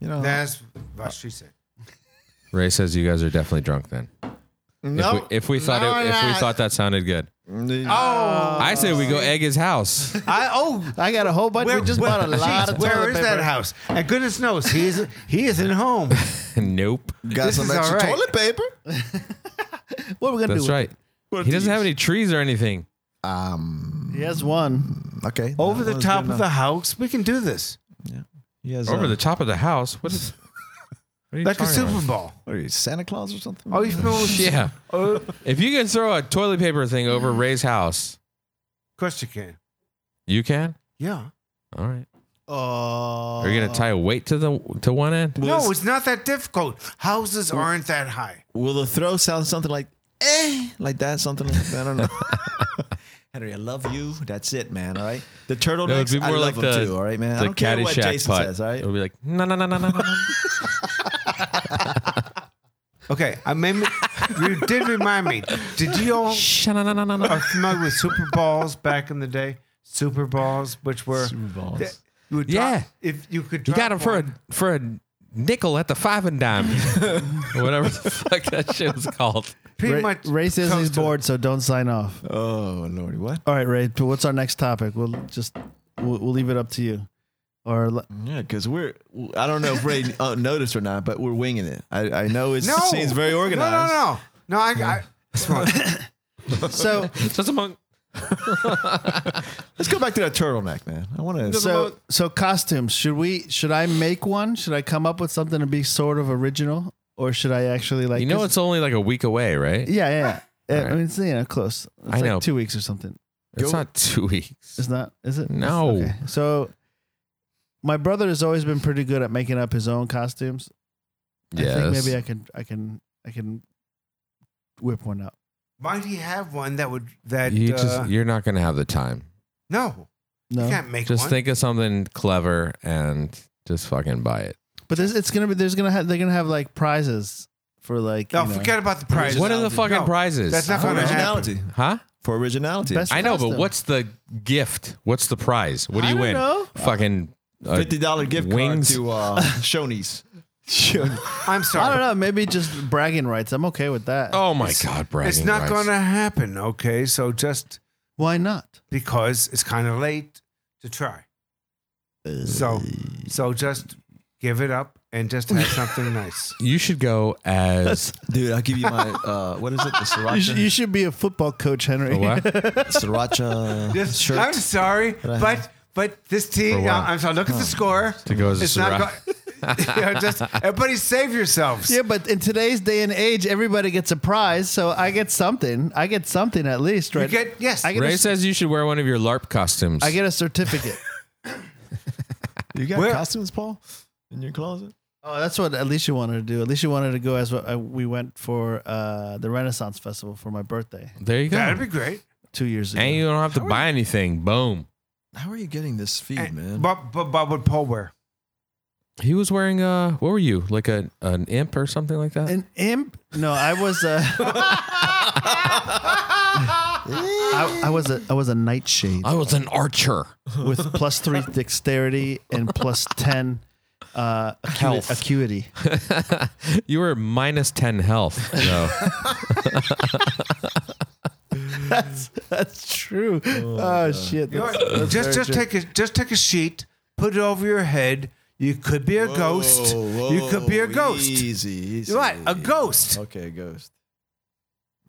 Speaker 3: You know,
Speaker 1: That's what she said.
Speaker 4: Ray says you guys are definitely drunk then.
Speaker 3: no.
Speaker 4: If we, if we thought
Speaker 3: No,
Speaker 4: it,
Speaker 3: we're
Speaker 4: if we
Speaker 3: not. Mm-hmm.
Speaker 4: thought that sounded good,
Speaker 1: Oh,
Speaker 4: I say we go egg his house.
Speaker 1: I oh.
Speaker 8: I got a whole bunch.
Speaker 1: Where-
Speaker 8: we just
Speaker 1: where-
Speaker 8: bought a lot of
Speaker 1: Where
Speaker 8: toilet
Speaker 1: is
Speaker 8: paper.
Speaker 1: that house? And goodness knows he is he isn't home.
Speaker 4: nope.
Speaker 3: got
Speaker 1: this
Speaker 3: some
Speaker 1: is all
Speaker 3: extra
Speaker 1: right.
Speaker 3: toilet paper.
Speaker 8: What are we gonna
Speaker 4: That's
Speaker 8: do?
Speaker 4: right.
Speaker 3: What
Speaker 4: He doesn't
Speaker 3: do
Speaker 4: have
Speaker 3: you-
Speaker 4: any trees or anything.
Speaker 3: Um,
Speaker 8: He has one.
Speaker 3: okay.
Speaker 1: Over
Speaker 3: That
Speaker 1: the
Speaker 3: was
Speaker 1: top
Speaker 3: good
Speaker 1: of the house, we can do this
Speaker 3: enough. He has,
Speaker 4: Over
Speaker 3: uh,
Speaker 4: the top of the house. What is? What are you
Speaker 1: like a
Speaker 4: talking about?
Speaker 1: Super Bowl.
Speaker 3: what are you, Santa Claus or something?
Speaker 1: Oh, you familiar with? Of
Speaker 4: Yeah. if you can throw a toilet paper thing over Ray's house,
Speaker 1: course you can.
Speaker 4: you can.
Speaker 1: Yeah.
Speaker 4: All right.
Speaker 3: Uh,
Speaker 8: Oh,
Speaker 4: Are you gonna tie a weight to the to one end?
Speaker 1: No, it's not that difficult. Houses aren't that high.
Speaker 3: Will the throw sound something like eh, like that? Something like that? I don't know. Henry, I love you. That's it, man. All right. The turtle
Speaker 4: No, it'd be
Speaker 3: I
Speaker 4: more
Speaker 3: love
Speaker 4: like the
Speaker 3: them too. All right, man. I
Speaker 4: the
Speaker 3: don't care what
Speaker 4: Caddyshack
Speaker 3: Jason
Speaker 4: putt.
Speaker 3: says. All right.
Speaker 4: It'll be like no no no no no no. no.
Speaker 1: Okay, I made me, you did remind me. Did you all are familiar with Super Balls back in the day? Super Balls, which were Super Balls. you would drop,
Speaker 4: Yeah.
Speaker 1: if you could.
Speaker 4: You
Speaker 1: Drop
Speaker 4: got him for a
Speaker 1: one-
Speaker 4: for a nickel at the five and dime, whatever the fuck that shit was called.
Speaker 1: pretty
Speaker 8: Ray,
Speaker 1: much.
Speaker 8: Ray says he's
Speaker 1: comes to-
Speaker 8: bored, so don't sign off.
Speaker 3: Oh lordy, what?
Speaker 8: All right, Ray. But what's our next topic? We'll just we'll, we'll leave it up to you. Or le-
Speaker 3: Yeah, because we're. I don't know if Ray uh, noticed or not, but we're winging it. I, I know it's,
Speaker 1: No,
Speaker 3: it seems very organized.
Speaker 1: No, no, no, no. I, I smart.
Speaker 8: so
Speaker 4: Just among
Speaker 3: Let's go back to that turtleneck, man. I want to.
Speaker 8: so so costumes. Should we? Should I make one? Should I come up with something to be sort of original, or should I actually like?
Speaker 4: you know,
Speaker 8: 'cause-
Speaker 4: it's only like a week away, right?
Speaker 8: yeah, yeah. yeah.
Speaker 4: All
Speaker 8: I mean, it's you know close. It's
Speaker 4: I
Speaker 8: like
Speaker 4: know.
Speaker 8: two weeks or something.
Speaker 4: It's not two weeks.
Speaker 8: It's not. Is it?
Speaker 4: No.
Speaker 8: Okay. So my brother has always been pretty good at making up his own costumes. I think
Speaker 4: Yes.
Speaker 8: maybe I can I can I can whip one up.
Speaker 1: Might he have one that would that?
Speaker 4: you
Speaker 1: uh,
Speaker 4: just you're not gonna have the time.
Speaker 1: no,
Speaker 8: No.
Speaker 1: you can't make
Speaker 4: Just
Speaker 1: one.
Speaker 4: think of something clever and just fucking buy it.
Speaker 8: But there's, it's gonna be there's gonna have they're gonna have like prizes for like
Speaker 1: no,
Speaker 8: you know,
Speaker 1: Oh, forget about the prize.
Speaker 4: What are the fucking
Speaker 1: No,
Speaker 4: prizes?
Speaker 1: That's not
Speaker 3: for
Speaker 1: going to happen.
Speaker 3: originality.
Speaker 4: huh?
Speaker 3: For originality.
Speaker 8: Best-
Speaker 4: I know, but
Speaker 8: custom.
Speaker 4: what's the gift? What's the prize? What do
Speaker 8: I
Speaker 4: you
Speaker 8: don't
Speaker 4: win?
Speaker 8: know.
Speaker 4: Fucking uh,
Speaker 3: Fifty dollar gift
Speaker 4: Wings.
Speaker 3: card to uh, Shoney's.
Speaker 1: I'm
Speaker 8: I don't
Speaker 1: sorry.
Speaker 8: know maybe just bragging rights I'm okay with that
Speaker 4: Oh my god, Brian!
Speaker 1: It's not going to happen. Okay, so just
Speaker 8: why not
Speaker 1: because it's kind of late to try. So, so just give it up and just have something nice.
Speaker 4: You should go as
Speaker 3: Dude, I'll give you my uh, what is it? The sriracha,
Speaker 8: you, sh- you should be a football coach Henry
Speaker 4: what?
Speaker 3: sriracha
Speaker 1: This-
Speaker 3: shirt.
Speaker 1: I'm sorry,
Speaker 3: I
Speaker 1: but but this
Speaker 4: For
Speaker 1: team.
Speaker 4: what?
Speaker 1: I'm sorry. Look at the score.
Speaker 4: To go as a
Speaker 1: It's not.
Speaker 4: Syrah-
Speaker 1: Go- you know, just everybody save yourselves.
Speaker 8: yeah but in today's day and age everybody gets a prize so I get something I get something at least right
Speaker 1: You get yes.
Speaker 8: I get
Speaker 4: Ray
Speaker 8: a,
Speaker 4: says you should wear one of your LARP costumes.
Speaker 8: I get a certificate
Speaker 3: you got
Speaker 1: Where-
Speaker 3: costumes, Paul, in your closet?
Speaker 8: oh that's what Alicia wanted to do Alicia wanted to go as what I, we went for uh, the Renaissance Festival for my birthday
Speaker 4: there you go.
Speaker 1: That'd be great.
Speaker 8: two years ago
Speaker 4: and you don't have to buy anything. Boom.
Speaker 3: How are you getting this feed,
Speaker 1: And-
Speaker 3: man?
Speaker 1: But but but would Paul wear?
Speaker 4: He was wearing uh, what were you like a an imp or something like that?
Speaker 8: An imp? No, I was a. I, I was a I was a nightshade
Speaker 4: I was an archer.
Speaker 8: with plus three dexterity and plus ten uh, acu-
Speaker 4: Health.
Speaker 8: acuity.
Speaker 4: You were minus ten health. So
Speaker 8: That's true. Oh, shit!
Speaker 1: You know what? just just take a just take a sheet, put it over your head. You could be a ghost. you could be a ghost.
Speaker 3: Easy, easy.
Speaker 1: You're right, a ghost.
Speaker 3: Okay, ghost.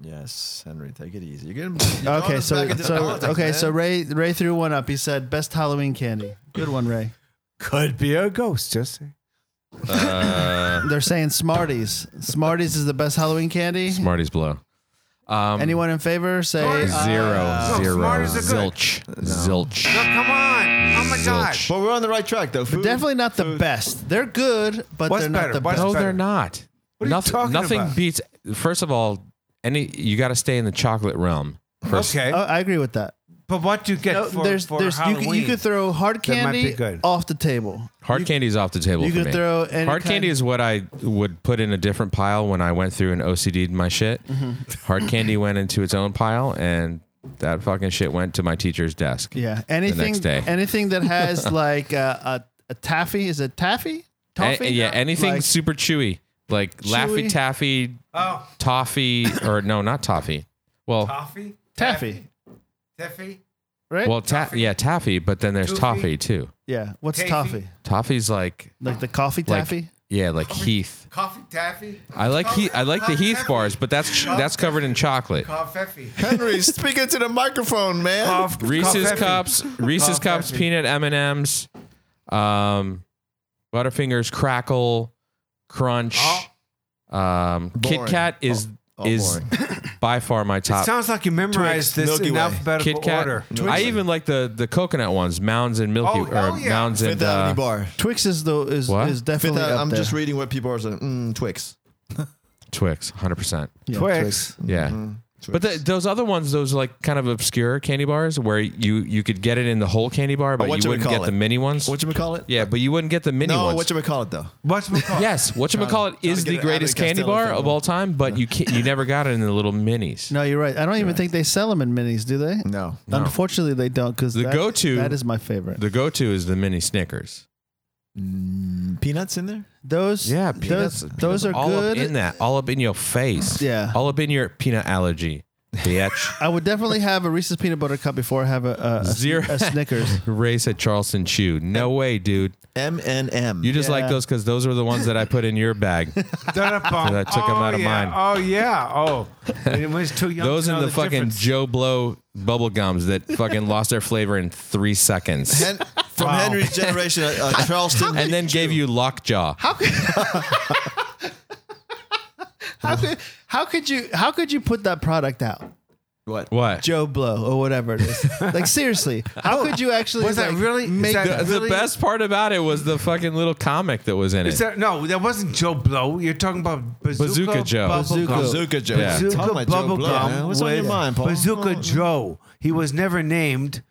Speaker 3: Yes, Henry, take it easy. You're getting
Speaker 8: Okay, so so okay, so Ray Ray threw one up. He said best Halloween candy. Good one, Ray.
Speaker 1: Could be a ghost. Just say.
Speaker 8: They're saying Smarties. Smarties is the best Halloween candy.
Speaker 4: Smarties blow. Um,
Speaker 8: Anyone in favor? Say
Speaker 4: zero,
Speaker 8: uh,
Speaker 1: No,
Speaker 4: zero,
Speaker 1: Smarties are good.
Speaker 4: zilch, zilch.
Speaker 1: No, oh, come on. Oh my god.
Speaker 3: But we're on the right track, though. Food,
Speaker 8: Definitely not the best. They're good, but
Speaker 1: What's
Speaker 8: they're
Speaker 1: better?
Speaker 8: not the
Speaker 1: What's
Speaker 8: best.
Speaker 4: No,
Speaker 1: better?
Speaker 4: they're not.
Speaker 1: What are you
Speaker 4: nothing,
Speaker 1: talking
Speaker 4: nothing
Speaker 1: about?
Speaker 4: beats. First of all, any you got to stay in the chocolate realm. First,
Speaker 1: Okay.
Speaker 8: Oh, I agree with that.
Speaker 1: but what do you get
Speaker 8: No,
Speaker 1: for,
Speaker 8: there's,
Speaker 1: for
Speaker 8: there's, you,
Speaker 1: Halloween?
Speaker 8: could, you could throw hard
Speaker 1: That might be
Speaker 8: candy
Speaker 1: good.
Speaker 8: off the table.
Speaker 4: hard candy's off the table.
Speaker 8: you
Speaker 4: for
Speaker 8: could
Speaker 4: me.
Speaker 8: throw any
Speaker 4: hard
Speaker 8: kind-
Speaker 4: candy is what I would put in a different pile when I went through and OCD'd my shit.
Speaker 8: Mm-hmm.
Speaker 4: Hard candy went into its own pile, and that fucking shit went to my teacher's desk.
Speaker 8: Yeah, anything.
Speaker 4: next day.
Speaker 8: Anything that has like uh, a a taffy. Is it taffy?
Speaker 4: A-
Speaker 8: Toffee?
Speaker 4: yeah, anything
Speaker 8: Like-
Speaker 4: super chewy, like Laffy
Speaker 8: Chewy?
Speaker 4: Taffy,
Speaker 1: oh,
Speaker 4: toffee, or no, not toffee. Well,
Speaker 1: coffee?
Speaker 8: taffy,
Speaker 1: Taffy?
Speaker 8: right?
Speaker 4: well, ta- yeah, taffy, but then there's
Speaker 1: Toofy?
Speaker 4: toffee too.
Speaker 8: yeah. What's
Speaker 1: Taffy?
Speaker 8: toffee?
Speaker 4: Toffee's like
Speaker 8: Like the coffee
Speaker 4: Like-
Speaker 8: taffy?
Speaker 4: yeah, like Heath.
Speaker 1: Coffee taffy?
Speaker 4: I like he- I like the
Speaker 1: Coffee
Speaker 4: Heath
Speaker 1: taffy?
Speaker 4: bars, but that's that's covered in chocolate.
Speaker 1: Coffee.
Speaker 3: Henry, speaking to the microphone, man.
Speaker 8: Oh,
Speaker 1: Coff-
Speaker 4: Reese's
Speaker 1: coffee.
Speaker 4: cups, Reese's
Speaker 1: Coffee.
Speaker 4: cups, peanut M and M's, um, Butterfingers, Crackle, Crunch.
Speaker 1: Oh.
Speaker 4: Um, Kit
Speaker 3: Boring.
Speaker 4: Kat is
Speaker 3: oh,
Speaker 4: is by far my
Speaker 1: It
Speaker 4: top.
Speaker 1: sounds like you memorized
Speaker 3: Twix,
Speaker 1: this
Speaker 3: Milky
Speaker 1: in
Speaker 3: Way.
Speaker 1: alphabetical
Speaker 4: Kit Kat.
Speaker 1: order.
Speaker 4: I even like the the coconut ones, Mounds and Milky,
Speaker 1: Oh, hell
Speaker 4: or
Speaker 1: yeah.
Speaker 4: Mounds
Speaker 3: Fifth
Speaker 4: and
Speaker 3: Avenue
Speaker 4: uh,
Speaker 3: Bar.
Speaker 8: Twix is though is
Speaker 4: What?
Speaker 8: is
Speaker 3: Fifth
Speaker 8: definitely.
Speaker 3: Avenue,
Speaker 8: up
Speaker 3: uh, I'm
Speaker 8: there.
Speaker 3: just reading what people are saying. Mm, Twix.
Speaker 4: Twix, hundred percent.
Speaker 8: Yeah,
Speaker 1: Twix.
Speaker 4: Yeah.
Speaker 1: Mm-hmm.
Speaker 4: But the, those other ones, those like kind of obscure candy bars, where you you could get it in the whole candy bar, but
Speaker 3: But
Speaker 4: you wouldn't get
Speaker 3: whatchamacallit?
Speaker 4: the mini ones.
Speaker 3: What you call it?
Speaker 4: yeah, but you wouldn't get the mini
Speaker 3: No,
Speaker 4: ones.
Speaker 3: what you call it though?
Speaker 1: What's it called?
Speaker 4: Yes, whatchamacallit
Speaker 3: to
Speaker 4: is
Speaker 3: get
Speaker 4: the
Speaker 3: it out of
Speaker 4: greatest
Speaker 3: the
Speaker 4: candy
Speaker 3: Costello
Speaker 4: bar
Speaker 3: thing.
Speaker 4: of all time, but you can you never got it in the little minis.
Speaker 8: No, you're right. I don't even think they sell them in minis, do they?
Speaker 3: No.
Speaker 8: Unfortunately, they don't. Because
Speaker 4: The go-to-
Speaker 8: that is my favorite.
Speaker 4: The go-to is the mini Snickers.
Speaker 3: Peanuts in there?
Speaker 8: those
Speaker 4: Yeah,
Speaker 8: those-
Speaker 4: peanuts-
Speaker 8: Those,
Speaker 4: peanuts
Speaker 8: are
Speaker 4: all
Speaker 8: good.
Speaker 4: up in that, all up in your face.
Speaker 8: Yeah.
Speaker 4: all up in your peanut allergy. Bitch.
Speaker 8: I would definitely have a Reese's peanut butter cup before I have a, a, a-
Speaker 4: Zero.
Speaker 8: a Snickers.
Speaker 4: Race at Charleston Chew. No way, dude.
Speaker 3: M and M.
Speaker 4: You just like
Speaker 8: Yeah.
Speaker 4: those because those were the ones that I put in your bag.
Speaker 1: I
Speaker 4: I took 'em out of
Speaker 1: yeah.
Speaker 4: mine.
Speaker 1: Oh yeah. Oh, it was too young.
Speaker 4: Those
Speaker 1: to
Speaker 4: and
Speaker 1: know
Speaker 4: the, fucking
Speaker 1: difference.
Speaker 4: Joe Blow bubble gums that fucking lost their flavor in three seconds,
Speaker 3: Hen- from Henry's generation, uh, uh, Charleston.
Speaker 4: and then gave you lockjaw.
Speaker 8: How could how could you how could you put that product out,
Speaker 3: what?
Speaker 4: what?
Speaker 8: Joe Blow or whatever it is? like seriously, how could you actually?
Speaker 1: Was that
Speaker 8: like,
Speaker 1: really?
Speaker 8: make-
Speaker 1: is that
Speaker 4: the, the
Speaker 1: really-
Speaker 4: best part about it was the fucking little comic that was in it.
Speaker 1: Is that, no, that wasn't Joe Blow. You're talking about Bazooka,
Speaker 4: Bazooka Joe.
Speaker 1: Bubble Gum.
Speaker 8: Bazooka.
Speaker 3: Bazooka Joe.
Speaker 4: Yeah.
Speaker 1: Bazooka
Speaker 3: Talk about Joe
Speaker 1: Bubble
Speaker 3: Blow, man.
Speaker 1: Gum.
Speaker 3: What's on your
Speaker 1: with
Speaker 3: mind, Paul?
Speaker 1: Bazooka Joe. He was never named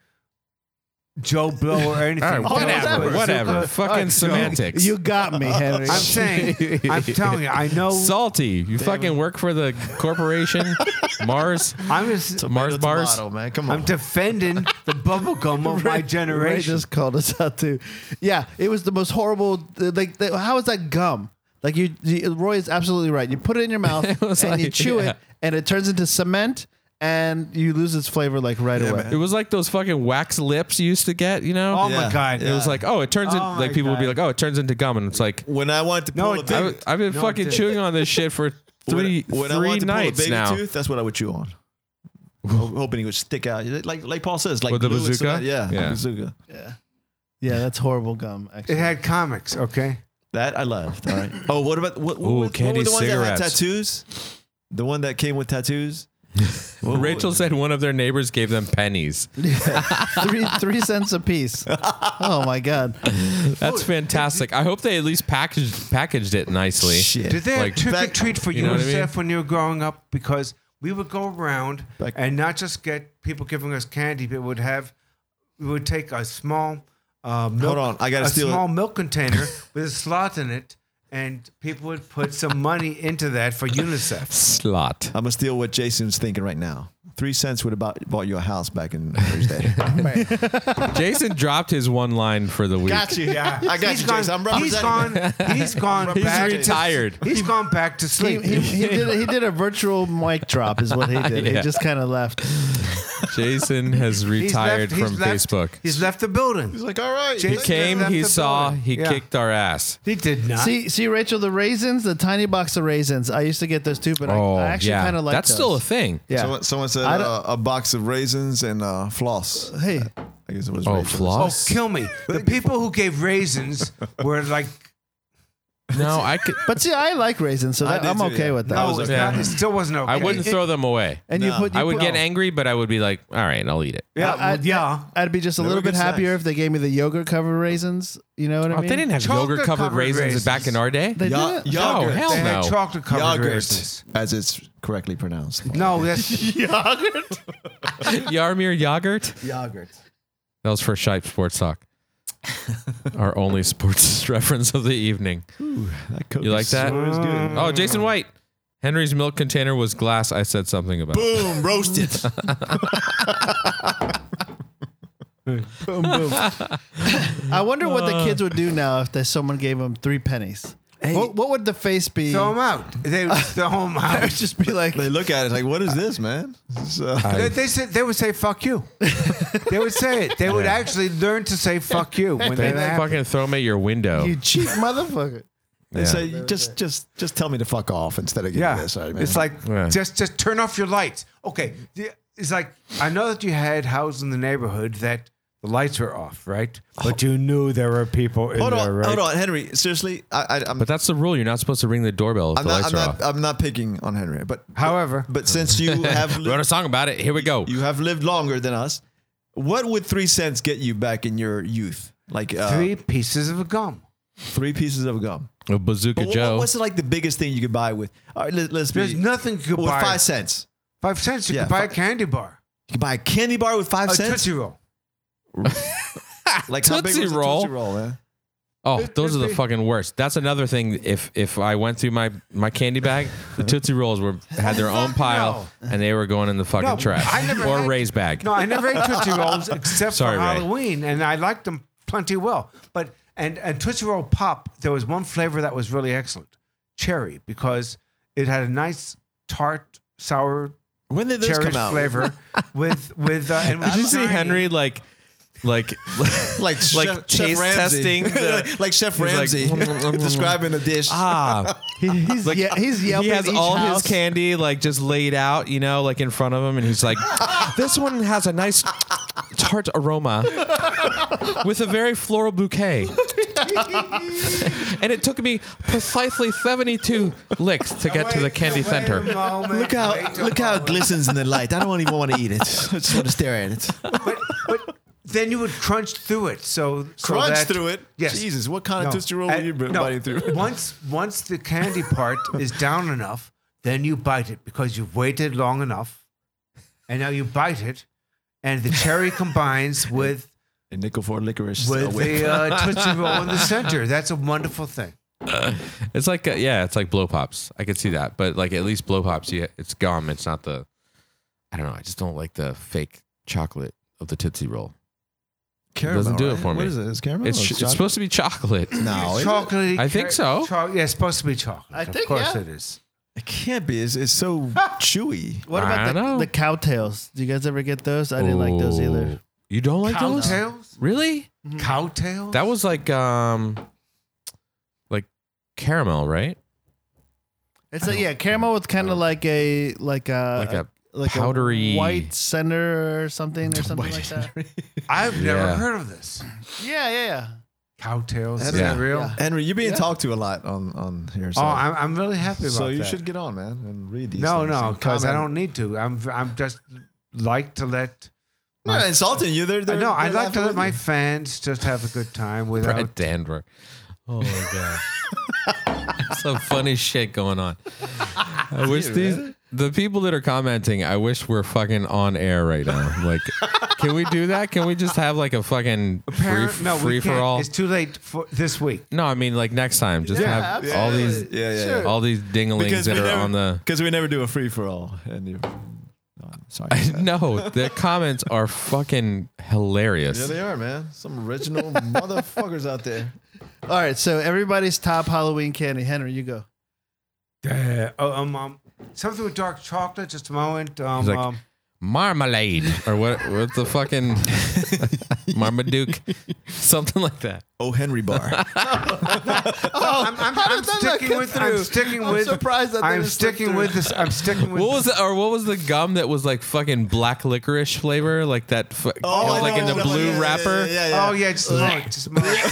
Speaker 1: Joe Blow or anything.
Speaker 4: All right, whatever,
Speaker 1: Bazooka
Speaker 4: whatever. Fucking
Speaker 1: Joe.
Speaker 4: semantics.
Speaker 8: You got me, Henry.
Speaker 1: I'm saying, I'm telling you, I know.
Speaker 4: salty. You fucking work for the corporation, Mars.
Speaker 1: I'm just,
Speaker 4: Mars bars.
Speaker 3: Tomato, man. Come on.
Speaker 1: I'm defending the bubble gum of my
Speaker 8: Ray
Speaker 1: generation.
Speaker 8: just called us out too. Yeah, it was the most horrible. Like, the, how is that gum? Like you, you, Roy is absolutely right. You put it in your mouth and
Speaker 4: was
Speaker 8: you
Speaker 4: like-
Speaker 8: chew
Speaker 4: yeah.
Speaker 8: it, and it turns into cement, and you lose its flavor like right away.
Speaker 4: It was like those fucking wax lips you used to get. You know,
Speaker 1: Oh
Speaker 3: Yeah.
Speaker 1: my god!
Speaker 4: it was like, oh, it turns in
Speaker 1: Oh
Speaker 4: like
Speaker 1: my
Speaker 4: people would be
Speaker 1: God.
Speaker 4: like, oh, it turns into gum, and it's like
Speaker 3: when I wanted to
Speaker 1: No,
Speaker 3: pull
Speaker 1: it
Speaker 3: a
Speaker 1: didn't.
Speaker 3: big,
Speaker 4: I, I've been
Speaker 1: No, it
Speaker 4: fucking
Speaker 1: didn't.
Speaker 4: chewing on this shit for three
Speaker 3: when I
Speaker 4: three
Speaker 3: wanted to pull a
Speaker 4: nights
Speaker 3: baby
Speaker 4: now.
Speaker 3: tooth, that's what I would chew on. Ho- Hoping it would stick out, like like Paul says, like
Speaker 4: With the
Speaker 3: glue and
Speaker 4: bazooka?
Speaker 3: cement. Yeah,
Speaker 4: Yeah.
Speaker 3: bazooka.
Speaker 8: Yeah, that's horrible gum. Actually,
Speaker 1: it had comics. Okay,
Speaker 3: That I loved. All right. Oh, what about what? what,
Speaker 4: Ooh,
Speaker 3: were-
Speaker 4: candy
Speaker 3: what were the ones that had
Speaker 4: cigarettes.
Speaker 3: tattoos? The one that came with tattoos. What-
Speaker 4: Rachel said one of their neighbors gave them pennies.
Speaker 8: three three cents a piece. Oh my god!
Speaker 4: That's fantastic. I hope they at least packaged packaged it nicely.
Speaker 3: Shit.
Speaker 1: did they
Speaker 4: Like-
Speaker 1: have trick or
Speaker 3: Back-
Speaker 1: treat for
Speaker 4: you
Speaker 1: you,
Speaker 4: know
Speaker 1: and
Speaker 4: what I mean?
Speaker 1: Steph when you were growing up? Because we would go around
Speaker 3: Back-
Speaker 1: and not just get people giving us candy, but would have we would take a small uh, milk,
Speaker 3: Hold on, I gotta
Speaker 1: a
Speaker 3: steal it.
Speaker 1: small milk container with a slot in it, and people would put some money into that for UNICEF.
Speaker 4: Slot.
Speaker 3: I'm gonna steal what Jason's thinking right now. Three cents would have bought, bought you a house back in those days.
Speaker 4: Jason dropped his one line for the week.
Speaker 3: you.
Speaker 1: Yeah,
Speaker 3: I got
Speaker 1: He's
Speaker 3: you,
Speaker 1: gone-
Speaker 3: Jason. I'm
Speaker 1: He's
Speaker 3: representing
Speaker 1: gone. He's gone.
Speaker 3: I'm
Speaker 4: He's
Speaker 1: back to-
Speaker 4: retired.
Speaker 1: he's gone back to
Speaker 8: He,
Speaker 1: sleep.
Speaker 8: he, he did, he did a virtual mic drop, is what he did.
Speaker 4: Yeah.
Speaker 8: He just kind of left.
Speaker 4: Jason has
Speaker 1: He's left-
Speaker 4: retired
Speaker 1: he's
Speaker 4: from
Speaker 1: left-
Speaker 4: Facebook.
Speaker 1: He's left the building.
Speaker 3: He's like, all right.
Speaker 1: Jason-
Speaker 4: He came,
Speaker 1: left
Speaker 4: he
Speaker 1: the
Speaker 4: saw,
Speaker 1: building.
Speaker 4: he
Speaker 1: Yeah.
Speaker 4: kicked our ass.
Speaker 1: He did not.
Speaker 8: See, see, Rachel, the raisins, the tiny box of raisins. I used to get those too, but
Speaker 4: Oh,
Speaker 8: I, I actually
Speaker 4: yeah.
Speaker 8: kind of like
Speaker 4: That's
Speaker 8: those.
Speaker 4: still a thing.
Speaker 8: yeah.
Speaker 3: Someone, someone said
Speaker 8: I don't-
Speaker 3: uh, a box of raisins and uh, floss.
Speaker 8: hey,
Speaker 3: I guess it was.
Speaker 4: Oh,
Speaker 3: raisins.
Speaker 1: oh,
Speaker 4: floss?
Speaker 1: kill me. The people who gave raisins were like,
Speaker 4: No, I could.
Speaker 8: but see, I like raisins, so
Speaker 3: I
Speaker 8: that,
Speaker 3: did
Speaker 8: I'm
Speaker 3: too,
Speaker 8: okay
Speaker 3: yeah.
Speaker 8: with that.
Speaker 1: no,
Speaker 3: was
Speaker 1: it's
Speaker 4: okay.
Speaker 1: not- it still wasn't okay.
Speaker 4: I wouldn't throw them away.
Speaker 8: and you
Speaker 3: No.
Speaker 8: put, you
Speaker 4: I would
Speaker 8: put-
Speaker 4: get angry, but I would be like, all right, I'll eat it.
Speaker 1: Yeah,
Speaker 8: I- I-
Speaker 1: well, yeah.
Speaker 8: I'd be just a
Speaker 3: They
Speaker 8: little
Speaker 3: were
Speaker 8: bit
Speaker 3: good
Speaker 8: happier
Speaker 3: size.
Speaker 8: if they gave me the yogurt covered raisins. You know what I
Speaker 4: Oh,
Speaker 8: mean?
Speaker 4: they didn't have
Speaker 1: Chocolate
Speaker 4: yogurt covered
Speaker 1: covered
Speaker 4: raisins,
Speaker 1: raisins.
Speaker 4: back in our day.
Speaker 8: They
Speaker 3: Ya-
Speaker 8: did?
Speaker 4: No,
Speaker 3: yogurt.
Speaker 4: hell
Speaker 1: They had
Speaker 4: no.
Speaker 1: chocolate covered
Speaker 3: Yogurt,
Speaker 1: raisins.
Speaker 3: as it's correctly pronounced.
Speaker 1: No, that's
Speaker 4: Yarmir yogurt.
Speaker 3: Yogurt.
Speaker 4: That was for Shipe Sports Talk. Our only sports reference of the evening.
Speaker 3: That Coke
Speaker 4: You like
Speaker 3: is
Speaker 4: that?
Speaker 3: sure is good.
Speaker 4: Oh, Jason White. Henry's milk container was glass. I said something about it.
Speaker 3: Boom, roasted.
Speaker 8: Boom, boom. I wonder what
Speaker 4: Uh.
Speaker 8: the kids would do now if that someone gave them three pennies. what, what would the face be?
Speaker 1: throw them out. They would throw them
Speaker 8: I would
Speaker 1: out.
Speaker 8: just be like,
Speaker 3: they look at it like, what is this, man? So,
Speaker 1: They, they said they would say "fuck you." they would say it. They would actually learn to say "fuck you" when
Speaker 4: They
Speaker 1: they
Speaker 4: fucking throw me at your window.
Speaker 8: you cheap motherfucker.
Speaker 3: they
Speaker 4: Yeah.
Speaker 3: say, just, just, just tell me to fuck off instead of giving
Speaker 1: Yeah,
Speaker 3: me this. All right, man.
Speaker 1: it's like
Speaker 4: Yeah.
Speaker 1: just just turn off your lights. Okay, The- it's like I know that you had houses in the neighborhood that the lights were off, right? But you knew there were people in
Speaker 3: Oh. hold
Speaker 1: there,
Speaker 3: on,
Speaker 1: right?
Speaker 3: hold on, Henry. Seriously, I, I, I'm,
Speaker 4: But that's the rule. You're not supposed to ring the doorbell if
Speaker 3: I'm
Speaker 4: the
Speaker 3: not, I'm
Speaker 4: lights are off.
Speaker 3: not, I'm not picking on Henry. But,
Speaker 1: However,
Speaker 3: but since you have,
Speaker 4: Wrote a
Speaker 3: li-
Speaker 4: song about it. Here we go.
Speaker 3: you have lived longer than us, what would three cents get you back in your youth? Like uh,
Speaker 1: three pieces of gum.
Speaker 3: three pieces of gum.
Speaker 4: A Oh, bazooka
Speaker 3: But what-
Speaker 4: Joe.
Speaker 3: what's like the biggest thing you could buy with? All right, let, let's be.
Speaker 1: There's nothing you could
Speaker 3: with
Speaker 1: buy.
Speaker 3: five cents.
Speaker 1: Five cents, you
Speaker 3: Yeah,
Speaker 1: could buy
Speaker 3: fi-
Speaker 1: a candy bar,
Speaker 3: You could buy a candy bar with five
Speaker 1: a
Speaker 3: cents.
Speaker 1: tootsie roll.
Speaker 3: Like
Speaker 4: Tootsie
Speaker 3: was the
Speaker 4: Roll.
Speaker 3: Tootsie roll, man?
Speaker 4: Oh,
Speaker 1: It-
Speaker 4: those are
Speaker 1: it'd
Speaker 4: the
Speaker 1: be-
Speaker 4: fucking worst. That's another thing. If if I went through my my candy bag, the Tootsie Rolls were had their own pile and they were going in the fucking
Speaker 1: No,
Speaker 4: trash
Speaker 1: I never
Speaker 4: or
Speaker 1: had-
Speaker 4: raise bag.
Speaker 1: No, I never ate Tootsie Rolls except
Speaker 4: Sorry,
Speaker 1: for
Speaker 4: Ray.
Speaker 1: Halloween, and I liked them plenty well. But and and Tootsie Roll Pop, there was one flavor that was really excellent, cherry, because it had a nice tart sour
Speaker 3: When did those
Speaker 1: cherry
Speaker 3: come out?
Speaker 1: flavor with with. Uh, and
Speaker 4: Did you see Henry like like
Speaker 3: Like
Speaker 4: Like
Speaker 3: Chef,
Speaker 4: taste
Speaker 3: Chef Ramsay.
Speaker 4: testing the-
Speaker 3: like Chef
Speaker 4: like,
Speaker 3: Ramsay describing a dish.
Speaker 4: ah
Speaker 8: He's,
Speaker 4: Like,
Speaker 8: ye- he's yelping
Speaker 4: he has
Speaker 8: each
Speaker 4: all
Speaker 8: house.
Speaker 4: his candy like just laid out, you know, like in front of him, and he's like, "This one has a nice tart aroma with a very floral bouquet." and it took me precisely 72 licks to get to the candy center.
Speaker 3: look how look how it glistens in the light. I don't even want to eat it. I just want to stare at it.
Speaker 1: But, but then you would crunch through it. So so
Speaker 3: Crunch
Speaker 1: that-
Speaker 3: through it.
Speaker 1: Yes.
Speaker 3: Jesus, what kind of Tootsie roll
Speaker 1: Uh,
Speaker 3: were you
Speaker 1: no.
Speaker 3: biting through?
Speaker 1: once once the candy part is down enough, then you bite it because you've waited long enough, and now you bite it, and the cherry combines with
Speaker 3: A nickel for licorice.
Speaker 1: with the uh, tootsie roll in the center. That's a wonderful thing.
Speaker 4: Oh, It's like, uh, yeah, it's like blow pops. I could see that, but like at least blow pops, yeah, it's gum. It's not the, I don't know. I just don't like the fake chocolate of the Tootsie Roll.
Speaker 3: caramel,
Speaker 4: doesn't do it
Speaker 3: right?
Speaker 4: for me.
Speaker 3: What is it? It's caramel.
Speaker 8: Oh,
Speaker 4: It's,
Speaker 3: or
Speaker 4: it's
Speaker 3: chocolate?
Speaker 4: supposed to be chocolate.
Speaker 3: no. It,
Speaker 1: Chocolatey
Speaker 4: I think
Speaker 1: cher-
Speaker 4: so.
Speaker 1: cho- yeah, it's supposed to be chocolate.
Speaker 8: I
Speaker 1: of
Speaker 8: think,
Speaker 1: course
Speaker 8: yeah.
Speaker 1: it is.
Speaker 3: it can't be. It's, it's so chewy.
Speaker 8: What
Speaker 4: I
Speaker 8: about
Speaker 4: know.
Speaker 8: the, the cowtails? Do you guys ever get those? I didn't like those either.
Speaker 4: Oh. You don't like those?
Speaker 1: Cowtails?
Speaker 4: Really?
Speaker 8: Mm-hmm.
Speaker 1: Cowtails?
Speaker 4: That was like um like caramel, right?
Speaker 8: It's like yeah, caramel with kind of like a like a
Speaker 4: Like a
Speaker 8: like a
Speaker 4: powdery-
Speaker 8: white center or something or something like that.
Speaker 1: I've never
Speaker 4: Yeah.
Speaker 1: heard of this.
Speaker 8: Yeah, yeah, yeah.
Speaker 1: Cowtails? Is
Speaker 3: That's-
Speaker 1: that
Speaker 4: Yeah.
Speaker 1: real?
Speaker 8: Yeah.
Speaker 3: Henry, you're being talked to a lot on on here. So.
Speaker 1: Oh, I'm, I'm really happy about
Speaker 3: so you
Speaker 1: that.
Speaker 3: should get on, man, and read these.
Speaker 1: No,
Speaker 3: things
Speaker 1: no,
Speaker 3: and
Speaker 1: because I
Speaker 3: comment.
Speaker 1: don't need to. I'm I'm just like to let.
Speaker 3: I'm not insulting you. They're, they're,
Speaker 1: no, I
Speaker 3: they're
Speaker 1: like to
Speaker 3: laughing
Speaker 1: let my
Speaker 3: with
Speaker 1: fans just have a good time without.
Speaker 4: Brett Dandruff. Oh my god. Some funny shit going on. I wish these the people that are commenting, I wish we're fucking on air right now. Like, can we do that? Can we just have like a fucking free,
Speaker 1: Apparent- no,
Speaker 4: free
Speaker 1: we
Speaker 4: for
Speaker 1: can't.
Speaker 4: all?
Speaker 1: It's too late for this week.
Speaker 4: No, I mean like next time, just have all these
Speaker 3: Yeah, yeah, yeah.
Speaker 4: all these dinglings that
Speaker 3: we
Speaker 4: are
Speaker 3: never,
Speaker 4: on the.
Speaker 3: because we never do a free for all. And you, no, I'm sorry. about that.
Speaker 4: No, the comments are fucking hilarious.
Speaker 3: Yeah, they are, man. Some original motherfuckers out there.
Speaker 8: All right, so everybody's top Halloween candy. Henry, you go.
Speaker 1: Yeah. Oh, um, um, something with dark chocolate. Just a moment. Um,
Speaker 4: He's like-
Speaker 1: um,
Speaker 4: Marmalade or what? What the fucking Marmaduke, something like that.
Speaker 3: Oh, Henry Bar.
Speaker 1: I'm, I'm, I'm sticking with. I'm sticking with.
Speaker 8: surprised that they
Speaker 1: I'm
Speaker 8: didn't slip
Speaker 1: sticking with this. I'm sticking with.
Speaker 4: What was the, or what was the gum that was like fucking black licorice flavor, like that, fu-
Speaker 3: Oh,
Speaker 4: it was like in the blue wrapper?
Speaker 3: Yeah, yeah,
Speaker 1: Oh yeah, just a moment. Just a moment.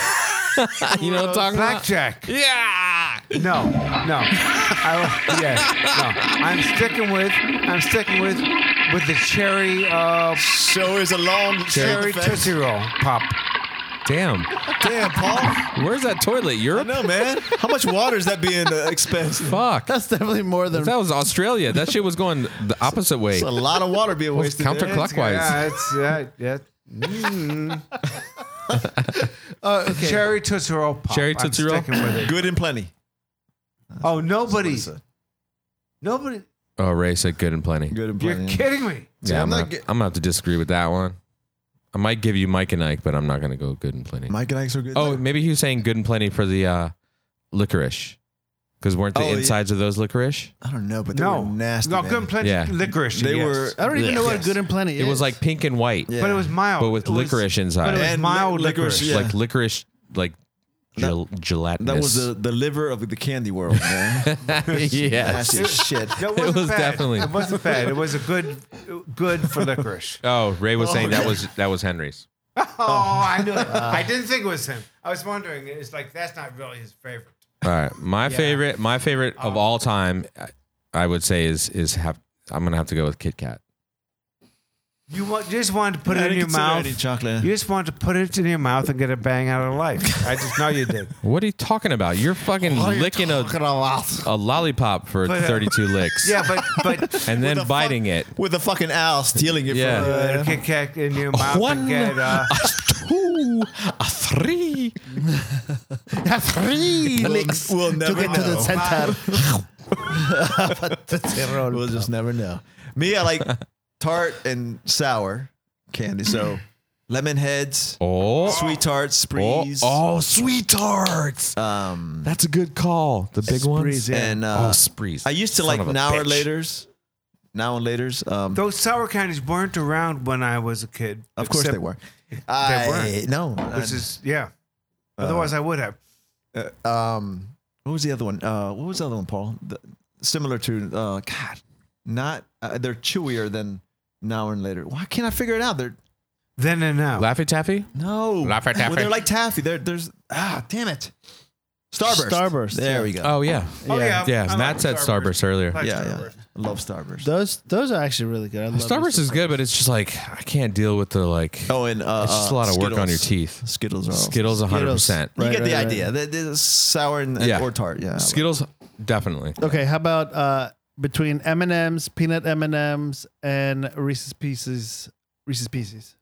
Speaker 4: You know what I'm talking about?
Speaker 1: Blackjack.
Speaker 4: Yeah.
Speaker 1: No, no. I, yeah, no. I'm sticking with. I'm sticking with with the cherry uh,
Speaker 3: Oh, Show is a long
Speaker 1: cherry tootsie roll pop.
Speaker 4: Damn.
Speaker 3: Damn, Paul.
Speaker 4: Where's that toilet? Europe?
Speaker 3: No, man. How much water is that being uh, expensive?
Speaker 4: Fuck.
Speaker 8: That's definitely more than
Speaker 4: That was Australia. That shit was going the opposite way.
Speaker 3: It's a lot of water being
Speaker 4: It's
Speaker 3: wasted. there.
Speaker 4: counterclockwise.
Speaker 1: Yeah, it's yeah, yeah. Mm. Cherry tootsie roll pop.
Speaker 4: Cherry
Speaker 1: I'm
Speaker 4: Tootsie Roll?
Speaker 1: sticking with it.
Speaker 3: Good and plenty.
Speaker 1: Oh, nobody,
Speaker 3: That's what I said.
Speaker 1: nobody.
Speaker 4: Oh, Ray said good and plenty.
Speaker 3: Good and
Speaker 1: You're
Speaker 3: plenty.
Speaker 1: kidding me.
Speaker 4: Yeah, I'm,
Speaker 3: I'm not
Speaker 4: not,
Speaker 3: get-
Speaker 4: I'm gonna have to disagree with that one. I might give you Mike and Ike, but I'm not gonna go good and plenty.
Speaker 3: Mike and Ike's are good.
Speaker 4: Oh,
Speaker 3: there.
Speaker 4: maybe he was saying good and plenty for the uh, licorice, because weren't the
Speaker 3: Oh, yeah.
Speaker 4: insides of those licorice?
Speaker 3: I don't know, but they
Speaker 1: No,
Speaker 3: were nasty.
Speaker 1: No,
Speaker 3: man.
Speaker 1: good and plenty
Speaker 4: Yeah.
Speaker 1: licorice.
Speaker 3: They
Speaker 1: yes.
Speaker 3: were.
Speaker 8: I don't even know what
Speaker 3: Yes.
Speaker 8: good and plenty
Speaker 4: It
Speaker 8: is.
Speaker 4: was like pink and white,
Speaker 3: Yeah.
Speaker 1: but it was mild.
Speaker 4: but with
Speaker 1: It was-
Speaker 4: licorice
Speaker 1: but it was
Speaker 4: inside,
Speaker 3: And
Speaker 1: mild
Speaker 3: li- licorice,
Speaker 1: licorice.
Speaker 3: yeah.
Speaker 4: like licorice, like gel- gelatinous.
Speaker 3: That was the, the liver of the candy world, man.
Speaker 4: yes.
Speaker 3: Nasty as shit.
Speaker 1: That wasn't
Speaker 4: was
Speaker 1: bad.
Speaker 4: definitely-
Speaker 1: It wasn't bad. It was a good, good for licorice.
Speaker 4: Oh, Ray was saying that was that was Henry's.
Speaker 1: Oh, I knew it. I didn't think it was him. I was wondering. It's like that's not really his favorite.
Speaker 4: All right, my favorite, my favorite
Speaker 3: Oh.
Speaker 4: of all time, I- I would say is is have. I'm gonna have to go with Kit Kat.
Speaker 1: You, want, you just wanted to put
Speaker 3: I
Speaker 1: it in
Speaker 3: didn't
Speaker 1: your
Speaker 3: consider
Speaker 1: mouth.
Speaker 3: any
Speaker 1: You
Speaker 3: chocolate.
Speaker 1: just wanted to put it in your mouth and get a bang out of life. I just know you did.
Speaker 4: What are you talking about? You're fucking licking a, a lollipop for
Speaker 1: But, uh,
Speaker 4: 32 licks.
Speaker 1: Yeah, but but
Speaker 4: And then
Speaker 3: the fuck-
Speaker 4: biting it.
Speaker 3: With a fucking owl stealing it
Speaker 4: Yeah.
Speaker 3: from
Speaker 1: uh,
Speaker 3: uh,
Speaker 1: Kit Kat in your mouth
Speaker 4: One,
Speaker 1: and get uh,
Speaker 4: a two, a three, a three.
Speaker 3: Licks. We'll never
Speaker 8: took it to
Speaker 3: know.
Speaker 8: the center.
Speaker 3: We'll just never know. Me, I like tart and sour candy. So lemon heads,
Speaker 4: Oh,
Speaker 3: sweet tarts,
Speaker 4: oh,
Speaker 3: sprees,
Speaker 4: oh, sweet tarts.
Speaker 3: um,
Speaker 4: That's a good call. The big ones.
Speaker 3: and
Speaker 4: Oh,
Speaker 3: uh,
Speaker 4: sprees.
Speaker 3: I used to
Speaker 4: Son
Speaker 3: like
Speaker 4: of a
Speaker 3: now
Speaker 4: bitch.
Speaker 3: and later's. Now and later's. Um,
Speaker 1: those sour candies weren't around when I was a kid.
Speaker 3: of course they
Speaker 1: except-
Speaker 3: were. I,
Speaker 1: weren't.
Speaker 3: No.
Speaker 1: This
Speaker 3: I-
Speaker 1: is yeah.
Speaker 3: Uh,
Speaker 1: Otherwise, I would have.
Speaker 3: um, what was the other one? Uh, what was the other one, Paul? The, similar to uh, God, not uh, they're chewier than now and later. Why can't I figure it out? They're
Speaker 1: Then and now.
Speaker 4: Laffy Taffy?
Speaker 3: no,
Speaker 4: Laffy Taffy.
Speaker 3: Well, they're like taffy. They're, there's ah, damn it, Starburst.
Speaker 8: Starburst,
Speaker 3: There
Speaker 8: yeah.
Speaker 3: we go.
Speaker 4: Oh, yeah.
Speaker 1: Oh yeah,
Speaker 4: Yeah,
Speaker 1: I
Speaker 4: Matt
Speaker 1: like
Speaker 4: said Starburst earlier.
Speaker 1: I like
Speaker 3: yeah, yeah.
Speaker 1: Starburst.
Speaker 3: I love Starburst.
Speaker 8: those. Those are actually really good. I love
Speaker 4: Starburst is good, but it's just like, I can't deal with the like,
Speaker 3: oh, and uh,
Speaker 4: it's just a
Speaker 3: uh,
Speaker 4: lot of work on your
Speaker 3: Skittles.
Speaker 4: teeth.
Speaker 3: Skittles are awesome.
Speaker 4: Skittles 100%.
Speaker 3: You
Speaker 8: Right,
Speaker 3: get the
Speaker 8: right, right.
Speaker 3: idea. They- they're sour and, and-
Speaker 4: Yeah.
Speaker 3: or tart. Yeah,
Speaker 4: Skittles, definitely.
Speaker 8: Okay, how about uh, between M and M's, peanut M and M's, and Reese's Pieces? Reese's Pieces.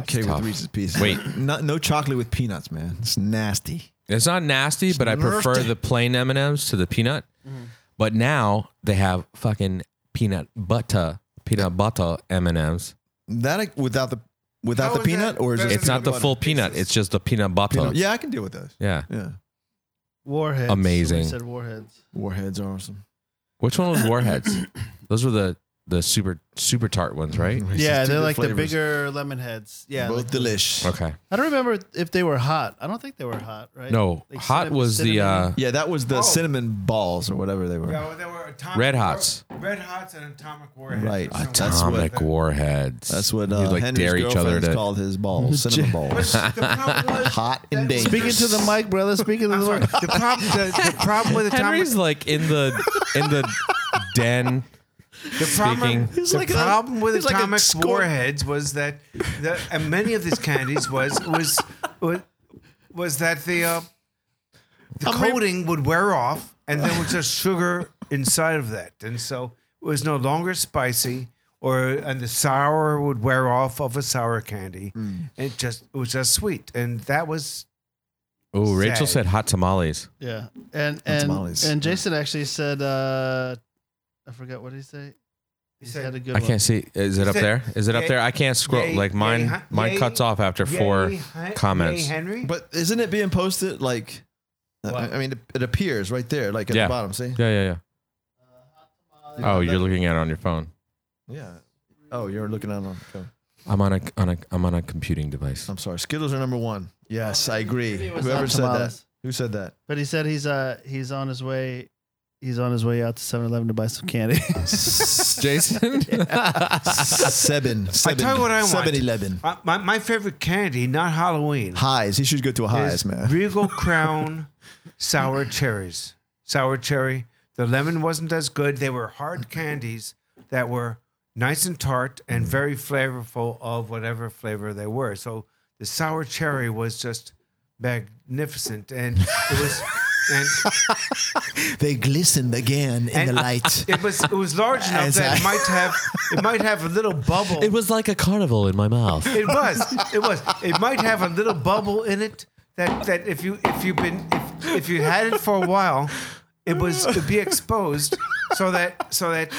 Speaker 3: okay
Speaker 4: tough.
Speaker 3: with Reese's Pieces.
Speaker 4: Wait.
Speaker 3: no, no chocolate with peanuts, man. It's nasty.
Speaker 4: It's not nasty, but I prefer
Speaker 3: Nasty.
Speaker 4: the plain M and M's to the peanut.
Speaker 3: Mm-hmm.
Speaker 4: But now they have fucking peanut butter, peanut butter M and M's.
Speaker 3: That I- without the without
Speaker 1: How
Speaker 3: the
Speaker 1: is that
Speaker 3: peanut, or is
Speaker 1: better
Speaker 3: it
Speaker 4: It's
Speaker 1: than
Speaker 4: not the
Speaker 1: butter
Speaker 4: full peanut;
Speaker 1: pieces.
Speaker 4: it's just the peanut butter.
Speaker 3: peanut? Yeah, I can deal with those.
Speaker 4: Yeah.
Speaker 3: Yeah.
Speaker 8: Warheads.
Speaker 4: Amazing.
Speaker 8: We said warheads.
Speaker 3: Warheads are awesome.
Speaker 4: Which one was Warheads? Those were the the super super tart ones, right?
Speaker 8: yeah,
Speaker 3: two
Speaker 8: they're
Speaker 3: good
Speaker 8: like the
Speaker 3: flavors.
Speaker 8: bigger lemon heads. Yeah,
Speaker 3: Both
Speaker 8: like-
Speaker 3: delish.
Speaker 4: Okay.
Speaker 8: I don't remember if they were hot. I don't think they were hot, right?
Speaker 4: No,
Speaker 8: Like
Speaker 4: hot
Speaker 8: cinnamon-
Speaker 4: was the uh,
Speaker 8: cinnamon.
Speaker 3: Yeah, that was the
Speaker 1: Oh.
Speaker 3: cinnamon balls or whatever they were.
Speaker 1: Yeah, well, there were atomic
Speaker 4: Red
Speaker 1: war-
Speaker 4: Hots.
Speaker 1: Red hots and atomic warheads.
Speaker 3: Right.
Speaker 1: or something
Speaker 3: That's what-
Speaker 4: atomic warheads.
Speaker 3: That's what
Speaker 4: You'd,
Speaker 3: uh, Henry's girlfriend called his balls, cinnamon balls.
Speaker 1: The problem was-
Speaker 3: Hot and
Speaker 1: That-
Speaker 3: dangerous.
Speaker 8: Speaking to the mic, brother. Speaking to
Speaker 1: I'm
Speaker 8: the
Speaker 1: sorry.
Speaker 8: mic.
Speaker 1: The problem, the, the problem with atomic
Speaker 4: Henry's like in the in the den.
Speaker 1: The problem,
Speaker 4: Speaking.
Speaker 1: the
Speaker 3: like a-
Speaker 1: problem with
Speaker 3: he's like a
Speaker 1: atomic
Speaker 3: scorp-
Speaker 1: warheads was that the, and many of these candies was was was, was that the uh, the coating would wear off and there was just sugar inside of that, and so was no longer spicy, or and the sour would wear off of a sour candy.
Speaker 3: Mm.
Speaker 1: It just it was just sweet, and that was
Speaker 4: Oh, Rachel
Speaker 1: Sad.
Speaker 4: said hot tamales.
Speaker 8: Yeah, and and
Speaker 3: tamales.
Speaker 8: and Jason actually said, uh, I forgot what did he say. He
Speaker 1: said-
Speaker 8: had a good
Speaker 4: I
Speaker 8: one.
Speaker 4: can't see. Is it up
Speaker 1: Is it-
Speaker 4: there? Is it up
Speaker 1: yay-
Speaker 4: there? I can't scroll.
Speaker 1: yay-
Speaker 4: like mine,
Speaker 1: yay, huh?
Speaker 4: mine
Speaker 1: Yay-
Speaker 4: cuts off after
Speaker 1: Yay,
Speaker 4: four
Speaker 1: Hen-
Speaker 4: comments.
Speaker 1: Yay, Henry.
Speaker 3: But isn't it being posted like? I- I mean, it, it appears right there, like at
Speaker 4: Yeah.
Speaker 3: the bottom. See?
Speaker 4: Yeah, yeah, yeah. Oh, you're looking at it on your phone.
Speaker 3: Yeah. Oh, you're looking at it on. oh,
Speaker 4: I'm on a on a I'm on a computing device.
Speaker 3: I'm sorry. Skittles are number one. Yes, I agree. Whoever
Speaker 8: not
Speaker 3: said that.
Speaker 8: tamales.
Speaker 3: Who said that?
Speaker 8: But he said he's uh he's on his way. He's on his way out to 7-Eleven to buy some candy.
Speaker 4: Jason,
Speaker 3: Seven.
Speaker 1: I tell you what I want.
Speaker 3: Seven Eleven.
Speaker 1: Uh, my, my favorite candy, not Halloween,
Speaker 3: Highs. He should go to a highs,
Speaker 1: is
Speaker 3: man.
Speaker 1: Regal Crown sour cherries. Sour cherry. The lemon wasn't as good. They were hard candies that were nice and tart
Speaker 3: Mm.
Speaker 1: and very flavorful of whatever flavor they were. So the sour cherry was just magnificent, and it was. And
Speaker 3: They glistened again in the light.
Speaker 1: It was it was large enough
Speaker 3: As
Speaker 1: that it
Speaker 3: I-
Speaker 1: might have it might have a little bubble.
Speaker 4: it was like a carnival in my mouth.
Speaker 1: It was it was it might have a little bubble in it that that if you if you've been if, if you had it for a while, it was to be exposed so that so that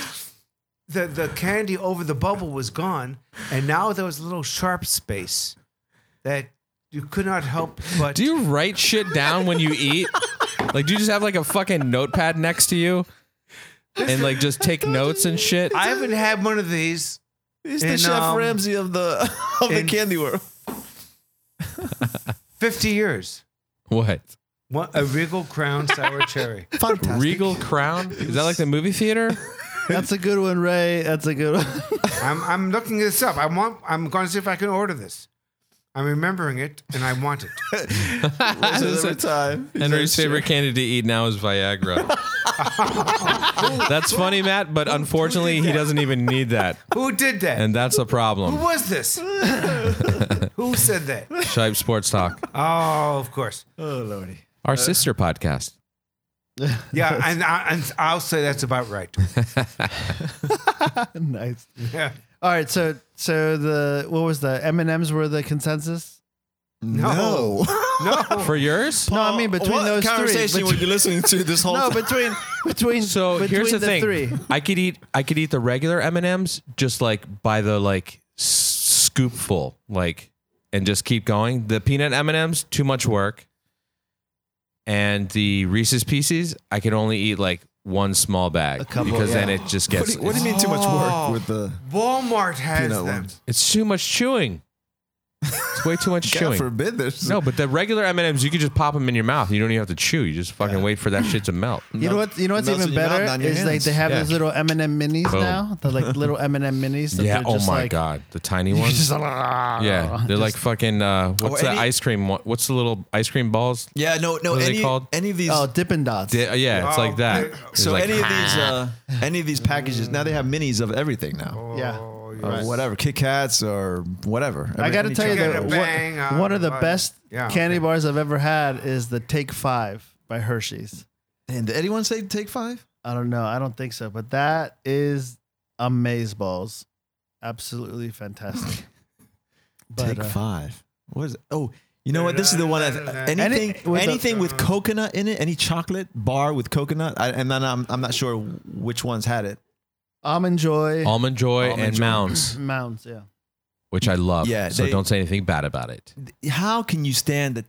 Speaker 1: the the candy over the bubble was gone, and now there was a little sharp space that you could not help but
Speaker 4: Do you write shit down when you eat? Like, do you just have like a fucking notepad next to you, and like just take notes and shit?
Speaker 1: I haven't had one of these.
Speaker 3: He's
Speaker 1: in,
Speaker 3: the Chef
Speaker 1: um,
Speaker 3: Ramsey of the of the
Speaker 1: in-
Speaker 3: candy world.
Speaker 1: 50 years.
Speaker 4: What?
Speaker 1: One, a Regal Crown Sour Cherry.
Speaker 3: Fantastic.
Speaker 4: Regal Crown? Is that like the movie theater?
Speaker 8: That's a good one, Ray. That's a good one.
Speaker 1: I'm I'm looking this up. I want. I'm going to see if I can order this. I'm remembering it, and I want it.
Speaker 3: This is every time. He's
Speaker 4: Henry's
Speaker 3: like,
Speaker 4: favorite candy to eat now is Viagra. that's funny, Matt, but unfortunately, he doesn't even need that.
Speaker 1: Who did that?
Speaker 4: And that's a
Speaker 1: Who
Speaker 4: problem.
Speaker 1: was this? Who said that?
Speaker 4: Shipe Sports Talk,
Speaker 1: Oh, of course.
Speaker 3: Oh lordy.
Speaker 4: our sister podcast.
Speaker 1: Yeah, and, I, and I'll say that's about right.
Speaker 8: nice.
Speaker 1: Yeah.
Speaker 8: All right, so so the what was the M and M's were the consensus?
Speaker 3: Oh.
Speaker 1: No. No.
Speaker 4: For yours?
Speaker 8: No, I mean between
Speaker 3: what
Speaker 8: those
Speaker 3: conversation
Speaker 8: three.
Speaker 3: were you listening to this whole
Speaker 8: no,
Speaker 3: time?
Speaker 8: between between
Speaker 4: So
Speaker 8: between
Speaker 4: here's the, thing:
Speaker 8: three.
Speaker 4: I could eat, I could eat the regular M and M's just like by the like s- scoopful, like, and just keep going. The peanut M and M's too much work, and the Reese's Pieces I could only eat like one small bag because then it just
Speaker 3: What do,
Speaker 4: gets
Speaker 3: you, what do you mean too much work with the
Speaker 1: Walmart has
Speaker 3: Peanut
Speaker 1: them.
Speaker 3: ones.
Speaker 4: It's too much chewing. It's way too much
Speaker 3: God
Speaker 4: chewing.
Speaker 3: forbid there's
Speaker 4: no, but the regular M and M's, you can just pop them in your mouth. You don't even have to chew. You just fucking wait for that shit to melt.
Speaker 8: You know what? You know what's
Speaker 3: Melts
Speaker 8: even
Speaker 3: in your mouth,
Speaker 8: better
Speaker 3: not in your
Speaker 8: is like
Speaker 3: hands.
Speaker 8: they have
Speaker 4: Yeah.
Speaker 8: those little M and m minis
Speaker 4: Boom.
Speaker 8: now. The like little M and m minis. that
Speaker 4: yeah.
Speaker 8: they're
Speaker 4: Oh
Speaker 8: just,
Speaker 4: my
Speaker 8: like-
Speaker 4: god, the tiny
Speaker 8: you
Speaker 4: ones.
Speaker 8: just- Oh,
Speaker 4: yeah, they're like
Speaker 8: just-
Speaker 4: fucking. Uh, what's
Speaker 3: Oh,
Speaker 4: that
Speaker 3: any-
Speaker 4: ice cream? What, what's the little ice cream balls?
Speaker 3: Yeah, no, no.
Speaker 4: What are they
Speaker 3: any,
Speaker 4: called?
Speaker 3: any of these?
Speaker 8: oh Dippin' Dots.
Speaker 4: They- uh, yeah, it's
Speaker 1: Oh,
Speaker 4: like that.
Speaker 1: they-
Speaker 4: It's
Speaker 3: so
Speaker 4: like,
Speaker 3: any of these? Uh, any of these packages? Now they have minis of everything now,
Speaker 8: yeah.
Speaker 1: Oh,
Speaker 3: or whatever, Kit Kats or whatever.
Speaker 8: I got to tell you
Speaker 1: chocolate.
Speaker 8: that
Speaker 1: Get a bang
Speaker 8: one,
Speaker 4: uh,
Speaker 1: on
Speaker 8: one of the
Speaker 1: the button.
Speaker 8: best
Speaker 1: Yeah,
Speaker 8: candy
Speaker 1: okay.
Speaker 8: bars I've ever had is the Take Five by Hershey's.
Speaker 3: And did anyone say take five?
Speaker 8: I don't know. I don't think so, but that is amazeballs. Absolutely fantastic. But,
Speaker 3: take
Speaker 8: uh,
Speaker 3: five. What is? It? Oh, you know what? This is the one. I've, anything,
Speaker 8: Any- with a-
Speaker 3: anything with coconut in it. Any chocolate bar with coconut. I, and then I'm, I'm not sure which ones had it.
Speaker 8: Almond Joy
Speaker 4: Almond Joy
Speaker 3: Almond
Speaker 4: and
Speaker 3: Joy.
Speaker 4: Mounds,
Speaker 8: Mounds, yeah.
Speaker 4: which I love.
Speaker 3: Yeah,
Speaker 4: so
Speaker 3: they-
Speaker 4: don't say anything bad about it.
Speaker 3: how can you stand that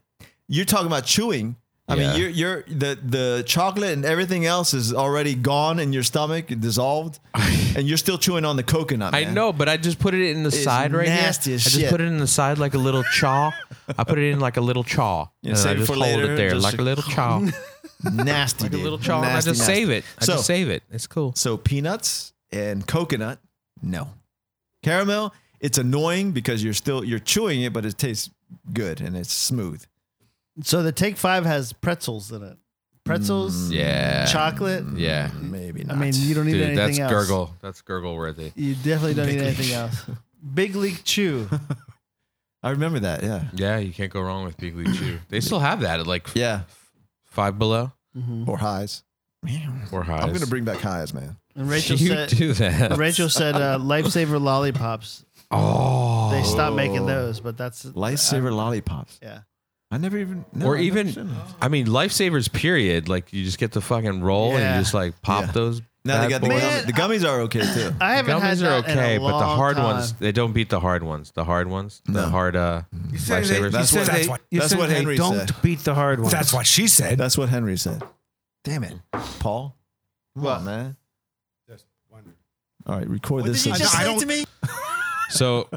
Speaker 3: you're talking about chewing I
Speaker 4: Yeah.
Speaker 3: mean, you're, you're the the chocolate and everything else is already gone in your stomach, dissolved, and you're still chewing on the coconut.
Speaker 4: I
Speaker 3: man.
Speaker 4: know, but I just put it in the side right
Speaker 3: nasty
Speaker 4: here.
Speaker 3: as
Speaker 4: I just
Speaker 3: shit.
Speaker 4: put it in the side like a little chaw. I put it in like a little chaw.
Speaker 3: Yeah,
Speaker 4: and
Speaker 3: save
Speaker 4: I
Speaker 3: it
Speaker 4: just
Speaker 3: for
Speaker 4: hold
Speaker 3: later,
Speaker 4: it there
Speaker 3: just
Speaker 4: like
Speaker 3: a-
Speaker 4: a little chaw.
Speaker 3: nasty,
Speaker 4: like a
Speaker 3: dude.
Speaker 4: little chaw. and I
Speaker 3: Nasty,
Speaker 4: just
Speaker 3: nasty.
Speaker 4: save it. I
Speaker 3: so,
Speaker 4: just save it. It's cool.
Speaker 3: So peanuts and coconut, no. Caramel, it's annoying because you're still you're chewing it, but it tastes good and it's smooth.
Speaker 8: So the Take Five has pretzels in it. Pretzels,
Speaker 4: Mm, Yeah.
Speaker 8: chocolate.
Speaker 4: Yeah.
Speaker 3: Maybe
Speaker 8: I
Speaker 3: not.
Speaker 8: mean, you don't need
Speaker 4: Dude,
Speaker 8: anything
Speaker 4: that's
Speaker 8: else.
Speaker 4: gurgle. That's gurgle worthy.
Speaker 8: You definitely don't need anything else. Big League Chew.
Speaker 3: I remember that. Yeah,
Speaker 4: Yeah, you can't go wrong with Big League Chew. They still have that at like
Speaker 3: yeah.
Speaker 4: five below.
Speaker 3: Or highs.
Speaker 4: Or highs.
Speaker 3: I'm gonna bring back highs, man.
Speaker 8: And Rachel
Speaker 4: you
Speaker 8: said,
Speaker 4: do that.
Speaker 8: Rachel said, uh, "Lifesaver lollipops."
Speaker 4: Oh.
Speaker 8: They stopped making those, but that's
Speaker 3: Lifesaver lollipops.
Speaker 8: yeah.
Speaker 3: I never even. no,
Speaker 4: or
Speaker 3: I've never seen
Speaker 4: even,
Speaker 3: them.
Speaker 4: I mean, lifesavers. Period. Like you just get the fucking roll and
Speaker 8: Yeah.
Speaker 4: you just like pop
Speaker 3: Yeah.
Speaker 4: those.
Speaker 3: Now they
Speaker 4: bad
Speaker 3: got the gummies.
Speaker 4: boys.
Speaker 8: Man,
Speaker 3: The gummies are okay too.
Speaker 8: I haven't had
Speaker 4: gummies are
Speaker 8: that in a
Speaker 4: okay, but the
Speaker 8: long
Speaker 4: hard
Speaker 8: time.
Speaker 4: ones they don't beat the hard ones. The hard ones, the
Speaker 3: No.
Speaker 4: hard uh,
Speaker 1: You said they, you
Speaker 4: lifesavers.
Speaker 3: That's
Speaker 1: said
Speaker 3: what-
Speaker 1: they,
Speaker 3: that's what-
Speaker 1: you
Speaker 3: that's
Speaker 1: said
Speaker 3: what
Speaker 1: they
Speaker 3: Henry
Speaker 1: don't
Speaker 3: said.
Speaker 1: beat the hard ones.
Speaker 7: That's what she said.
Speaker 3: That's what Henry said. Damn it, Paul. Come on, man.
Speaker 1: Just wondering.
Speaker 3: All right, record this. and-
Speaker 7: I don't.
Speaker 4: So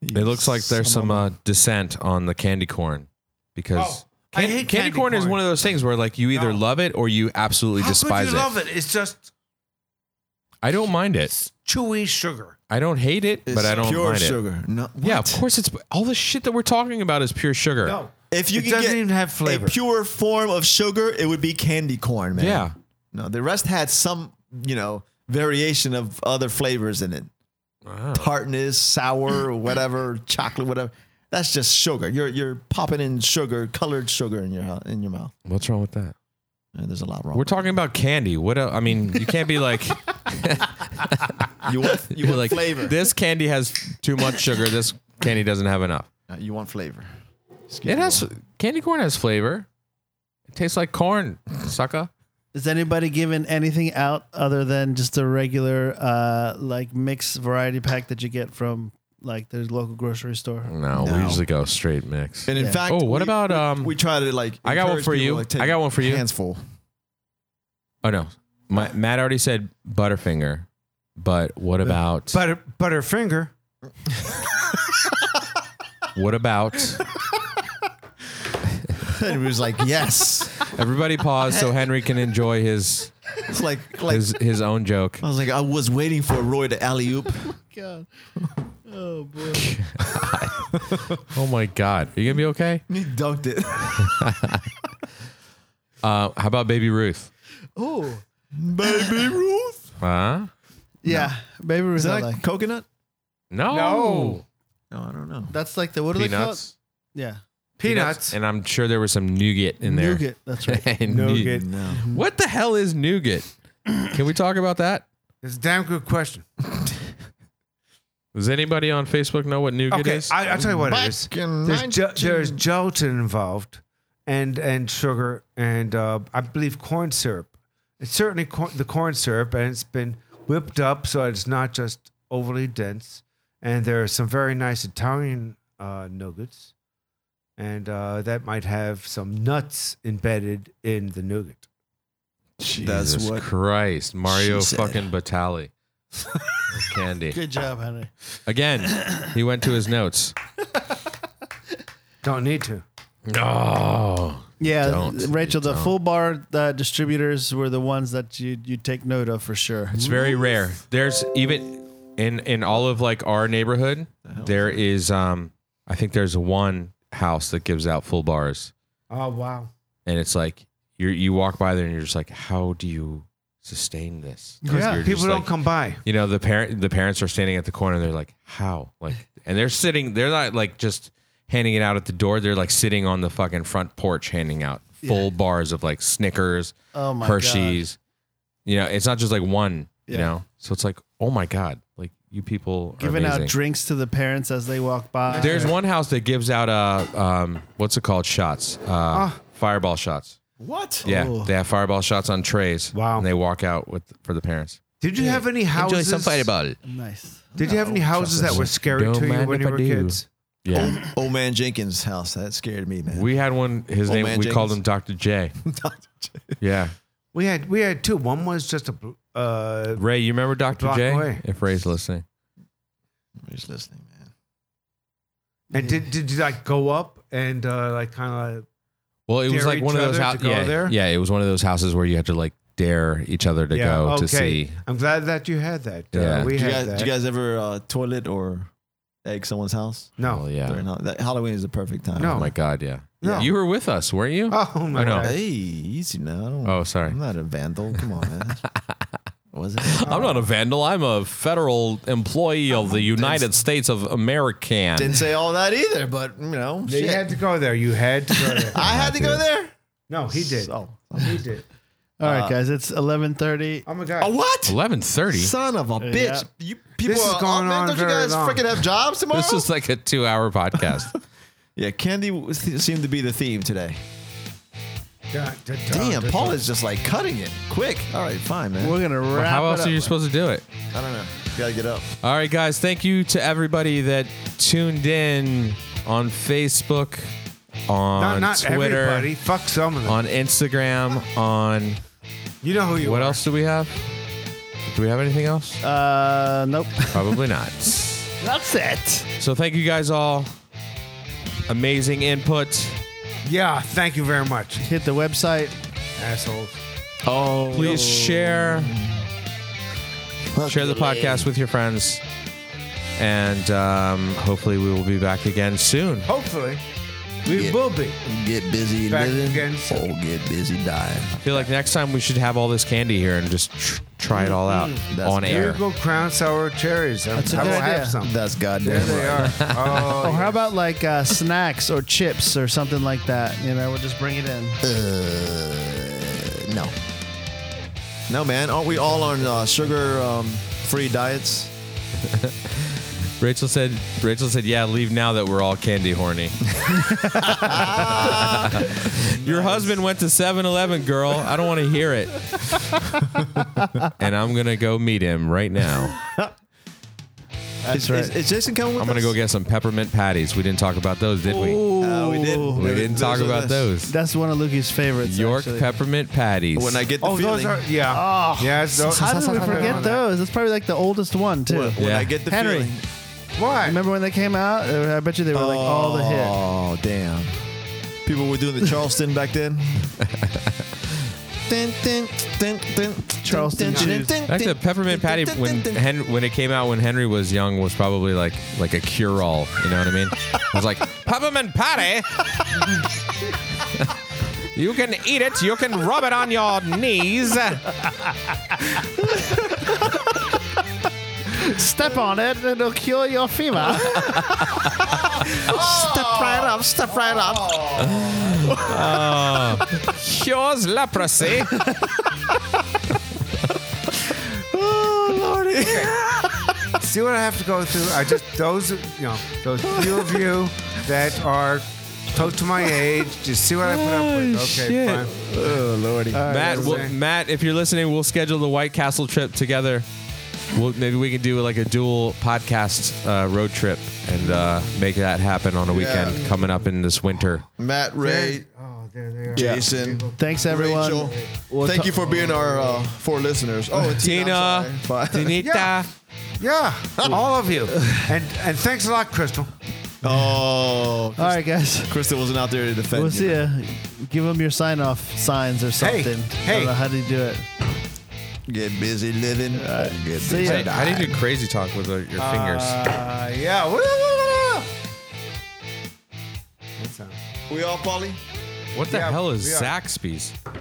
Speaker 4: it looks like there's some uh, dissent on the candy corn because
Speaker 1: Oh, I
Speaker 4: can-
Speaker 1: hate
Speaker 4: candy,
Speaker 1: candy
Speaker 4: corn, is
Speaker 1: corn.
Speaker 4: one of those things where like you either
Speaker 1: No.
Speaker 4: love it or you absolutely
Speaker 1: How
Speaker 4: despise
Speaker 1: could
Speaker 4: it.
Speaker 1: you love it? It's just
Speaker 4: I don't mind it.
Speaker 1: chewy sugar.
Speaker 4: I don't hate it, but
Speaker 3: It's
Speaker 4: I don't
Speaker 3: pure
Speaker 4: mind it.
Speaker 3: sugar. No,
Speaker 4: Yeah, of
Speaker 3: what?
Speaker 4: course it's all the shit that we're talking about is pure sugar.
Speaker 1: No.
Speaker 3: If you
Speaker 1: It
Speaker 3: could
Speaker 1: doesn't
Speaker 3: get
Speaker 1: even have flavor.
Speaker 3: a pure form of sugar, it would be candy corn, man.
Speaker 4: Yeah.
Speaker 3: No, the rest had some, you know, variation of other flavors in it. Tartness, sour, whatever, chocolate, whatever. That's just sugar. You're you're popping in sugar, colored sugar in your in your mouth.
Speaker 4: What's wrong with that?
Speaker 3: Yeah, there's a lot wrong.
Speaker 4: We're talking about candy. What el I mean, you can't be like
Speaker 3: you want you want
Speaker 4: like
Speaker 3: flavor.
Speaker 4: this candy has too much sugar. This candy doesn't have enough.
Speaker 3: Uh, you want flavor. Excuse
Speaker 4: It
Speaker 3: me.
Speaker 4: has candy corn has flavor. It tastes like corn, sucker.
Speaker 8: Is anybody giving anything out other than just a regular uh, like mixed variety pack that you get from like the local grocery store?
Speaker 4: No, we usually go straight mix.
Speaker 3: And in
Speaker 8: Yeah.
Speaker 3: fact,
Speaker 4: Oh, what
Speaker 3: we-
Speaker 4: about, um,
Speaker 3: We try to like.
Speaker 4: I got one
Speaker 3: encourage
Speaker 4: for
Speaker 3: people
Speaker 4: you.
Speaker 3: to, like, take
Speaker 4: I got one for you.
Speaker 3: Hands full.
Speaker 4: Oh no, My, Matt already said Butterfinger, but what about
Speaker 1: Butter Butterfinger.
Speaker 4: what about
Speaker 3: and he was like, "Yes."
Speaker 4: everybody pause so Henry can enjoy his
Speaker 3: It's like like
Speaker 4: his his own joke.
Speaker 3: I was like, I was waiting for Roy to alley oop.
Speaker 8: God. Oh boy.
Speaker 4: Oh my god, are you gonna be okay?
Speaker 3: He dunked it.
Speaker 4: Uh, how about Baby Ruth?
Speaker 8: Oh.
Speaker 3: Baby Ruth.
Speaker 4: Huh?
Speaker 8: Yeah. Baby Ruth.
Speaker 3: Is that
Speaker 8: I like.
Speaker 3: coconut?
Speaker 4: No.
Speaker 1: No.
Speaker 3: No, I don't know.
Speaker 8: That's like the what do they call it?
Speaker 4: Peanuts.
Speaker 8: Yeah.
Speaker 1: Peanuts.
Speaker 4: And I'm sure there was some nougat in there.
Speaker 8: Nougat. That's right.
Speaker 4: And
Speaker 1: Nougat.
Speaker 3: No.
Speaker 4: What the hell is nougat? Can we talk about that?
Speaker 1: It's a damn good question.
Speaker 4: Does anybody on Facebook know what nougat
Speaker 1: Okay,
Speaker 4: is?
Speaker 1: I, I'll tell you what it is. There's, ge- there's gelatin involved, and and sugar, and uh, I believe corn syrup. It's certainly cor- the corn syrup, and it's been whipped up so it's not just overly dense. And there are some very nice Italian uh, nuggets, and uh, that might have some nuts embedded in the nougat.
Speaker 4: Jesus
Speaker 3: That's what-
Speaker 4: Christ, Mario
Speaker 3: said.
Speaker 4: fucking Batali. Candy.
Speaker 8: Good job, Henry.
Speaker 4: Again, he went to his notes.
Speaker 1: Don't need to.
Speaker 4: No.
Speaker 8: Yeah,
Speaker 4: Don't.
Speaker 8: Rachel, the
Speaker 4: Don't.
Speaker 8: full bar uh, distributors were the ones that you you take note of for sure.
Speaker 4: It's very rare. There's even in in all of like our neighborhood, there is um I think there's one house that gives out full bars.
Speaker 1: Oh wow!
Speaker 4: and it's like you you walk by there and you're just like, how do you sustain this? 'Cause
Speaker 8: Yeah.
Speaker 4: you're just
Speaker 1: People don't
Speaker 4: like-
Speaker 1: come by.
Speaker 4: You know the parent the parents are standing at the corner. They're like, how? Like, and they're sitting. They're not like just handing it out at the door. They're like sitting on the fucking front porch handing out full bars of like Snickers,
Speaker 8: Oh my
Speaker 4: Hershey's. You know, it's not just like one. You
Speaker 8: Yeah.
Speaker 4: know, so it's like, oh my god, like you people are
Speaker 8: god, giving out
Speaker 4: amazing.
Speaker 8: drinks to the parents as they walk by.
Speaker 4: There's one house that gives out uh um what's it called shots uh
Speaker 8: Ah.
Speaker 4: fireball shots.
Speaker 3: What?
Speaker 4: Yeah,
Speaker 8: Oh.
Speaker 4: they have fireball shots on trays.
Speaker 1: Wow.
Speaker 4: and they walk out with for the parents.
Speaker 1: Did you have any houses?
Speaker 8: nice.
Speaker 1: Did you have any houses that were scary
Speaker 4: Don't
Speaker 1: to you
Speaker 4: mind
Speaker 1: when
Speaker 4: if
Speaker 1: you
Speaker 4: I
Speaker 1: were
Speaker 4: do.
Speaker 1: kids?
Speaker 4: Yeah,
Speaker 3: Old man Jenkins' house. That scared me, man.
Speaker 4: we had one. His
Speaker 3: Old
Speaker 4: name we
Speaker 3: man
Speaker 4: called
Speaker 3: Jenkins.
Speaker 4: him Doctor J. Yeah,
Speaker 1: We had we had two. One was just a bl- uh,
Speaker 4: Ray, you remember Doctor
Speaker 1: block
Speaker 4: J?
Speaker 1: away.
Speaker 4: If Ray's listening,
Speaker 3: He's listening, man.
Speaker 1: and did did you like go up and uh, like kind of
Speaker 4: well, it was
Speaker 1: Dare
Speaker 4: like one of
Speaker 1: each
Speaker 4: those
Speaker 1: other
Speaker 4: houses.
Speaker 1: to go
Speaker 4: Yeah,
Speaker 1: there?
Speaker 4: yeah, it was one of those houses where you had to like dare each other to
Speaker 1: yeah
Speaker 4: go
Speaker 1: okay.
Speaker 4: to see.
Speaker 1: I'm glad that you had that. Uh,
Speaker 4: Yeah.
Speaker 1: we
Speaker 3: Did you,
Speaker 1: had
Speaker 3: guys,
Speaker 1: that.
Speaker 3: did you guys ever uh, toilet or egg someone's house?
Speaker 1: no.
Speaker 4: Oh
Speaker 3: During
Speaker 4: yeah.
Speaker 3: Hall- that- Halloween is the perfect time.
Speaker 1: No.
Speaker 4: Oh my God, yeah.
Speaker 1: No.
Speaker 4: You were with us, weren't you?
Speaker 1: Oh my
Speaker 4: I know.
Speaker 1: god.
Speaker 3: Hey, easy now. I don't,
Speaker 4: Oh, sorry.
Speaker 3: I'm not a vandal. Come on, man. Was it?
Speaker 4: I'm not a vandal. I'm a federal employee of the United States of America.
Speaker 3: Didn't say all that either, but you know,
Speaker 1: You
Speaker 3: shit.
Speaker 1: had to go there. You had to go there.
Speaker 3: I had to go there.
Speaker 1: no, he did.
Speaker 3: So,
Speaker 1: He did.
Speaker 8: All
Speaker 4: Uh,
Speaker 8: right, guys, it's eleven thirty.
Speaker 1: Oh my god.
Speaker 3: A what?
Speaker 4: Eleven thirty.
Speaker 3: Son of a bitch!
Speaker 8: Yeah.
Speaker 3: You people
Speaker 1: This is
Speaker 3: are,
Speaker 1: going
Speaker 3: oh, man,
Speaker 1: on
Speaker 3: Don't you
Speaker 1: very
Speaker 3: guys
Speaker 1: long.
Speaker 3: freaking have jobs tomorrow?
Speaker 4: This is like a two-hour podcast.
Speaker 3: yeah, candy w- th- seemed to be the theme today.
Speaker 1: Da- da- da-
Speaker 3: Damn,
Speaker 1: da-
Speaker 3: Paul
Speaker 1: da-
Speaker 3: is just like cutting it quick. All right, fine, man.
Speaker 8: We're gonna wrap
Speaker 4: How
Speaker 8: it
Speaker 4: else
Speaker 8: up.
Speaker 4: are you supposed to do it?
Speaker 3: I don't know. Gotta get up.
Speaker 4: All right, guys. Thank you to everybody that tuned in on Facebook, on
Speaker 1: Not, not
Speaker 4: Twitter,
Speaker 1: everybody. Fuck some of them.
Speaker 4: on Instagram, on
Speaker 1: you know who you
Speaker 4: what
Speaker 1: are.
Speaker 4: else do we have? Do we have anything else?
Speaker 8: uh, nope.
Speaker 4: Probably not.
Speaker 8: That's it.
Speaker 4: So thank you guys all. Amazing input.
Speaker 1: Yeah, thank you very much,
Speaker 8: Hit the website.
Speaker 1: assholes.
Speaker 3: Oh,
Speaker 4: Please share share the podcast with your friends. And um, hopefully we will be back again soon.
Speaker 1: Hopefully, we
Speaker 3: Yeah.
Speaker 1: will be.
Speaker 3: Get busy
Speaker 1: Back
Speaker 3: living
Speaker 1: again soon.
Speaker 3: or get busy dying.
Speaker 4: I feel like next time we should have all this candy here and just tr- try it all out
Speaker 3: Mm-hmm. That's
Speaker 4: on
Speaker 3: good.
Speaker 4: air.
Speaker 1: Here go crown sour cherries. I'm-
Speaker 8: That's a
Speaker 1: I will
Speaker 8: good idea.
Speaker 1: have some.
Speaker 3: That's
Speaker 1: there
Speaker 3: goddamn
Speaker 1: they
Speaker 3: right.
Speaker 1: are. Oh,
Speaker 8: Oh, how
Speaker 1: yeah.
Speaker 8: about like uh, snacks or chips or something like that? You know, we'll just bring it in.
Speaker 3: Uh, no. No, man. Aren't we all on uh, sugar-free diets?
Speaker 4: Rachel said Rachel said, Yeah, leave now that we're all candy horny. Your husband went to 7 Eleven, girl. I don't want to hear it. and I'm gonna go meet him right now.
Speaker 3: That's
Speaker 8: right.
Speaker 3: Is, is Jason coming with
Speaker 4: I'm gonna
Speaker 3: us?
Speaker 4: go get some peppermint patties. We didn't talk about those, did we?
Speaker 3: Uh, we didn't.
Speaker 4: We didn't talk about those.
Speaker 8: That's one of Lukey's favorites.
Speaker 4: York
Speaker 8: actually.
Speaker 4: peppermint patties.
Speaker 3: When I get the
Speaker 1: Oh,
Speaker 3: feeling,
Speaker 1: those are yeah.
Speaker 8: Oh.
Speaker 1: yeah. it's those-
Speaker 8: How did we forget those? That's probably like the oldest one too.
Speaker 3: when, when
Speaker 4: Yeah.
Speaker 3: I get the
Speaker 8: Henry.
Speaker 3: feeling.
Speaker 1: Why?
Speaker 8: Remember when they came out? Uh, I bet you they were like all the hit.
Speaker 3: Oh damn! People were doing the Charleston back then. Dun, dun, dun, dun,
Speaker 8: Charleston
Speaker 3: dun, dun,
Speaker 8: cheese.
Speaker 3: dun,
Speaker 4: Like the
Speaker 3: dun,
Speaker 4: peppermint
Speaker 3: dun,
Speaker 4: patty
Speaker 3: dun,
Speaker 4: when
Speaker 3: dun, dun.
Speaker 4: Hen- when it came out when Henry was young was probably like like a cure all. You know what I mean? I was like peppermint patty. you can eat it. You can rub it on your knees.
Speaker 8: Step on it and it'll cure your fever.
Speaker 3: Step right up, step right up.
Speaker 4: Cures leprosy.
Speaker 1: See what I have to go through. I just those you know those few of you that are close to my age. Just see what I put up with. Okay,
Speaker 4: shit.
Speaker 1: fine.
Speaker 4: Oh, Matt,
Speaker 1: that's
Speaker 4: we'll,
Speaker 1: okay.
Speaker 4: Matt, if you're listening, we'll schedule the White Castle trip together. We'll, maybe we can do like a dual podcast uh, road trip and uh, make that happen on a weekend coming up in this winter.
Speaker 3: Matt Ray,
Speaker 1: Oh, there they are.
Speaker 3: Jason,
Speaker 8: Thanks everyone.
Speaker 3: Rachel, thank you for being our uh, four listeners. Oh, and Tina,
Speaker 4: Tina,
Speaker 3: I'm sorry. Bye.
Speaker 4: Dinita.
Speaker 1: Yeah. Yeah, all of you. And and thanks a lot, Crystal.
Speaker 3: Oh,
Speaker 8: All right, guys.
Speaker 3: Crystal wasn't out there to defend.
Speaker 8: We'll
Speaker 3: you.
Speaker 8: see ya. Give them your sign off signs or
Speaker 1: Hey,
Speaker 8: something. I
Speaker 1: hey.
Speaker 8: don't know how do you do it.
Speaker 3: Get busy living. Get
Speaker 8: See
Speaker 3: busy
Speaker 8: ya.
Speaker 4: Hey, how do you do crazy talk with uh, your fingers?
Speaker 1: Uh, yeah. Woo, woo, woo, woo. That's, uh,
Speaker 3: We all, Polly?
Speaker 4: What the
Speaker 1: yeah,
Speaker 4: hell is
Speaker 1: we are-
Speaker 4: Zaxby's?